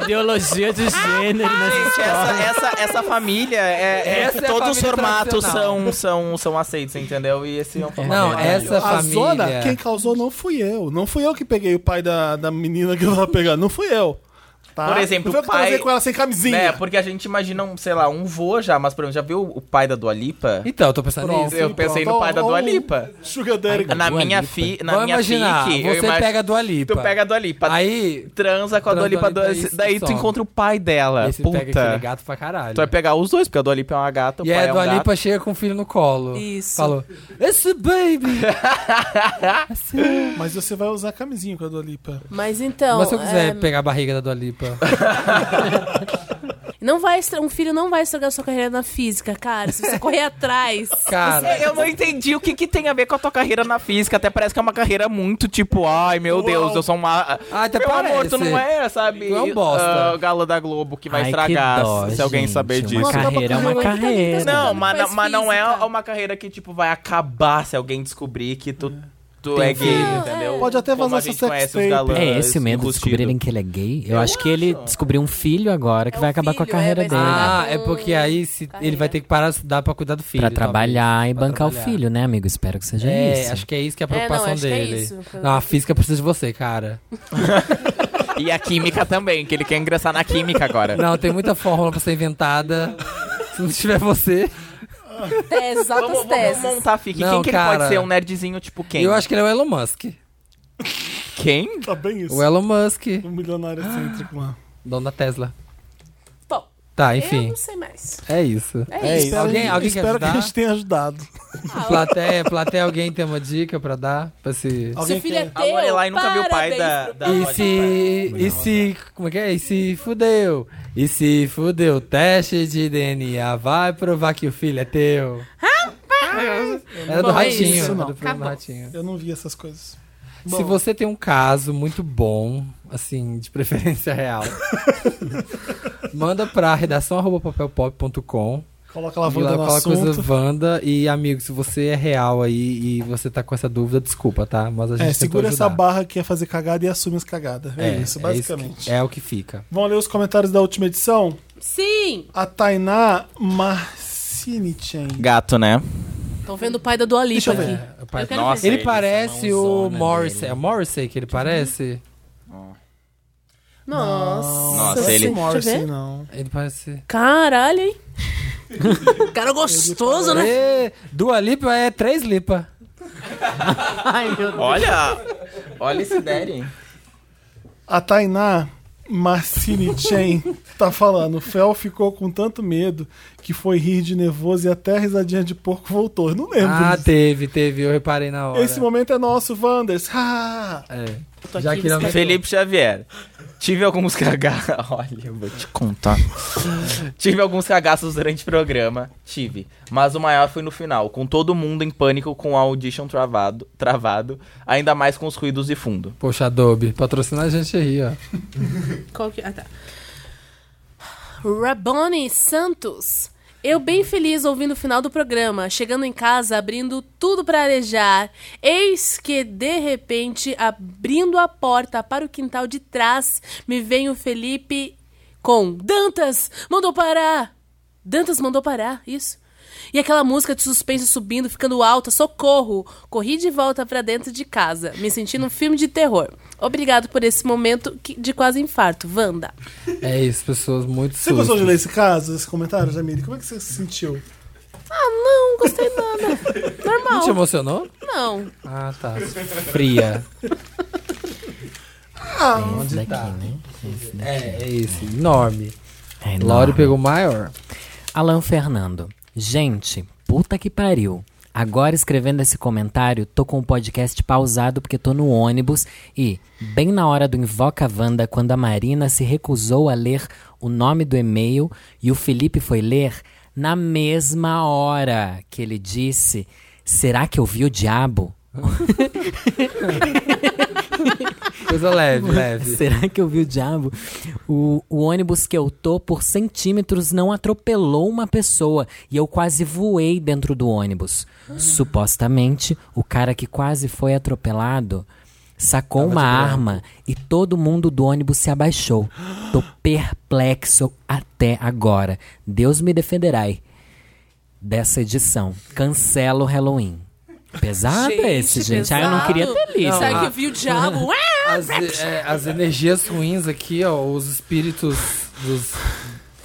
Ideologia de gênero é- nessa
Gente, essa, essa, essa família é. é-
Essa é a
todos os
família
formatos
tradicional.
são, são, são aceitos, entendeu? E esse é um formato.
Não, essa
a
família.
zona, quem causou não fui eu. Não fui eu que peguei o pai da, da menina que eu tava pegando. Não fui eu. Tá?
Por exemplo,
não foi eu que
o pai-
transei com ela sem camisinha.
É, porque a gente imagina, um, sei lá, um vô já, mas por exemplo, já viu o pai da Dua Lipa?
Então, eu tô pensando nisso.
eu pensei
pronto.
no pai da Dua
Ou-
Lipa.
Sugar Daddy.
Na
Dua
minha
Lipa.
fi, na
Vamos
minha
imaginar,
fique, eu
você
imagino-
pega a Dua Lipa.
Tu pega a Dua Lipa.
Aí,
Transa com a
Transa
Dua Lipa,
Dua Lipa,
dois-
isso
daí
só.
tu encontra o pai dela.
esse
Puta.
pega que é gato pra caralho.
Tu vai pegar os dois, porque a Dua Lipa é uma gata, o
E
pai
aí
é
a
um
Dua
gato.
Lipa chega com o filho no colo.
Isso.
Falou, esse baby.
Mas você vai usar camisinha com a Dua Lipa.
Mas então.
Mas se eu quiser
é,
pegar a barriga da Dua Lipa.
não vai estra- Um filho não vai estragar sua carreira na física, cara. Se você correr atrás.
Cara,
Eu não entendi o que, que tem a ver com a tua carreira na física. Até parece que é uma carreira muito tipo, ai meu Deus, eu sou uma.
Ah, até
meu amor,
parece.
tu não é, sabe?
Tu é um bosta.
ah, galo da Globo que vai
Ai, que
estragar,
dó,
se alguém
gente.
saber disso.
Uma carreira é uma
Acaba com a
carreira.
vida.
Não,
Não
mas,
faz
mas não é
física.
uma carreira que, tipo, vai acabar se alguém descobrir que tu, tu
Tem
é gay,
filho.
entendeu?
Pode até
Como
vazar
a gente
essa
conhece
sextape.
os galãs
É esse o medo de
enrustidos.
descobrirem que ele é gay? Eu,
Eu
acho que ele
acho.
descobriu um filho agora que
É
vai
um
acabar com a
filho, é,
carreira
vai
dele.
estragar.
ah, é porque aí se- ele vai ter que parar de estudar pra cuidar do filho.
pra trabalhar
talvez.
e
Pra
bancar
trabalhar.
o filho, né, amigo? Espero que seja
É,
isso.
acho que é isso que é a
É, não,
preocupação
acho que é
dele.
isso.
Não, a física precisa de você, cara.
E a química também, que ele quer ingressar na química agora.
Não, tem muita fórmula pra ser inventada. Se não tiver você.
Teses, altas
Vamos, vamos
teses.
montar a fique.
Não,
quem que ele
cara.
pode ser? Um nerdzinho tipo quem?
Eu acho que ele é o Elon Musk.
Quem?
Tá bem isso.
O Elon Musk,
Um milionário excêntrico lá.
dono da Tesla.
Bom,
Tá,
É, Eu
enfim.
não sei mais.
É isso.
É, isso.
Espero,
Alguém-
que-
alguém quer
espero que a
ajudar?
gente tenha ajudado.
Ah,
Plateia, plateia, alguém tem uma dica pra dar? Pra se...
Alguém
Seu filho é
quer-
teu,
A Lorelai nunca viu o pai
parabéns
da.
pro-
da
E
Lorelai.
se. E se. Como é que é? E se fudeu? E se fudeu? Teste de DNA. Vai provar que o filho é teu. Era do
Bom, é
ratinho.
isso,
era
não.
do programa do ratinho.
Eu não vi essas coisas.
Se você tem um caso muito bom, assim, de preferência real, manda pra redação.papelpop.com.
Coloca
E lá
lavanda no
fala coisa
um assunto.
Wanda. E, amigo, se você é real aí e você tá com essa dúvida, desculpa, tá? Mas a gente
É,
tentou
segura essa
ajudar.
barra que é fazer cagada e assume as cagadas. É, isso, basicamente.
que- É o que fica.
Vamos ler os comentários da última edição?
Sim!
A Tainá Marcinicen.
Gato, né?
Tô vendo o pai da Dua
Deixa eu
Lipa aqui.
ver.
É, o pai-
Eu quero
Nossa,
ver.
Ele
Ele
parece
é uma
o
zona
Morrissey.
dele.
É o Morrissey que ele parece?
Nossa.
Nossa, ele-
Deixa eu
Morrissey,
ver.
não.
Ele parece.
Caralho, hein? Cara gostoso, né?
Ê, Dua Lipa é três Lipa.
Ai, meu Deus.
Olha! Olha esse Derry.
A Tainá Marcinicen tá falando. O Fel ficou com tanto medo que foi rir de nervoso e até a risadinha de porco voltou. Eu não lembro.
Ah,
disso.
teve, teve. Eu reparei na hora.
Esse momento é nosso, Wanders. Ah!
É. Já que ele é um-
Felipe Xavier. Tive alguns cagaços. Olha, eu vou te contar. Tive alguns cagaços durante o programa. Tive. Mas o maior foi no final, com todo mundo em pânico com a audition travado, travado ainda mais com os ruídos de fundo.
Poxa, Adobe, patrocina a gente aí, ó.
Qual que... Ah, tá. Rabone Santos. Eu bem feliz ouvindo o final do programa, chegando em casa, abrindo tudo para arejar. Eis que, de repente, abrindo a porta para o quintal de trás, me vem o Felipe com Dantas mandou parar. Dantas mandou parar, isso. E aquela música de suspense subindo, ficando alta, socorro! Corri de volta pra dentro de casa, me sentindo um filme de terror. Obrigado por esse momento que- de quase infarto, Wanda.
É isso, pessoas muito
Você gostou de
sustas.
ler esse caso, esse comentário, Jamile? Como é que você se sentiu?
Ah, não, gostei
Não
nada.
te
Normal.
emocionou?
Não.
Ah, tá. Fria.
Esse daqui, né? Esse daqui.
Ah, tá? É, é isso. Enorme.
É enorme.
Lauro pegou maior.
Alan Fernando. Gente, puta que pariu. Agora escrevendo esse comentário, tô com o podcast pausado porque tô no ônibus e, bem na hora do Invoca Wanda, quando a Marina se recusou a ler o nome do e-mail e o Felipe foi ler, na mesma hora que ele disse: Será que eu vi o diabo?
Coisa leve, leve.
Será que eu vi o diabo? O, o ônibus que eu tô, por centímetros, não atropelou uma pessoa e eu quase voei dentro do ônibus. Supostamente, o cara que quase foi atropelado sacou uma arma e todo mundo do ônibus se abaixou. Tô perplexo até agora. Deus me defenderai dessa edição. Cancelo o Halloween. Pesado esse, gente. Ah, eu não queria ter lido. Ah.
Será que eu vi o diabo? Ué!
As, é, as energias ruins aqui, ó, os espíritos dos,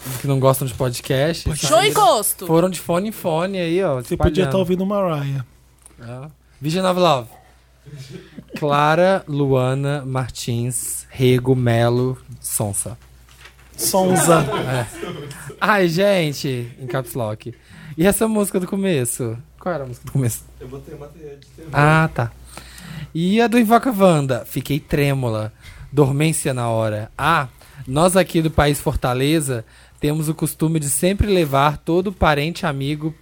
dos que não gostam de podcast.
Show
sabe?
encosto!
Foram de fone em fone aí, ó.
Você podia estar ouvindo Mariah.
ouvindo. Vision of Love. Clara, Luana, Martins, Rego, Melo, Sonsa.
Sonza.
Ai, gente, em caps lock. E essa música do começo? Qual era a música do começo?
Eu botei uma teia de terror.
Ah, tá. E a do Invoca Wanda? Fiquei trêmula. Dormência na hora. Ah, nós aqui do país Fortaleza temos o costume de sempre levar todo parente amigo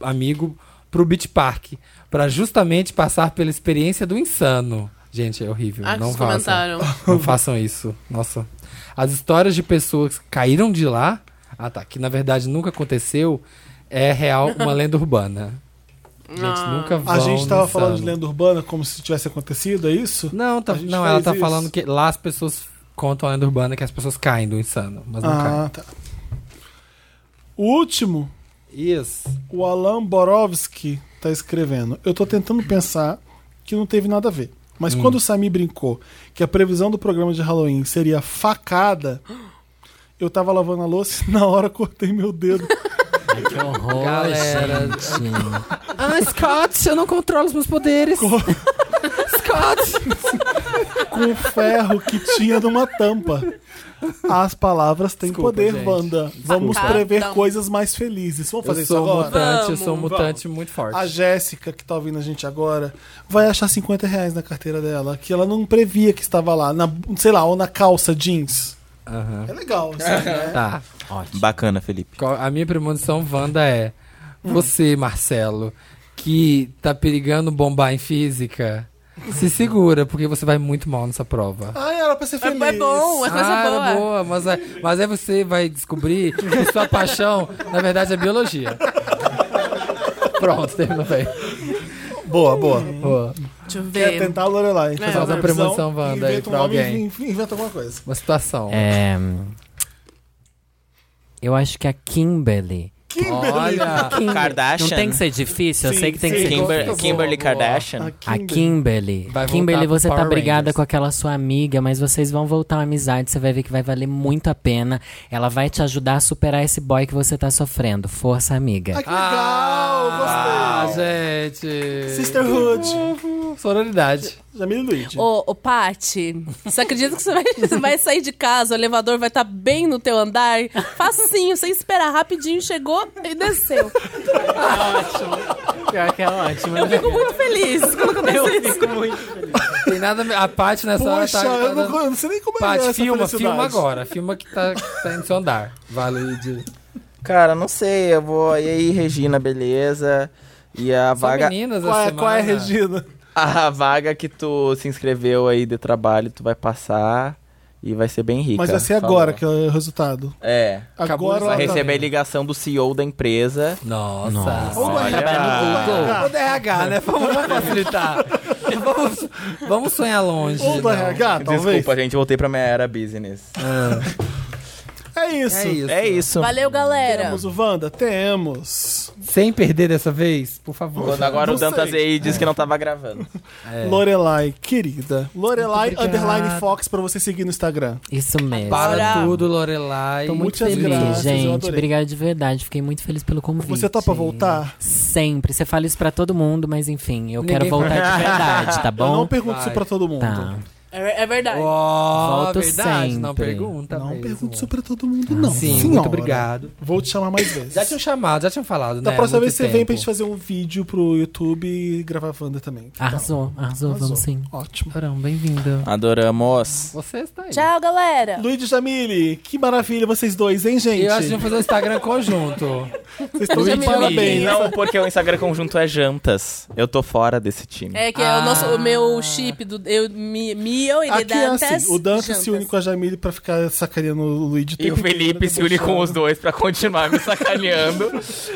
amigo pro Beach Park. Pra justamente passar pela experiência do insano. Gente, é horrível.
Ah, que
não
vocês
façam.
comentaram.
Não façam isso. Nossa. As histórias de pessoas que caíram de lá, ah tá, que na verdade nunca aconteceu, é real uma lenda urbana. Gente, nunca vão
A gente tava
no
falando de
insano.
lenda urbana como se tivesse acontecido, é isso?
Não, tá-
A gente
não ela
fez
tá
isso.
falando que lá as pessoas contam a lenda urbana que as pessoas caem do insano, mas não caem.
Ah, tá. O último,
Isso.
o Alan Borowski tá escrevendo. Eu tô tentando pensar que não teve nada a ver. Mas
Hum.
quando o Sami brincou que a previsão do programa de Halloween seria facada, eu tava lavando a louça e na hora cortei meu dedo.
Que horror,
Galera.
gente.
Ah, Scott, eu não controlo os meus poderes.
com o ferro que tinha numa tampa. As palavras têm
Desculpa,
poder,
gente.
Wanda. Vamos
Desculpa.
prever
Então.
coisas mais felizes. Vamos fazer
eu
isso
sou um
agora?
mutante, eu sou um
Vamos,
mutante muito forte.
A Jéssica, que tá ouvindo a gente agora, vai achar 50 reais na carteira dela, que ela não previa que estava lá, na, sei lá, ou na calça jeans.
Aham.
É legal, assim, né?
Tá.
Ótimo.
Bacana, Felipe.
Qual- A minha premonição, Wanda, é você, Marcelo, que tá perigando bombar em física, se segura, porque você vai muito mal nessa prova.
Ai, Ah, era pra ser
É,
feliz.
é bom, é coisa
ah, era boa,
boa.
mas, é- mas aí você vai descobrir que sua paixão, na verdade, é biologia. Pronto, terminou bem.
é
Boa, boa.
Boa.
Deixa eu
Quer
ver.
tentar a
É,
Lorelai. Faz
faz
uma
uma
previsão,
premoção, Wanda, aí,
Inventa um
pra
nome e
alguém.
in- inventa alguma coisa.
Uma situação.
É, hum, eu acho que a Kimberly.
Kimberly.
Olha,
Kimberly.
Kardashian.
Não tem que ser difícil,
Sim,
eu sei que tem que
sim.
ser
Kimber-
Boa,
Kimberly
boa.
Ah,
Kardashian.
A Kimberly.
Vai voltar
Kimberly,
pro
você tá
Power
brigada
Rangers.
com aquela sua amiga, mas vocês vão voltar à amizade. Você vai ver que vai valer muito a pena. Ela vai te ajudar a superar esse boy que você tá sofrendo. Força, amiga.
Ah, que legal,
ah,
gostei.
gente.
Sisterhood.
Sororidade.
Jamile e Luigi.
Ô, ô Pati, você acredita que você vai, você vai sair de casa, o elevador vai estar bem no teu andar? Facinho, sem esperar, rapidinho, chegou e desceu.
Pior que é ótima.
Eu fico muito feliz quando acontece isso.
Tem nada. A parte nessa hora
Poxa,
tá.
eu, não,
tá dando-
eu não sei nem como é
Paty,
essa
filma,
felicidade.
filma agora. Filma que tá, que tá indo seu andar. Vale de.
Cara, não sei, eu vou. E aí, Regina, beleza? E a
Só
vaga.
meninas
Qual
essa
é, qual é,
semana?
Regina?
A vaga que tu se inscreveu aí de trabalho, tu vai passar e vai ser bem rica.
Mas vai ser
Falou.
agora que é o resultado.
É.
Acabou
Agora
de
Vai
ela tá-
receber a ligação do CEO da empresa.
Nossa.
Nossa.
Ou vai trabalhar no RH.
Ou do RH, né? Vamos vamos facilitar. vamos, vamos sonhar longe.
Ou do
não.
RH, Ah, talvez.
Desculpa, gente, voltei pra minha era business.
Ah,
É isso.
é isso.
É isso.
Valeu, galera.
Temos o Wanda? Temos.
Sem perder dessa vez, por favor.
Quando agora
Não
o Dantas
sei.
aí disse que não tava gravando.
É.
Lorelai, querida. Lorelai
Muito obrigado.
underline Fox pra você seguir no Instagram.
Isso mesmo.
Para
Bora.
tudo, Lorelai.
Tô muito
Muitas
feliz,
graças, eu
gente.
adorei.
Obrigado de verdade. Fiquei muito feliz pelo convite.
Você topa voltar?
Sempre. Você fala isso pra todo mundo, mas enfim, eu quero
Ninguém
voltar de verdade, tá
Eu não
bom?
pergunto
Vai.
isso pra todo mundo.
Tá.
É, é verdade.
Ó,
Volto
verdade, não
sempre.
pergunta
Não
mesmo.
pergunto isso pra todo mundo, não.
é. Sim,
senhora.
muito obrigado.
Vou te chamar mais vezes.
Já tinham chamado, já tinham falado,
Da
né?
próxima
Muito
vez você vem pra
tempo.
gente fazer um vídeo pro YouTube e gravar a Wanda também. Tá?
Arrasou, arrasou, vamos sim.
Ótimo.
Porão, bem-vindo.
Adoramos.
Você está aí.
Tchau, galera.
Luiz e Jamile, que maravilha vocês dois, hein, gente?
Eu acho que vamos fazer um Instagram conjunto.
Vocês estão de
Luiz e
parabéns.
Jamile.
Não, porque o Instagram conjunto é jantas. Eu tô fora desse time.
É que é o nosso, o meu chip do eu, mi, mi, eu e
Ah. Aqui é
Dantas.
assim, o Dantas
juntas.
se une com a Jamile pra ficar sacaneando o Luigi.
E o Felipe se une com os dois pra continuar me sacaneando.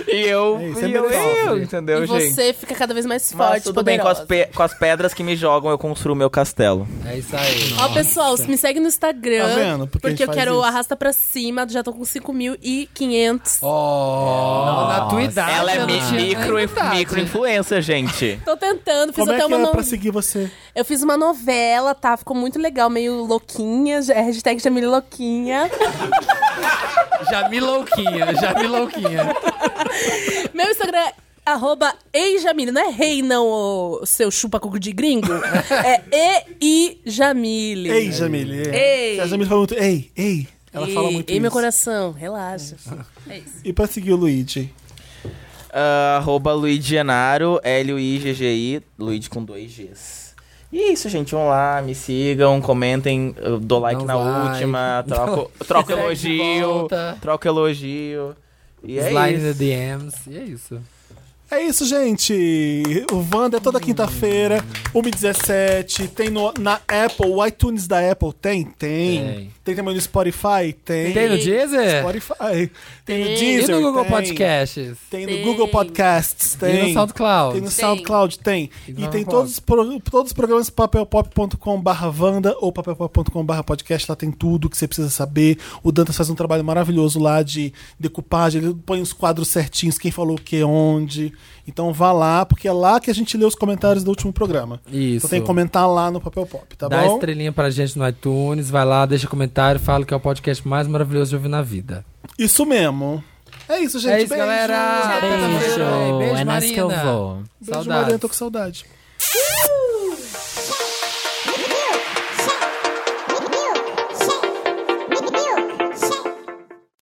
e eu.
É, isso é
e eu,
melhor.
eu, entendeu,
E
gente?
você fica cada vez mais
Mas
forte,
tudo bem, com as,
poderosa.
pe- com as pedras que me jogam, eu construo meu castelo.
É isso aí.
Ó, pessoal, me segue no Instagram.
Tá vendo? Porque
Porque,
a gente
eu
faz
quero
isso.
arrasta pra cima, já tô com 5.500.
Ó, na tua idade.
Ela é
eu não
mi-
tinha nem
micro,
idade.
micro influencer, gente.
Tô tentando, fiz
Como é
até
que
uma
era
no...
pra seguir você?
Eu fiz uma novela, tá? Ficou muito legal, meio louquinha. já- Hashtag Jamile Louquinha.
Já me louquinha, já me louquinha.
Meu Instagram é arroba eijamile. Não é rei, não, ô, seu chupa-cuco de gringo. É e-i-jamile.
Ei, Jamile.
Ei.
A Jamile fala muito, ei, ei. Ela fala muito
Ei,
isso.
meu coração, relaxa. É isso.
E pra seguir o Luigi?
Ah, arroba Luiz Genaro, L-U-I-G-G-I, Luigi com dois Gs. E é isso, gente. Vão lá, me sigam, comentem, eu dou like
Dá
na
um like.
última, troco, troco
Segue de
elogio,
volta.
troco elogio. E é
Slide
isso.
in the DMs. E é isso.
É isso, gente. O Wanda é toda quinta-feira, 1h17. Tem no- na Apple, o iTunes da Apple? Tem? Tem. Tem,
Tem.
também no Spotify? Tem.
Tem no Deezer?
Spotify. Tem no
E
Deezer?
no Google
Tem. Tá
Podcasts?
Tem no
Tem.
Google Podcasts? Tem.
E no SoundCloud?
Tem no SoundCloud, tem.
E
E
no
tem
Pop.
todos, os pro- todos os programas papelpop.com.br Wanda ou papelpop.com.br podcast, lá tem tudo que você precisa saber. O Dantas faz um trabalho maravilhoso lá de decupagem, ele põe os quadros certinhos, quem falou o que, onde. Então vá lá, porque é lá que a gente lê os comentários do último programa.
Isso.
Então tem que comentar lá no Papel Pop, tá
Dá
bom?
estrelinha pra gente no iTunes, vai lá, deixa comentário, fala que é o podcast mais maravilhoso de ouvir na vida.
Isso mesmo. É isso, gente.
é isso,
Beijo.
galera.
Até
Até
quinta-feira.
quinta-feira.
Beijo,
Beijo,
é nessa que eu
Marina.
vou.
Beijo,
Saudades.
Maria, tô com saudade.